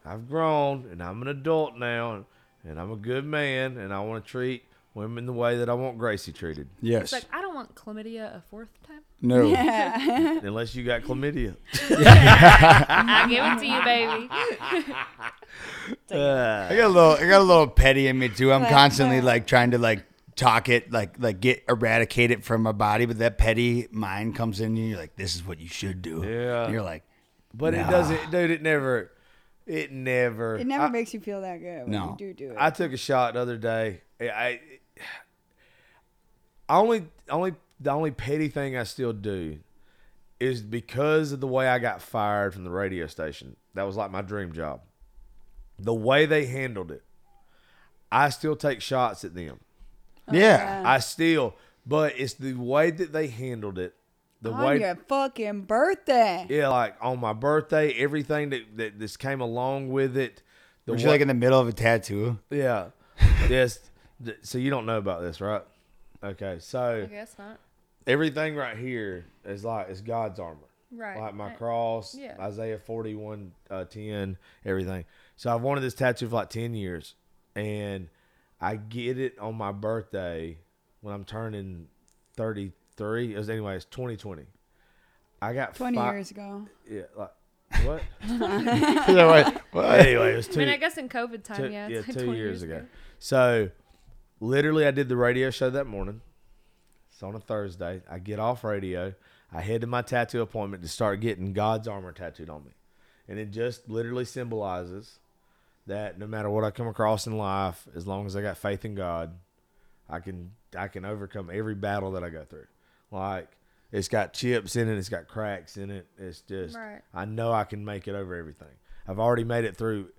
Speaker 2: I've grown and I'm an adult now and I'm a good man and I want to treat women the way that I want Gracie treated.
Speaker 5: It's
Speaker 4: yes.
Speaker 5: like I don't want chlamydia a fourth time.
Speaker 4: no.
Speaker 2: Unless you got chlamydia.
Speaker 5: I give it to you, baby.
Speaker 4: I got a little, I got a little petty in me too. I'm
Speaker 3: But-
Speaker 4: constantly like trying to like talk it, like like get eradicate it from my body, but that petty mind comes in, and you're like, this is what you should do.
Speaker 2: Yeah.
Speaker 4: And you're like,
Speaker 2: But it
Speaker 4: Nah.
Speaker 2: doesn't, dude, it never, it never.
Speaker 3: it never
Speaker 2: I-
Speaker 3: makes you feel that good when
Speaker 4: No.
Speaker 3: you do do it.
Speaker 2: I took a shot the other day. I, I I only only the only petty thing I still do is because of the way I got fired from the radio station. That was like my dream job. The way they handled it, I still take shots at them.
Speaker 4: yeah,
Speaker 2: I still, but it's the way that they handled it. The
Speaker 3: on
Speaker 2: way
Speaker 3: your fucking birthday.
Speaker 2: yeah, like on my birthday, everything that that this came along with it. The
Speaker 4: were
Speaker 2: way,
Speaker 4: you like in the middle of a tattoo?
Speaker 2: Yeah. Yes. Th- So you don't know about this, right? Okay.
Speaker 5: I
Speaker 2: So
Speaker 5: guess not.
Speaker 2: everything right here is like is God's armor.
Speaker 5: Right.
Speaker 2: Like my
Speaker 5: right.
Speaker 2: cross,
Speaker 5: Yeah.
Speaker 2: Isaiah 41, uh, 10, everything. So I've wanted this tattoo for like 10 years. And I get it on my birthday when I'm turning 33. It was, anyway, it's 2020. I got
Speaker 3: Twenty
Speaker 2: fi-
Speaker 3: years ago.
Speaker 2: Yeah. Like, what?
Speaker 4: Yeah, right. What?
Speaker 2: anyway, it was
Speaker 5: I
Speaker 2: two,
Speaker 5: mean, I guess in COVID time,
Speaker 2: two-
Speaker 5: yeah,
Speaker 2: yeah,
Speaker 5: it's like
Speaker 2: two
Speaker 5: 20
Speaker 2: years ago. So, literally, I did the radio show that morning. It's on a Thursday. I get off radio. I head to my tattoo appointment to start getting God's armor tattooed on me, and it just literally symbolizes that no matter what I come across in life, as long as I got faith in God, I can I can overcome every battle that I go through. Like it's got chips in it, it's got cracks in it. It's just
Speaker 5: Right.
Speaker 2: I know I can make it over everything. I've already made it through.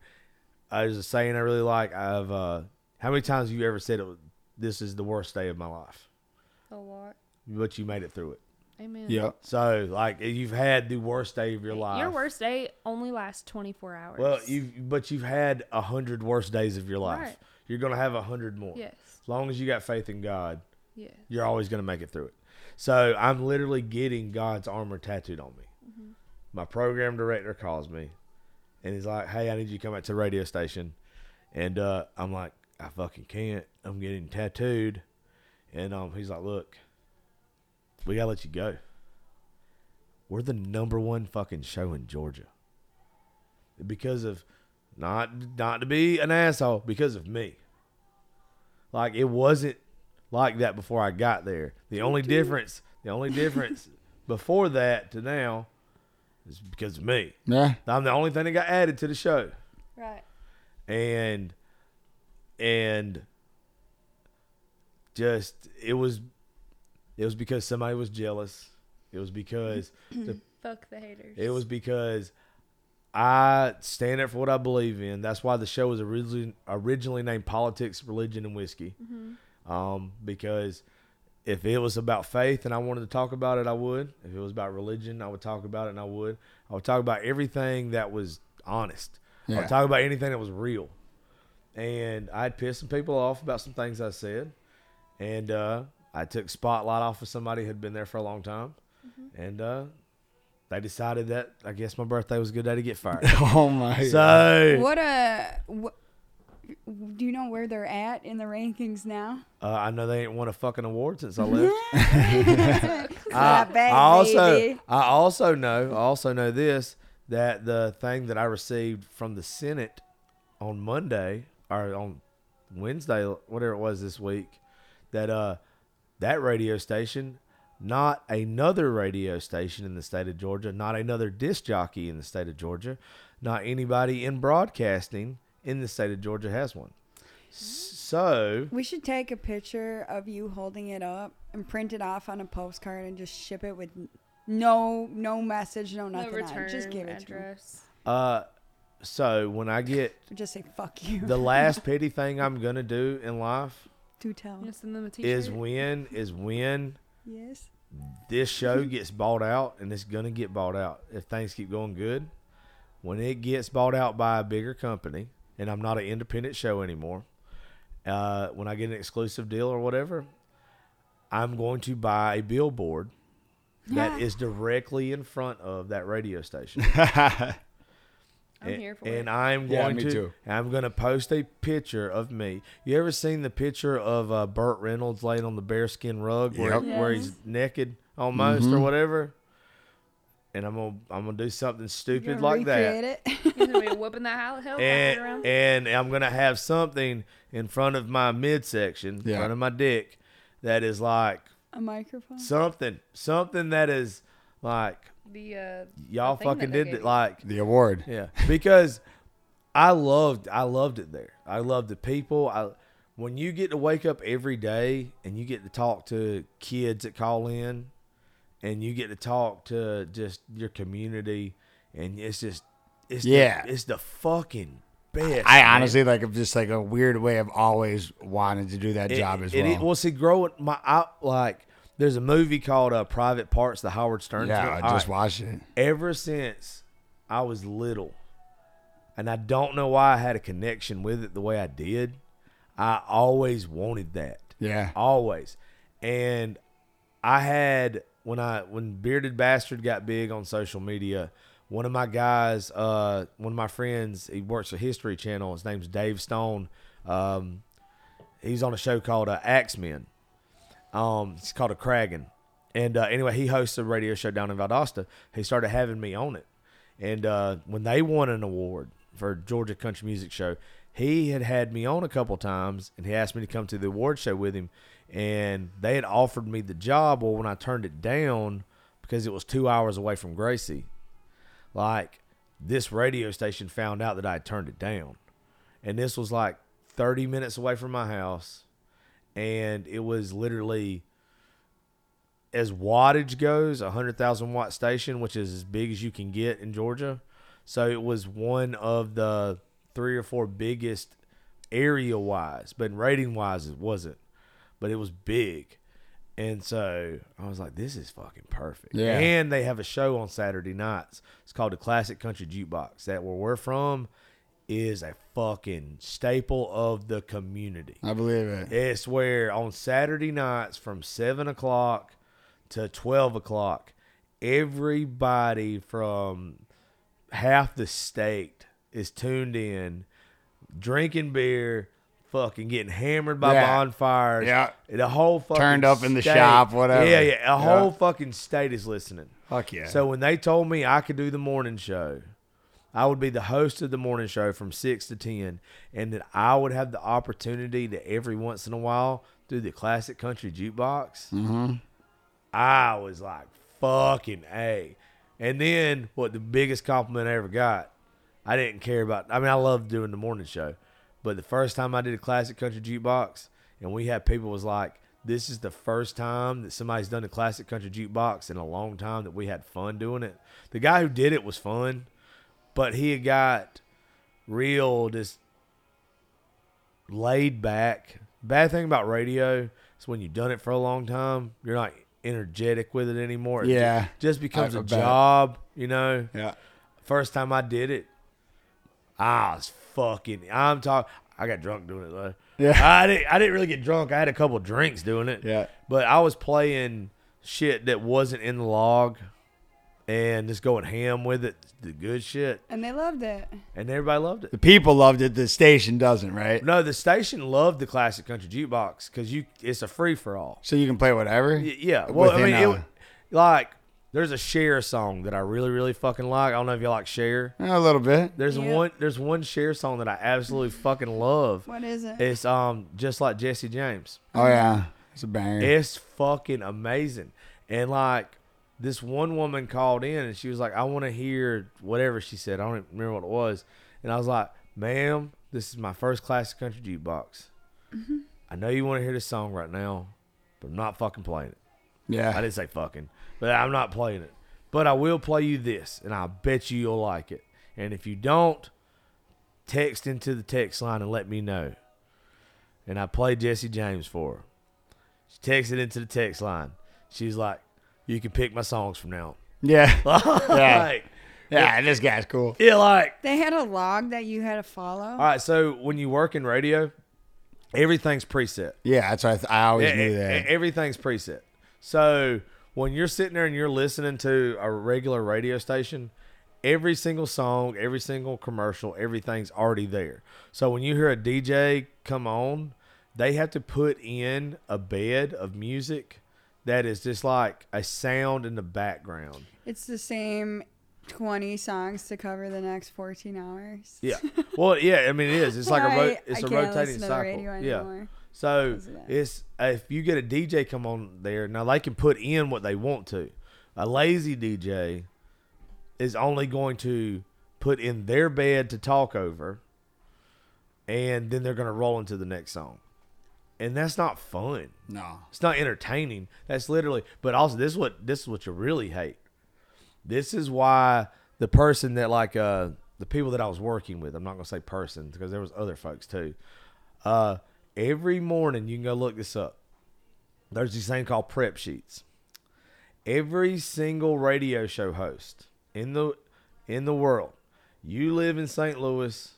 Speaker 2: Uh, there's a saying I really like. I've uh, how many times have you ever said it? was- This is the worst day of my life,
Speaker 5: A lot.
Speaker 2: but you made it through it.
Speaker 5: Amen.
Speaker 4: Yeah.
Speaker 2: So like you've had the worst day of your life.
Speaker 5: Your worst day only lasts 24 hours.
Speaker 2: Well, you but you've had a hundred worst days of your life.
Speaker 5: Right.
Speaker 2: You're gonna have a hundred more.
Speaker 5: Yes.
Speaker 2: As long as you got faith in God,
Speaker 5: Yeah.
Speaker 2: you're always going to make it through it. So I'm literally getting God's armor tattooed on me. My program director calls me and he's like, Hey, I need you to come out to the radio station. And uh, I'm like, I fucking can't. I'm getting tattooed. And um, he's like, Look, we got to let you go. We're the number one fucking show in Georgia because of not not to be an asshole because of me. Like it wasn't like that before I got there. The only difference, the only difference before that to now is because of me.
Speaker 4: Yeah.
Speaker 2: I'm the only thing that got added to the show.
Speaker 5: Right.
Speaker 2: And and just it was it was because somebody was jealous. It was because the
Speaker 5: Fuck the haters.
Speaker 2: it was because I stand up for what I believe in. That's why the show was originally originally named Politics, Religion, and Whiskey. Um, because if it was about faith and I wanted to talk about it, I would. If it was about religion, I would talk about it, and I would. I would talk about everything that was honest. I
Speaker 4: Yeah.
Speaker 2: would talk about anything that was real. And I had pissed some people off about some things I said, and uh, I took spotlight off of somebody who had been there for a long time, and uh, they decided that I guess my birthday was a good day to get fired.
Speaker 4: Oh my.
Speaker 2: so
Speaker 3: What a. What, do you know where they're at in the rankings now?
Speaker 2: uh, I know they ain't won a fucking award since I left.
Speaker 3: Clap
Speaker 2: Ah, I
Speaker 3: back,
Speaker 2: also
Speaker 3: baby.
Speaker 2: I also know I also know this that the thing that I received from the Senate on Monday or on Wednesday whatever it was this week that uh that radio station not another radio station in the state of Georgia not another disc jockey in the state of Georgia not anybody in broadcasting in the state of Georgia has one so
Speaker 3: We should take a picture of you holding it up and print it off on a postcard and just ship it with no no message, no
Speaker 5: no
Speaker 3: nothing. on
Speaker 5: return
Speaker 3: it. Just give it to 'em.
Speaker 5: address.
Speaker 2: uh so when I get
Speaker 3: Just say fuck you.
Speaker 2: the last petty thing I'm gonna do in life
Speaker 3: Do tell.
Speaker 5: Just send them a t-shirt.
Speaker 2: is when is when
Speaker 3: Yes.
Speaker 2: this show gets bought out and it's gonna get bought out if things keep going good. When it gets bought out by a bigger company, and I'm not an independent show anymore, uh, when I get an exclusive deal or whatever, I'm going to buy a billboard that is directly in front of that radio station.
Speaker 5: I'm here for
Speaker 2: and,
Speaker 5: it.
Speaker 2: I'm
Speaker 4: Yeah,
Speaker 2: going
Speaker 4: me
Speaker 2: to.
Speaker 4: too.
Speaker 2: and I'm going to post a picture of me. You ever seen the picture of uh, Burt Reynolds laying on the bearskin rug where,
Speaker 4: Yep. Mm-hmm.
Speaker 2: where he's naked almost or whatever? And I'm gonna I'm gonna do something
Speaker 3: You're
Speaker 2: stupid
Speaker 3: gonna
Speaker 2: like that.
Speaker 3: recreate it.
Speaker 5: He's gonna be whooping that hell- hell
Speaker 2: And
Speaker 5: around.
Speaker 2: and I'm gonna have something in front of my midsection, in
Speaker 4: Yeah.
Speaker 2: front of my dick, that is like
Speaker 3: a microphone.
Speaker 5: Mm.
Speaker 2: something something that is like
Speaker 5: the uh,
Speaker 2: y'all
Speaker 5: thing that
Speaker 2: fucking
Speaker 5: they
Speaker 2: did
Speaker 5: gave
Speaker 2: it
Speaker 5: you.
Speaker 2: like
Speaker 4: The award.
Speaker 2: yeah, because I loved I loved it there. I loved the people. I when you get to wake up every day and you get to talk to kids that call in, and you get to talk to just your community, and it's just it's
Speaker 4: Yeah.
Speaker 2: the, it's the fucking best.
Speaker 4: I
Speaker 2: man.
Speaker 4: honestly like I'm just like a weird way. I've always wanted to do that
Speaker 2: It-
Speaker 4: job as
Speaker 2: it-
Speaker 4: well.
Speaker 2: it- well, see, growing my I, like there's a movie called uh, Private Parts, the Howard Stern.
Speaker 4: yeah,
Speaker 2: film.
Speaker 4: I
Speaker 2: All
Speaker 4: just
Speaker 2: right.
Speaker 4: watched it.
Speaker 2: ever since I was little, and I don't know why I had a connection with it the way I did. I always wanted that.
Speaker 4: Yeah.
Speaker 2: Always. And I had when I when Bearded Bastard got big on social media, one of my guys, uh, one of my friends, he works for History Channel. His name's Dave Stone. Um, he's on a show called uh, Axemen. Um, it's called a Kragan. And uh, anyway, he hosts a radio show down in Valdosta. He started having me on it. And uh, when they won an award for Georgia Country Music Show, he had had me on a couple times and he asked me to come to the award show with him. And they had offered me the job. Well, when I turned it down because it was two hours away from Gracie, like this radio station found out that I had turned it down. And this was like 30 minutes away from my house. And it was literally, as wattage goes, a 100,000 watt station, which is as big as you can get in Georgia. So it was one of the three or four biggest area wise, but rating wise, it wasn't. But it was big. And so I was like, this is fucking perfect.
Speaker 4: Yeah.
Speaker 2: And they have a show on Saturday nights. It's called the Classic Country Jukebox. That where we're from is a fucking staple of the community.
Speaker 4: I believe it.
Speaker 2: It's where on Saturday nights from seven o'clock to twelve o'clock, everybody from half the state is tuned in, drinking beer, fucking getting hammered by
Speaker 4: Yeah.
Speaker 2: bonfires.
Speaker 4: Yeah.
Speaker 2: the whole fucking
Speaker 4: Turned up in the
Speaker 2: state-
Speaker 4: shop, whatever.
Speaker 2: Yeah, yeah, a
Speaker 4: Yeah.
Speaker 2: whole fucking state is listening.
Speaker 4: Fuck yeah.
Speaker 2: So when they told me I could do the morning show, I would be the host of the morning show from six to ten, and that I would have the opportunity to every once in a while do the classic country jukebox.
Speaker 4: Mm-hmm.
Speaker 2: I was like, "Fucking a!" And then what? The biggest compliment I ever got. I didn't care about. I mean, I loved doing the morning show, but the first time I did a classic country jukebox, and we had people was like, "This is the first time that somebody's done a classic country jukebox in a long time that we had fun doing it." The guy who did it was fun, but he had got real just laid back. Bad thing about radio is when you've done it for a long time, you're not energetic with it anymore. It ju-
Speaker 4: Yeah,
Speaker 2: just becomes
Speaker 4: I
Speaker 2: a
Speaker 4: bet.
Speaker 2: job, you know.
Speaker 4: yeah.
Speaker 2: First time I did it, I was fucking. I'm talking. I got drunk doing it though.
Speaker 4: Yeah.
Speaker 2: I didn't. I didn't really get drunk. I had a couple drinks doing it.
Speaker 4: Yeah.
Speaker 2: But I was playing shit that wasn't in the log, and just going ham with it. The good shit,
Speaker 3: and they loved it.
Speaker 2: and everybody loved it.
Speaker 4: The people loved it. The station doesn't, right?
Speaker 2: No, the station loved the classic country jukebox because you. It's a free for all.
Speaker 4: So you can play whatever.
Speaker 2: Y- Yeah. Well,
Speaker 4: Within,
Speaker 2: I mean,
Speaker 4: uh,
Speaker 2: it, like, there's a Cher song that I really, really fucking like. I don't know if you like Cher.
Speaker 4: Eh, a little bit.
Speaker 2: There's
Speaker 3: Yeah.
Speaker 2: one. There's one Cher song that I absolutely fucking love.
Speaker 3: What is it?
Speaker 2: It's um just like Jesse James.
Speaker 4: Oh yeah, it's a banger.
Speaker 2: It's fucking amazing. And like this one woman called in and she was like, I want to hear whatever she said. I don't even remember what it was. And I was like, ma'am, this is my first classic country jukebox.
Speaker 3: Mm-hmm.
Speaker 2: I know you want to hear this song right now, but I'm not fucking playing it. I
Speaker 4: yeah.
Speaker 2: didn't say fucking, but I'm not playing it. But I will play you this, and I bet you you'll like it. And if you don't, text into the text line and let me know. And I played Jesse James for her. She texted into the text line. She's like, "You can pick my songs from now."
Speaker 4: Yeah.
Speaker 2: on."
Speaker 4: Yeah.
Speaker 2: like,
Speaker 4: Yeah, this guy's cool.
Speaker 2: Yeah, like
Speaker 3: They had a log that you had to follow.
Speaker 2: all right. So when you work in radio, everything's preset.
Speaker 4: Yeah, that's what I, th- I always
Speaker 2: E-
Speaker 4: knew
Speaker 2: e-
Speaker 4: that.
Speaker 2: Everything's preset. So when you're sitting there and you're listening to a regular radio station, every single song, every single commercial, everything's already there. So when you hear a DJ come on, they have to put in a bed of music that is just like a sound in the background.
Speaker 3: It's the same 20 songs to cover the next 14 hours.
Speaker 2: Yeah. Well, yeah. I mean, it is. It's like a ro-
Speaker 3: I-
Speaker 2: it's
Speaker 3: I
Speaker 2: a
Speaker 3: can't
Speaker 2: rotating
Speaker 3: listen to the
Speaker 2: cycle.
Speaker 3: radio
Speaker 2: yeah.
Speaker 3: anymore
Speaker 2: So
Speaker 3: of that.
Speaker 2: it's if you get a DJ come on there now, they can put in what they want to. A lazy DJ is only going to put in their bed to talk over, and then they're going to roll into the next song, and that's not fun.
Speaker 4: No.
Speaker 2: It's not entertaining. That's literally. But also, this is what this is what you really hate. This is why the person that like uh the people that I was working with. I'm not gonna say person because there was other folks too. Uh, every morning you can go look this up. There's this thing called prep sheets. Every single radio show host in the in the world. You live in St. Louis.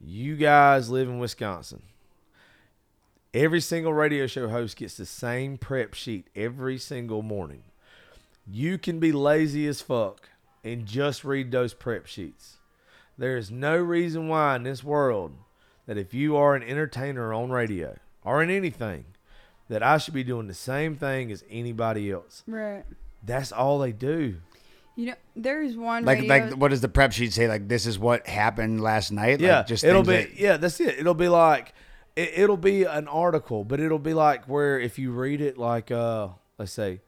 Speaker 2: You guys live in Wisconsin. Every single radio show host gets the same prep sheet every single morning. You can be lazy as fuck and just read those prep sheets. There is no reason why in this world that if you are an entertainer on radio or in anything, that I should be doing the same thing as anybody else.
Speaker 3: Right.
Speaker 2: That's all they do.
Speaker 3: You know, there's one
Speaker 4: Like,
Speaker 3: radio.
Speaker 4: like, what does the prep sheet say? Like, this is what happened last night.
Speaker 2: yeah,
Speaker 4: like, just
Speaker 2: it'll be
Speaker 4: things that-
Speaker 2: yeah, that's it. It'll be like it, it'll be an article, but it'll be like where if you read it like uh let's say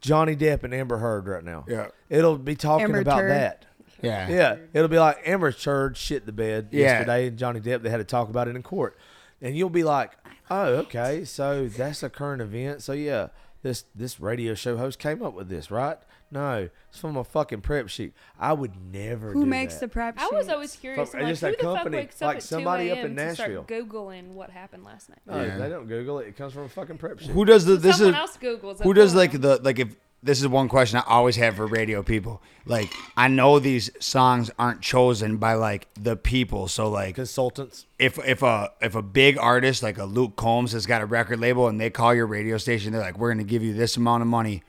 Speaker 2: Johnny Depp and Amber Heard right now.
Speaker 4: Yeah.
Speaker 2: It'll be talking
Speaker 3: Amber
Speaker 2: about
Speaker 3: Turd.
Speaker 2: that.
Speaker 4: yeah,
Speaker 2: Yeah, it'll be like Amber Heard shit the bed
Speaker 4: Yeah.
Speaker 2: yesterday and Johnny Depp they had to talk about it in court. And you'll be like, "Oh, okay. So that's a current event. So yeah, this this radio show host came up with this, right?" No, it's from a fucking prep sheet. I would never
Speaker 3: who
Speaker 2: do
Speaker 3: makes
Speaker 2: that.
Speaker 3: the prep
Speaker 5: I was always curious.
Speaker 2: Fuck,
Speaker 5: I'm like,
Speaker 2: just
Speaker 5: who the
Speaker 2: that company,
Speaker 5: fuck wakes up
Speaker 2: like
Speaker 5: at
Speaker 2: somebody
Speaker 5: 2
Speaker 2: up
Speaker 5: a.m.
Speaker 2: in
Speaker 5: to
Speaker 2: Nashville.
Speaker 5: start googling what happened last night?
Speaker 2: No,
Speaker 4: Yeah.
Speaker 2: Oh, they don't Google it. It comes from a fucking prep sheet.
Speaker 4: Who does the? This
Speaker 5: Someone
Speaker 4: is
Speaker 5: else Googles.
Speaker 4: who
Speaker 5: it
Speaker 4: does
Speaker 5: for
Speaker 4: like
Speaker 5: them.
Speaker 4: the like if this is one question I always have for radio people. Like, I know these songs aren't chosen by like the people. So like,
Speaker 2: Consultants.
Speaker 4: if if a if a big artist like a Luke Combs has got a record label and they call your radio station, they're like, "We're going to give you this amount of money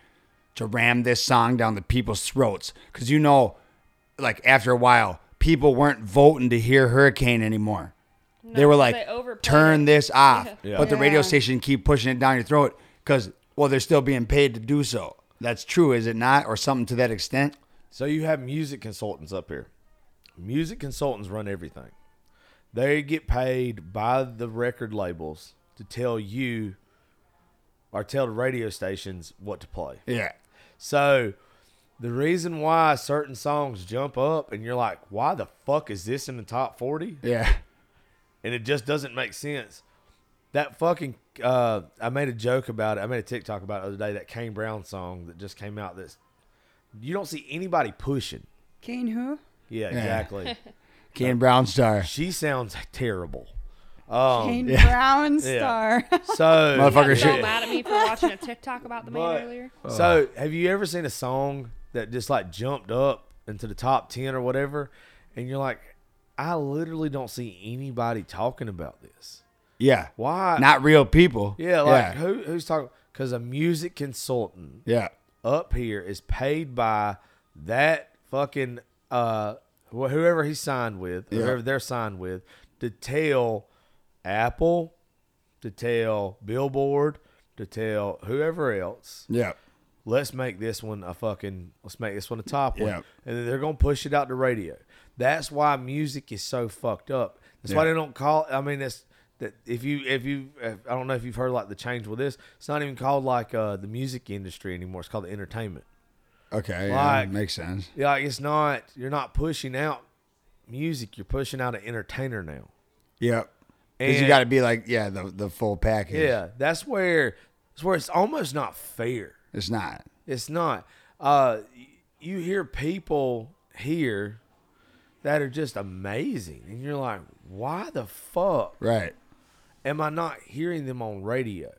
Speaker 4: to ram this song down the people's throats," because you know, like after a while, people weren't voting to hear Hurricane anymore. they were like,
Speaker 5: they overplayed
Speaker 4: "Turn
Speaker 5: it."
Speaker 4: this off,"
Speaker 2: Yeah.
Speaker 4: but the radio
Speaker 3: Yeah.
Speaker 4: station keep pushing it down your throat because well, they're still being paid to do so. That's true, is it not, or something to that extent?
Speaker 2: So you have music consultants up here. Music consultants run everything. They get paid by the record labels to tell you or tell the radio stations what to play.
Speaker 4: Yeah,
Speaker 2: So the reason why certain songs jump up and you're like, why the fuck is this in the top 40?
Speaker 4: yeah,
Speaker 2: and it just doesn't make sense. That fucking uh, I made a joke about it. I made a TikTok about it the other day. That Kane Brown song that just came out. That's you don't see anybody pushing.
Speaker 3: Kane who?
Speaker 2: Yeah, exactly.
Speaker 4: Kane Brown star.
Speaker 2: she sounds terrible. Oh,
Speaker 3: Kane Brown star.
Speaker 2: So
Speaker 4: Motherfucker
Speaker 5: Got
Speaker 4: shit.
Speaker 5: so mad at me for watching a TikTok about the man
Speaker 2: But-
Speaker 5: earlier.
Speaker 2: So, have you ever seen a song that just like jumped up into the top 10 or whatever? And you're like, I literally don't see anybody talking about this.
Speaker 4: Yeah,
Speaker 2: Why?
Speaker 4: not real people.
Speaker 2: yeah, like
Speaker 4: yeah.
Speaker 2: Who, who's talking? Because a music consultant
Speaker 4: yeah.
Speaker 2: up here is paid by that fucking uh wh- whoever he signed with,
Speaker 4: Yeah.
Speaker 2: whoever they're signed with, to tell Apple, to tell Billboard, to tell whoever else,
Speaker 4: Yeah.
Speaker 2: let's make this one a fucking let's make this one a top
Speaker 4: Yeah.
Speaker 2: one. And then they're gonna push it out to radio. That's why music is so fucked up. That's why
Speaker 4: Yeah.
Speaker 2: they don't call I mean that's that if you if you if, I don't know if you've heard like the change with this, it's not even called like uh the music industry anymore. It's called the entertainment.
Speaker 4: Okay.
Speaker 2: Like-
Speaker 4: yeah, makes sense.
Speaker 2: Yeah, like it's not you're not pushing out music, you're pushing out an entertainer now.
Speaker 4: Yep. Because you
Speaker 2: And-
Speaker 4: got to be like, yeah, the the full package.
Speaker 2: Yeah, that's where that's where it's almost not fair.
Speaker 4: It's not.
Speaker 2: It's not. Uh y- you hear people here that are just amazing and you're like, "Why the fuck
Speaker 4: Right.
Speaker 2: am I not hearing them on radio?"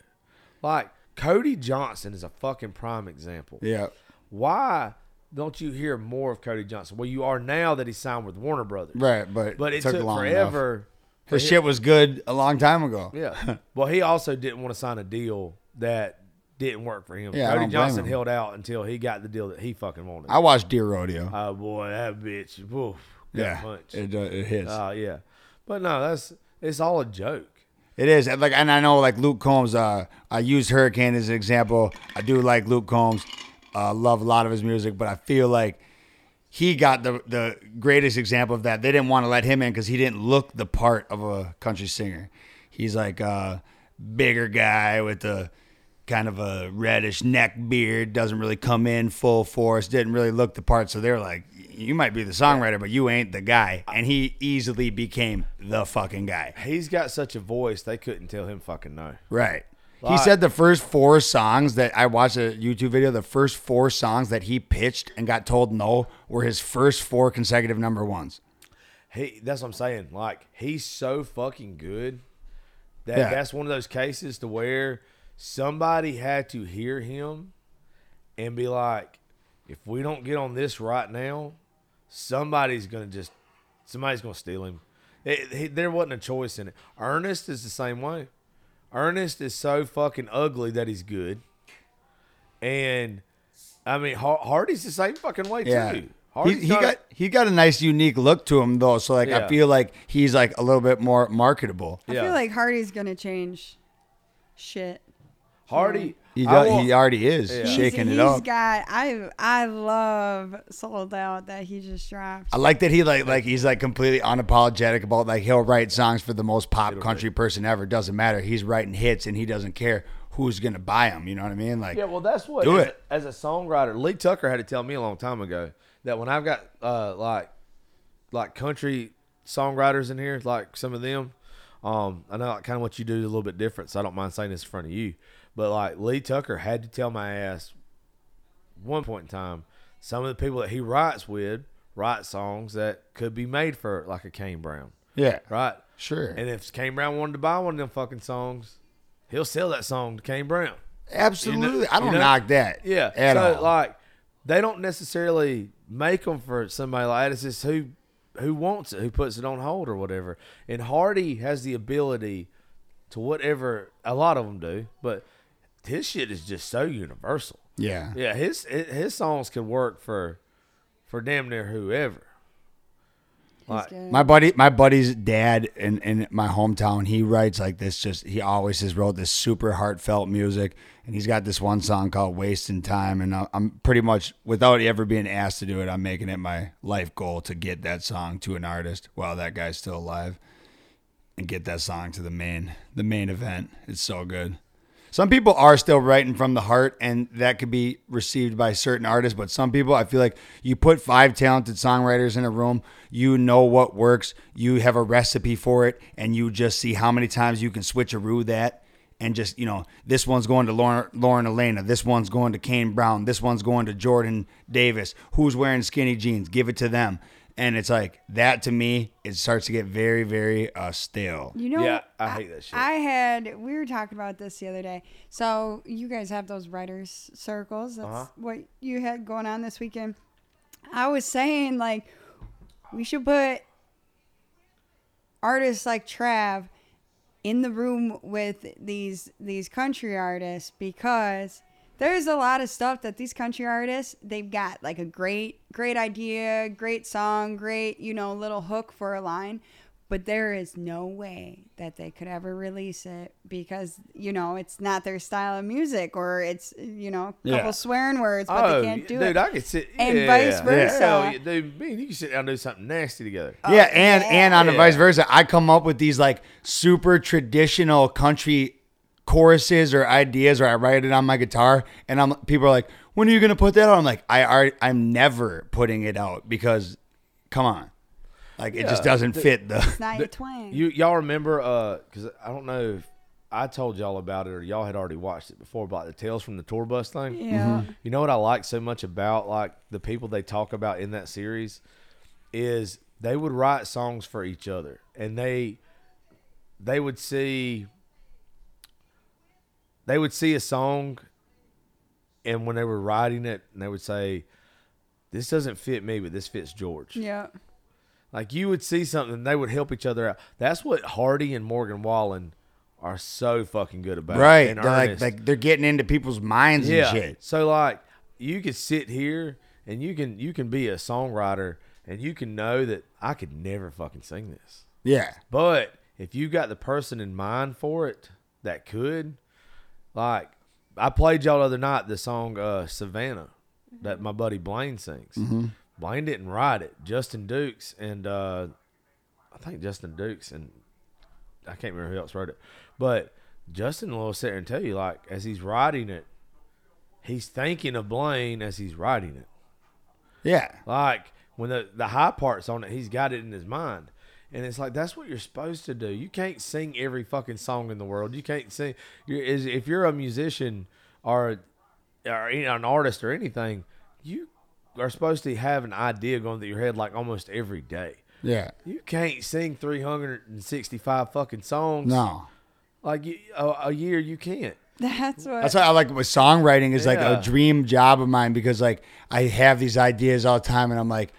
Speaker 2: Like Cody Johnson is a fucking prime example.
Speaker 4: Yep.
Speaker 2: Why don't you hear more of Cody Johnson? Well, you are now that he signed with Warner Brothers.
Speaker 4: Right, but
Speaker 2: But it,
Speaker 4: it
Speaker 2: took,
Speaker 4: took long enough.
Speaker 2: forever.
Speaker 4: His shit was good a long time ago.
Speaker 2: Yeah. well, he also didn't want to sign a deal that didn't work for him.
Speaker 4: Yeah,
Speaker 2: Cody
Speaker 4: I don't blame
Speaker 2: Johnson
Speaker 4: him.
Speaker 2: held out until he got the deal that he fucking wanted.
Speaker 4: I watched Deer Rodeo.
Speaker 2: Oh boy, that bitch. Woof, got
Speaker 4: yeah,
Speaker 2: punched.
Speaker 4: it, uh, it hits.
Speaker 2: Oh yeah, but no, that's it's all a joke.
Speaker 4: It is like, and I know like Luke Combs. Uh, I use Hurricane as an example. I do like Luke Combs. I love a lot of his music, but I feel like he got the the greatest example of that. They didn't want to let him in because he didn't look the part of a country singer. He's like a bigger guy with a kind of a reddish neck beard. Doesn't really come in full force. Didn't really look the part. So they're like, you might be the songwriter, but you ain't the guy. And he easily became the fucking guy.
Speaker 2: He's got such a voice they couldn't tell him fucking no.
Speaker 4: Right. He
Speaker 2: Like-
Speaker 4: said the first four songs that I watched a YouTube video, the first four songs that he pitched and got told no were his first four consecutive number ones.
Speaker 2: He that's what I'm saying. Like he's so fucking good that
Speaker 4: Yeah.
Speaker 2: that's one of those cases to where somebody had to hear him and be like, if we don't get on this right now, somebody's gonna just somebody's gonna steal him. It- he- there wasn't a choice in it. Ernest is the same way. Ernest is so fucking ugly that he's good, and I mean Har- Hardy's the same fucking way
Speaker 4: Yeah.
Speaker 2: too.
Speaker 4: He,
Speaker 2: Hardy's
Speaker 4: he
Speaker 2: not-
Speaker 4: got he got a nice unique look to him though, so like
Speaker 2: Yeah.
Speaker 4: I feel like he's like a little bit more marketable.
Speaker 3: I
Speaker 2: Yeah.
Speaker 3: feel like Hardy's gonna change shit.
Speaker 2: Hardy.
Speaker 4: He
Speaker 2: I
Speaker 4: does,
Speaker 2: want-
Speaker 4: he already is
Speaker 2: Yeah.
Speaker 3: He's-
Speaker 4: shaking
Speaker 3: he's
Speaker 4: it up.
Speaker 3: got I I love sold out that he just dropped.
Speaker 4: I like that he like like he's like completely unapologetic about like he'll write songs for the most pop country person ever. Doesn't matter. He's writing hits and he doesn't care who's gonna buy him. You know what I mean? Like
Speaker 2: Yeah, well, that's what.
Speaker 4: Do
Speaker 2: as,
Speaker 4: it.
Speaker 2: as a songwriter. Lee Tucker had to tell me a long time ago that when I've got uh, like like country songwriters in here, like some of them, um, I know like, kind of what you do is a little bit different, so I don't mind saying this in front of you. But like Lee Tucker had to tell my ass one point in time, some of the people that he writes with write songs that could be made for like a Kane Brown,
Speaker 4: yeah.
Speaker 2: right?
Speaker 4: Sure.
Speaker 2: And if Kane Brown wanted to buy one of them fucking songs, he'll sell that song to Kane Brown.
Speaker 4: Absolutely.
Speaker 2: You know-
Speaker 4: I don't
Speaker 2: you know-
Speaker 4: knock that.
Speaker 2: Yeah.
Speaker 4: At
Speaker 2: so
Speaker 4: all.
Speaker 2: like they don't necessarily make them for somebody like that. It's just who who wants it, who puts it on hold or whatever. And Hardy has the ability to whatever a lot of them do, but his shit is just so universal.
Speaker 4: yeah.
Speaker 2: Yeah, his his songs can work for for damn near whoever.
Speaker 3: He's
Speaker 2: Like,
Speaker 3: good.
Speaker 4: My buddy my buddy's dad in, in my hometown, he writes like this just he always has wrote this super heartfelt music and he's got this one song called Wasting Time and I- I'm pretty much without ever being asked to do it, I'm making it my life goal to get that song to an artist while that guy's still alive and get that song to the main the main event. It's so good. Some people are still writing from the heart, and that could be received by certain artists. But some people, I feel like you put five talented songwriters in a room, you know what works, you have a recipe for it, and you just see how many times you can switcheroo that. And just, you know, this one's going to Lauren, Lauren Elena. This one's going to Kane Brown. This one's going to Jordan Davis. Who's wearing skinny jeans? Give it to them. And it's like, that to me, it starts to get very, very uh, stale.
Speaker 3: You know,
Speaker 2: Yeah, I hate that shit.
Speaker 3: I had we were talking about this the other day. So you guys have those writers circles. That's what you had going on this weekend. I was saying like we should put artists like Trav in the room with these these country artists because there's a lot of stuff that these country artists they've got like a great great idea, great song, great, you know, little hook for a line, but there is no way that they could ever release it because, you know, it's not their style of music or it's, you know, a couple
Speaker 4: Yeah.
Speaker 3: swearing words but
Speaker 2: oh,
Speaker 3: they can't do
Speaker 2: dude,
Speaker 3: it.
Speaker 2: I could sit
Speaker 3: And
Speaker 2: yeah,
Speaker 3: vice
Speaker 2: yeah.
Speaker 3: versa.
Speaker 2: Hell yeah, dude, me and you can sit down and do something nasty together.
Speaker 4: yeah, and and on the
Speaker 2: yeah.
Speaker 4: vice versa, I come up with these like super traditional country choruses or ideas, or I write it on my guitar, and I'm people are like, "When are you gonna put that out?" I'm like, "I already, I'm never putting it out because, come on, like it just
Speaker 2: Yeah.
Speaker 4: doesn't fit the."
Speaker 3: now you twang.
Speaker 2: You y'all remember? uh 'cause I don't know if I told y'all about it or y'all had already watched it before, about the Tales from the Tour Bus thing.
Speaker 3: Yeah.
Speaker 2: You know what I like so much about like the people they talk about in that series is they would write songs for each other, and they they would see they would see a song, and when they were writing it, and they would say, this doesn't fit me, but this fits George.
Speaker 3: Yeah.
Speaker 2: Like you would see something, and they would help each other out. That's what Hardy and Morgan Wallen are so fucking good about.
Speaker 4: right.
Speaker 2: and
Speaker 4: They're like,
Speaker 2: earnest.
Speaker 4: like they're getting into people's minds
Speaker 2: yeah.
Speaker 4: and shit.
Speaker 2: So like you could sit here and you can you can be a songwriter and you can know that I could never fucking sing this.
Speaker 4: Yeah.
Speaker 2: But if you got the person in mind for it that could, like I played y'all the other night the song uh, Savannah that my buddy Blaine sings. Blaine didn't write it. Justin Dukes and uh, I think Justin Dukes and I can't remember who else wrote it, but Justin will sit there and tell you like as he's writing it, he's thinking of Blaine as he's writing it.
Speaker 4: Yeah.
Speaker 2: Like when the the high part's on it, he's got it in his mind. And it's like that's what you're supposed to do. You can't sing every fucking song in the world. You can't sing. You're, is if you're a musician or or any- an artist or anything, you are supposed to have an idea going through your head like almost every day.
Speaker 4: Yeah.
Speaker 2: You can't sing 365 fucking songs.
Speaker 4: No.
Speaker 2: like you, a, a year you can't.
Speaker 3: That's what.
Speaker 4: That's why I like with songwriting is like
Speaker 2: Yeah.
Speaker 4: a dream job of mine because like I have these ideas all the time and I'm like,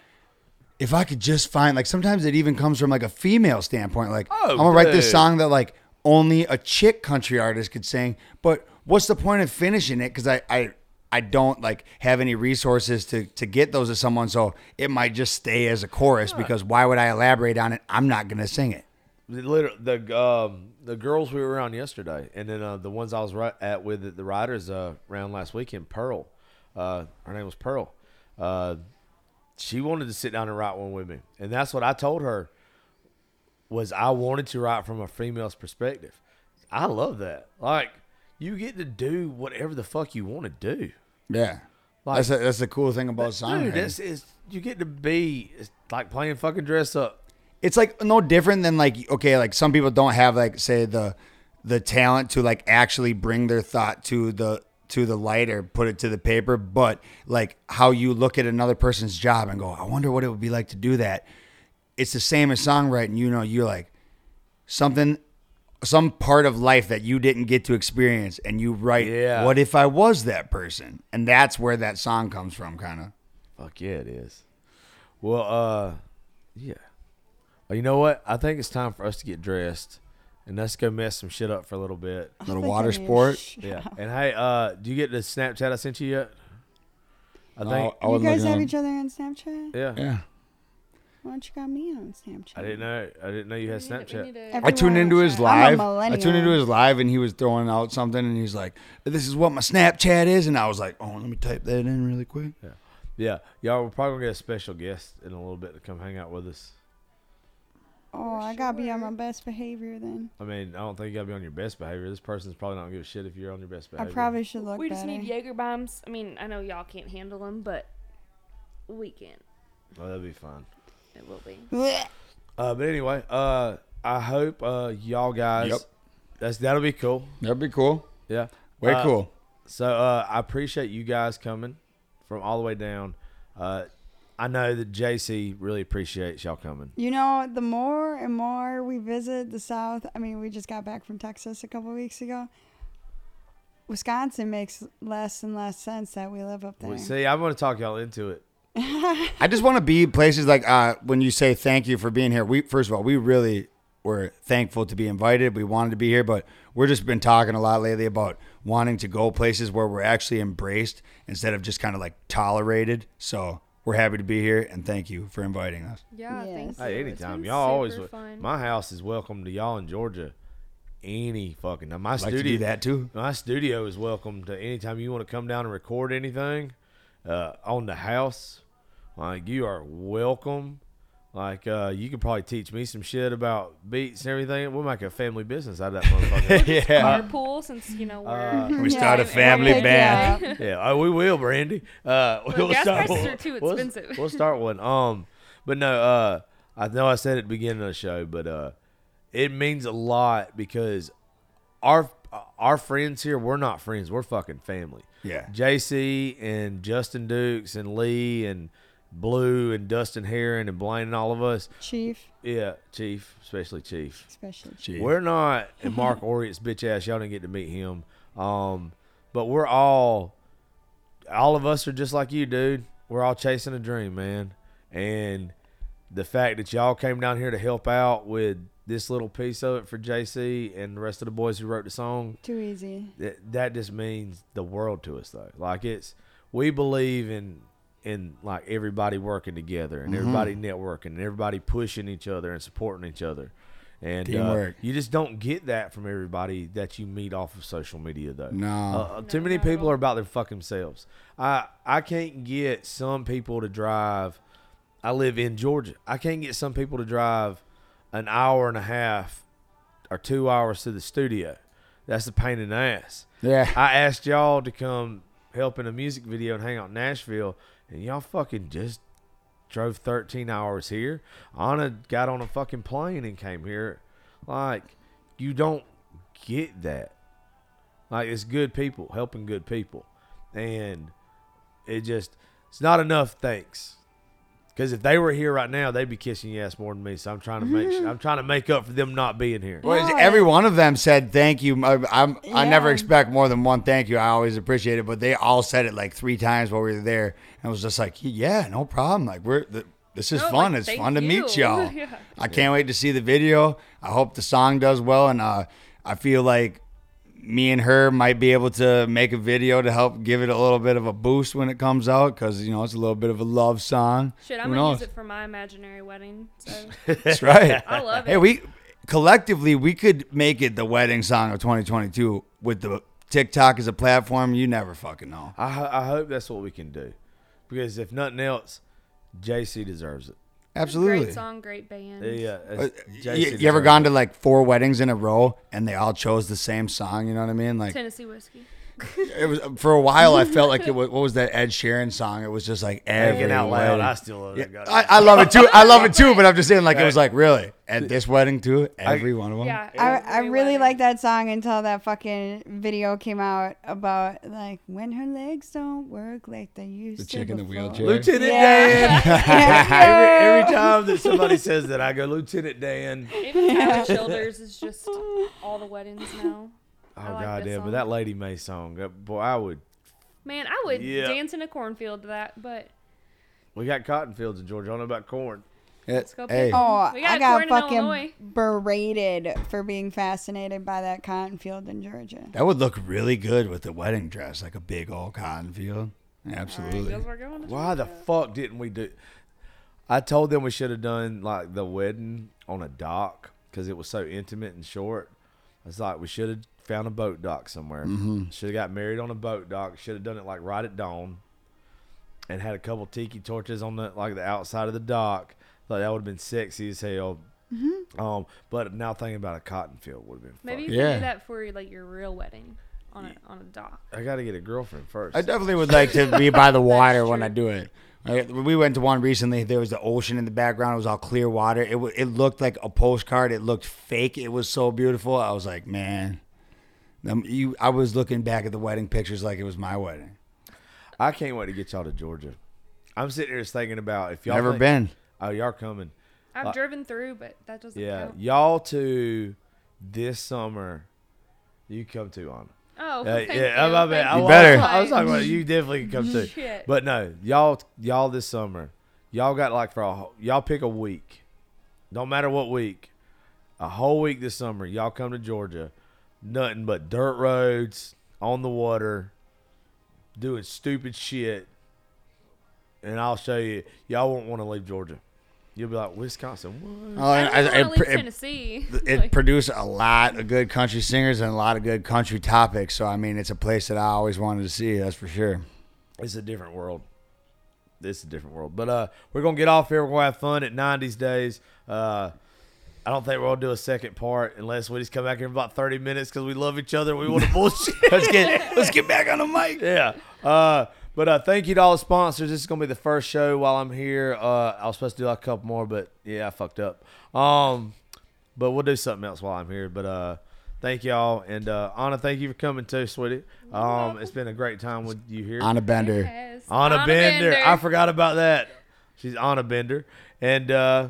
Speaker 4: if I could just find like sometimes it even comes from like a female standpoint. Like
Speaker 2: Oh,
Speaker 4: I'm gonna write this
Speaker 2: dude.
Speaker 4: song that like only a chick country artist could sing, but what's the point of finishing it? Because I I I don't like have any resources to to get those to someone, so it might just stay as a chorus because why would I elaborate on it? I'm not gonna sing it.
Speaker 2: the liter- the um the girls we were around yesterday, and then uh, the ones I was ri- at with at the riders uh, around last weekend, Pearl, uh, her name was Pearl. Uh, she wanted to sit down and write one with me, and that's what I told her was I wanted to write from a female's perspective. I love that. Like you get to do whatever the fuck you want to do.
Speaker 4: Yeah.
Speaker 2: Like-
Speaker 4: that's, a, that's the cool thing about songwriting.
Speaker 2: Dude, that's it's, you get to be it's like playing fucking dress up.
Speaker 4: it's like no different than like okay like some people don't have like say the the talent to like actually bring their thought to the to the light or put it to the paper but like how you look at another person's job and go i wonder what it would be like to do that it's the same as songwriting you know you're like something some part of life that you didn't get to experience and you write
Speaker 2: Yeah.
Speaker 4: what if i was that person and that's where that song comes from kind of
Speaker 2: Fuck yeah, it is. Well, uh, yeah. Well, you know what? I think it's time for us to get dressed, and let's go mess some shit up for a little bit.
Speaker 4: little
Speaker 3: think I
Speaker 4: water
Speaker 3: need a
Speaker 4: sport
Speaker 3: sh-
Speaker 2: Yeah. And hey, uh, do you get the Snapchat I sent you yet? I think.
Speaker 4: I
Speaker 3: you
Speaker 4: wasn't
Speaker 3: guys
Speaker 4: looking
Speaker 3: have
Speaker 4: at
Speaker 3: each other on Snapchat?
Speaker 2: yeah.
Speaker 4: them. yeah
Speaker 3: Why don't you got me on Snapchat?
Speaker 2: I didn't know. I didn't know you had Snapchat.
Speaker 3: Everyone
Speaker 4: I tuned into
Speaker 3: on
Speaker 4: his
Speaker 3: Snapchat.
Speaker 4: live.
Speaker 3: I'm a
Speaker 4: I tuned into
Speaker 3: millennial.
Speaker 4: his live, and he was throwing out something, and he's like, "This is what my Snapchat is," and I was like, "Oh, let me type that in really quick."
Speaker 2: Yeah. Y'all, we're probably gonna get a special guest in a little bit to come hang out with us.
Speaker 3: Oh, I gotta be on my best behavior then.
Speaker 2: I mean, I don't think you gotta be on your best behavior. This person's probably not gonna give a shit if you're on your best
Speaker 3: I
Speaker 2: behavior.
Speaker 3: probably should look
Speaker 5: We just
Speaker 3: better.
Speaker 5: need Jaeger bombs. I mean, I know y'all can't handle them, but we can.
Speaker 2: Oh, that'd be fun.
Speaker 5: It will be.
Speaker 3: Blech.
Speaker 2: Uh, but anyway, uh, I hope uh y'all guys.
Speaker 4: Yep.
Speaker 2: That's that'll be cool.
Speaker 4: That'd be cool.
Speaker 2: Yeah.
Speaker 4: Way
Speaker 2: Uh,
Speaker 4: cool.
Speaker 2: So uh, I appreciate you guys coming from all the way down. Uh, I know that JC really appreciates y'all coming.
Speaker 3: You know, the more and more we visit the South, I mean, we just got back from Texas a couple weeks ago. Wisconsin makes less and less sense that we live up there.
Speaker 2: Well, see, I'm going to talk y'all into it.
Speaker 4: I just want to be places like uh, when you say thank you for being here. We first of all, we really were thankful to be invited. We wanted to be here, but we're just been talking a lot lately about wanting to go places where we're actually embraced instead of just kind of like tolerated. So we're happy to be here, and thank you for inviting us.
Speaker 5: Yeah,
Speaker 3: Yes.
Speaker 5: thanks.
Speaker 2: Hey, anytime y'all always wel- my house is welcome to y'all in Georgia. Any fucking now my
Speaker 4: I'd like
Speaker 2: studio
Speaker 4: to do that too.
Speaker 2: my studio is welcome to anytime you want to come down and record anything uh, on the house. Like you are welcome. Like uh, you could probably teach me some shit about beats and everything. We'll make a family business out of that motherfucker.
Speaker 4: yeah.
Speaker 5: pool since you know we're
Speaker 2: Uh,
Speaker 4: We start a
Speaker 5: Yeah.
Speaker 4: family
Speaker 5: Yeah.
Speaker 4: band.
Speaker 3: Yeah.
Speaker 2: yeah, oh, we will, Brandy. Uh, we'll
Speaker 5: gas
Speaker 2: start
Speaker 5: prices
Speaker 2: one.
Speaker 5: are too
Speaker 2: We'll-
Speaker 5: expensive.
Speaker 2: We'll, start one. Um, but no, uh, I know I said it at the beginning of the show, but uh, it means a lot because our our friends here, we're not friends, we're fucking family.
Speaker 4: Yeah.
Speaker 2: JC and Justin Dukes and Lee and Blue and Dustin Heron and Blaine and all of us.
Speaker 3: Chief,
Speaker 2: Yeah, Chief, especially Chief.
Speaker 3: especially.
Speaker 4: Gee.
Speaker 2: We're not and Mark Orient's bitch ass. Y'all didn't get to meet him. Um, but we're all, all of us are just like you, dude. we're all chasing a dream, man. And the fact that y'all came down here to help out with this little piece of it for JC and the rest of the boys who wrote the song,
Speaker 3: Too easy.
Speaker 2: that, that just means the world to us though like it's we believe in in like everybody working together
Speaker 4: Mm-hmm.
Speaker 2: and everybody networking and everybody pushing each other and supporting each other and uh,
Speaker 4: Teamwork.
Speaker 2: you just don't get that from everybody that you meet off of social media though
Speaker 4: No.
Speaker 2: Uh, too
Speaker 5: No,
Speaker 2: many
Speaker 5: not at
Speaker 2: people
Speaker 5: all.
Speaker 2: are about their fucking selves i i can't get some people to drive i live in georgia i can't get some people to drive an hour and a half or two hours to the studio that's a pain in the ass
Speaker 4: Yeah.
Speaker 2: I asked y'all to come help in a music video and hang out in Nashville, and y'all fucking just drove 13 hours here. Anna got on a fucking plane and came here. Like, you don't get that. Like, it's good people helping good people. And it just, it's not enough thanks. Because if they were here right now, they'd be kissing your ass more than me. So I'm trying to make sure, I'm trying to make up for them not being here.
Speaker 4: Well,
Speaker 3: No,
Speaker 4: every one of them said thank you. I, I'm, I never
Speaker 3: Yeah.
Speaker 4: expect more than one thank you. I always appreciate it, but they all said it like three times while we were there, and it was just like, yeah, no problem. Like we're th- this is
Speaker 5: No,
Speaker 4: fun.
Speaker 5: like,
Speaker 4: it's
Speaker 5: thank
Speaker 4: fun to meet
Speaker 5: you.
Speaker 4: y'all.
Speaker 5: Yeah.
Speaker 4: I can't wait to see the video. I hope the song does well, and uh, I feel like me and her might be able to make a video to help give it a little bit of a boost when it comes out because you know it's a little bit of a love song.
Speaker 5: Shit, I'm
Speaker 4: Who
Speaker 5: gonna
Speaker 4: knows?
Speaker 5: use it for my imaginary wedding. So
Speaker 4: That's right.
Speaker 5: I love it.
Speaker 4: Hey, we collectively we could make it the wedding song of 2022 with the TikTok as a platform. You never fucking know.
Speaker 2: I, ho- I hope that's what we can do, because if nothing else, JC deserves it.
Speaker 4: Absolutely.
Speaker 5: great song, great band.
Speaker 2: Yeah,
Speaker 4: Uh,
Speaker 2: it's-
Speaker 4: y-
Speaker 2: JC
Speaker 4: You, ever
Speaker 2: deserves
Speaker 4: gone
Speaker 2: it.
Speaker 4: to like four weddings in a row and they all chose the same song? You know what I mean? Like
Speaker 5: Tennessee whiskey.
Speaker 4: it was for a while. I felt like it was what was that Ed Sheeran song? It was just like
Speaker 2: Thinking
Speaker 4: every
Speaker 2: out loud,
Speaker 4: wedding.
Speaker 2: I still love that guy.
Speaker 4: I, I love it too. I love it too. But I'm just saying, like it was like really at this wedding too. Every
Speaker 2: Um,
Speaker 4: one of them.
Speaker 5: Yeah.
Speaker 3: I,
Speaker 5: every
Speaker 3: I really
Speaker 5: wedding.
Speaker 3: like that song until that fucking video came out about like when her legs don't work like they used
Speaker 4: The
Speaker 3: to.
Speaker 4: chick in the
Speaker 3: before.
Speaker 4: wheelchair.
Speaker 2: Lieutenant Dan.
Speaker 3: Yeah.
Speaker 2: every,
Speaker 3: Yeah.
Speaker 2: every time that somebody says that, I go Lieutenant Dan. Oh,
Speaker 5: Even Tyler Childers is just all the weddings now.
Speaker 2: Oh
Speaker 5: I like this
Speaker 2: goddamn! But
Speaker 5: song.
Speaker 2: that Lady May song, uh, boy, I would.
Speaker 5: Man, I would
Speaker 2: Yeah.
Speaker 5: dance in a cornfield to that, but
Speaker 2: We got cotton fields in Georgia. I don't know about corn.
Speaker 4: Let's
Speaker 5: go
Speaker 4: hey,
Speaker 5: pick
Speaker 3: Oh,
Speaker 5: We got
Speaker 3: I got
Speaker 5: corn in
Speaker 3: fucking
Speaker 5: Illinois.
Speaker 3: berated for being fascinated by that cotton field in Georgia.
Speaker 4: that would look really good with the wedding dress, like a big old cotton field. Absolutely.
Speaker 5: because we're going to
Speaker 2: Why the fuck didn't we do? I told them we should have done like the wedding on a dock because it was so intimate and short. I was like, we should have found a boat dock somewhere.
Speaker 4: Mm-hmm.
Speaker 2: Should have got married on a boat dock. Should have done it like right at dawn, and had a couple tiki torches on the like the outside of the dock. Like that would have been sexy as hell.
Speaker 4: Mm-hmm.
Speaker 2: Um, but now thinking about a cotton field would have been.
Speaker 5: Maybe you
Speaker 2: Maybe
Speaker 5: can
Speaker 4: Yeah.
Speaker 5: do that for like your real wedding on a, on a dock.
Speaker 2: I got to get a girlfriend first.
Speaker 4: I definitely would like to be by the water when
Speaker 5: true.
Speaker 4: I do it. Like, we went to one recently. There was the ocean in the background. It was all clear water. It wa- it looked like a postcard. It looked fake. It was so beautiful. I was like, man, Um, you. I was looking back at the wedding pictures like it was my wedding.
Speaker 2: I can't wait to get y'all to Georgia. I'm sitting here just thinking about if y'all
Speaker 4: Never
Speaker 2: think-
Speaker 4: been.
Speaker 2: Oh, y'all coming?
Speaker 5: I've
Speaker 2: Uh,
Speaker 5: driven through, but that doesn't
Speaker 2: Yeah,
Speaker 5: count.
Speaker 2: y'all two this summer. You come too on.
Speaker 5: Oh,
Speaker 2: Uh,
Speaker 5: thank
Speaker 2: yeah,
Speaker 5: you,
Speaker 2: I, I,
Speaker 5: thank
Speaker 2: I,
Speaker 4: You
Speaker 2: I-
Speaker 4: better.
Speaker 2: I was talking about you definitely can come too.
Speaker 5: Shit.
Speaker 2: But no, y'all y'all this summer, y'all got like for a whole- y'all pick a week, don't matter what week, a whole week this summer. Y'all come to Georgia, nothing but dirt roads on the water, doing stupid shit, and I'll show you. Y'all won't want to leave Georgia. You'll be like Wisconsin. What?
Speaker 4: Oh, and
Speaker 5: Mm. I,
Speaker 4: I-
Speaker 5: don't
Speaker 4: it
Speaker 5: wanna
Speaker 4: pr-
Speaker 5: leave
Speaker 4: it-
Speaker 5: Tennessee.
Speaker 4: it
Speaker 5: Like,
Speaker 4: produced a lot of good country singers and a lot of good country topics. So I mean, it's a place that I always wanted to see. That's for sure.
Speaker 2: it's a different world. It's a different world. But uh, we're gonna get off here. We're gonna have fun at '90s days. Uh, I don't think we're gonna do a second part unless we just come back here in about 30 minutes because we love each other. and We want to bullshit.
Speaker 4: Let's get let's get back on the mic.
Speaker 2: yeah. Uh, but uh, thank you to all the sponsors. This is gonna be the first show while I'm here. Uh, I was supposed to do like a couple more, but yeah, I fucked up. Um, but we'll do something else while I'm here. But uh, thank y'all and uh, Anna, thank you for coming too, sweetie. Um, it's been a great time with you here.
Speaker 4: On a bender.
Speaker 5: yes.
Speaker 2: Anna,
Speaker 5: On a
Speaker 2: Bender. I forgot about that. She's Anna Bender. And uh,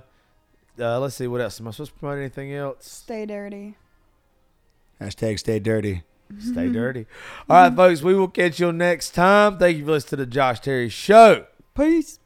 Speaker 2: uh, let's see what else. Am I supposed to promote anything else?
Speaker 3: Stay dirty.
Speaker 4: Hashtag stay dirty.
Speaker 2: Stay dirty. All right, folks. We will catch you next time. Thank you for listening to the Josh Terry Show.
Speaker 3: Peace.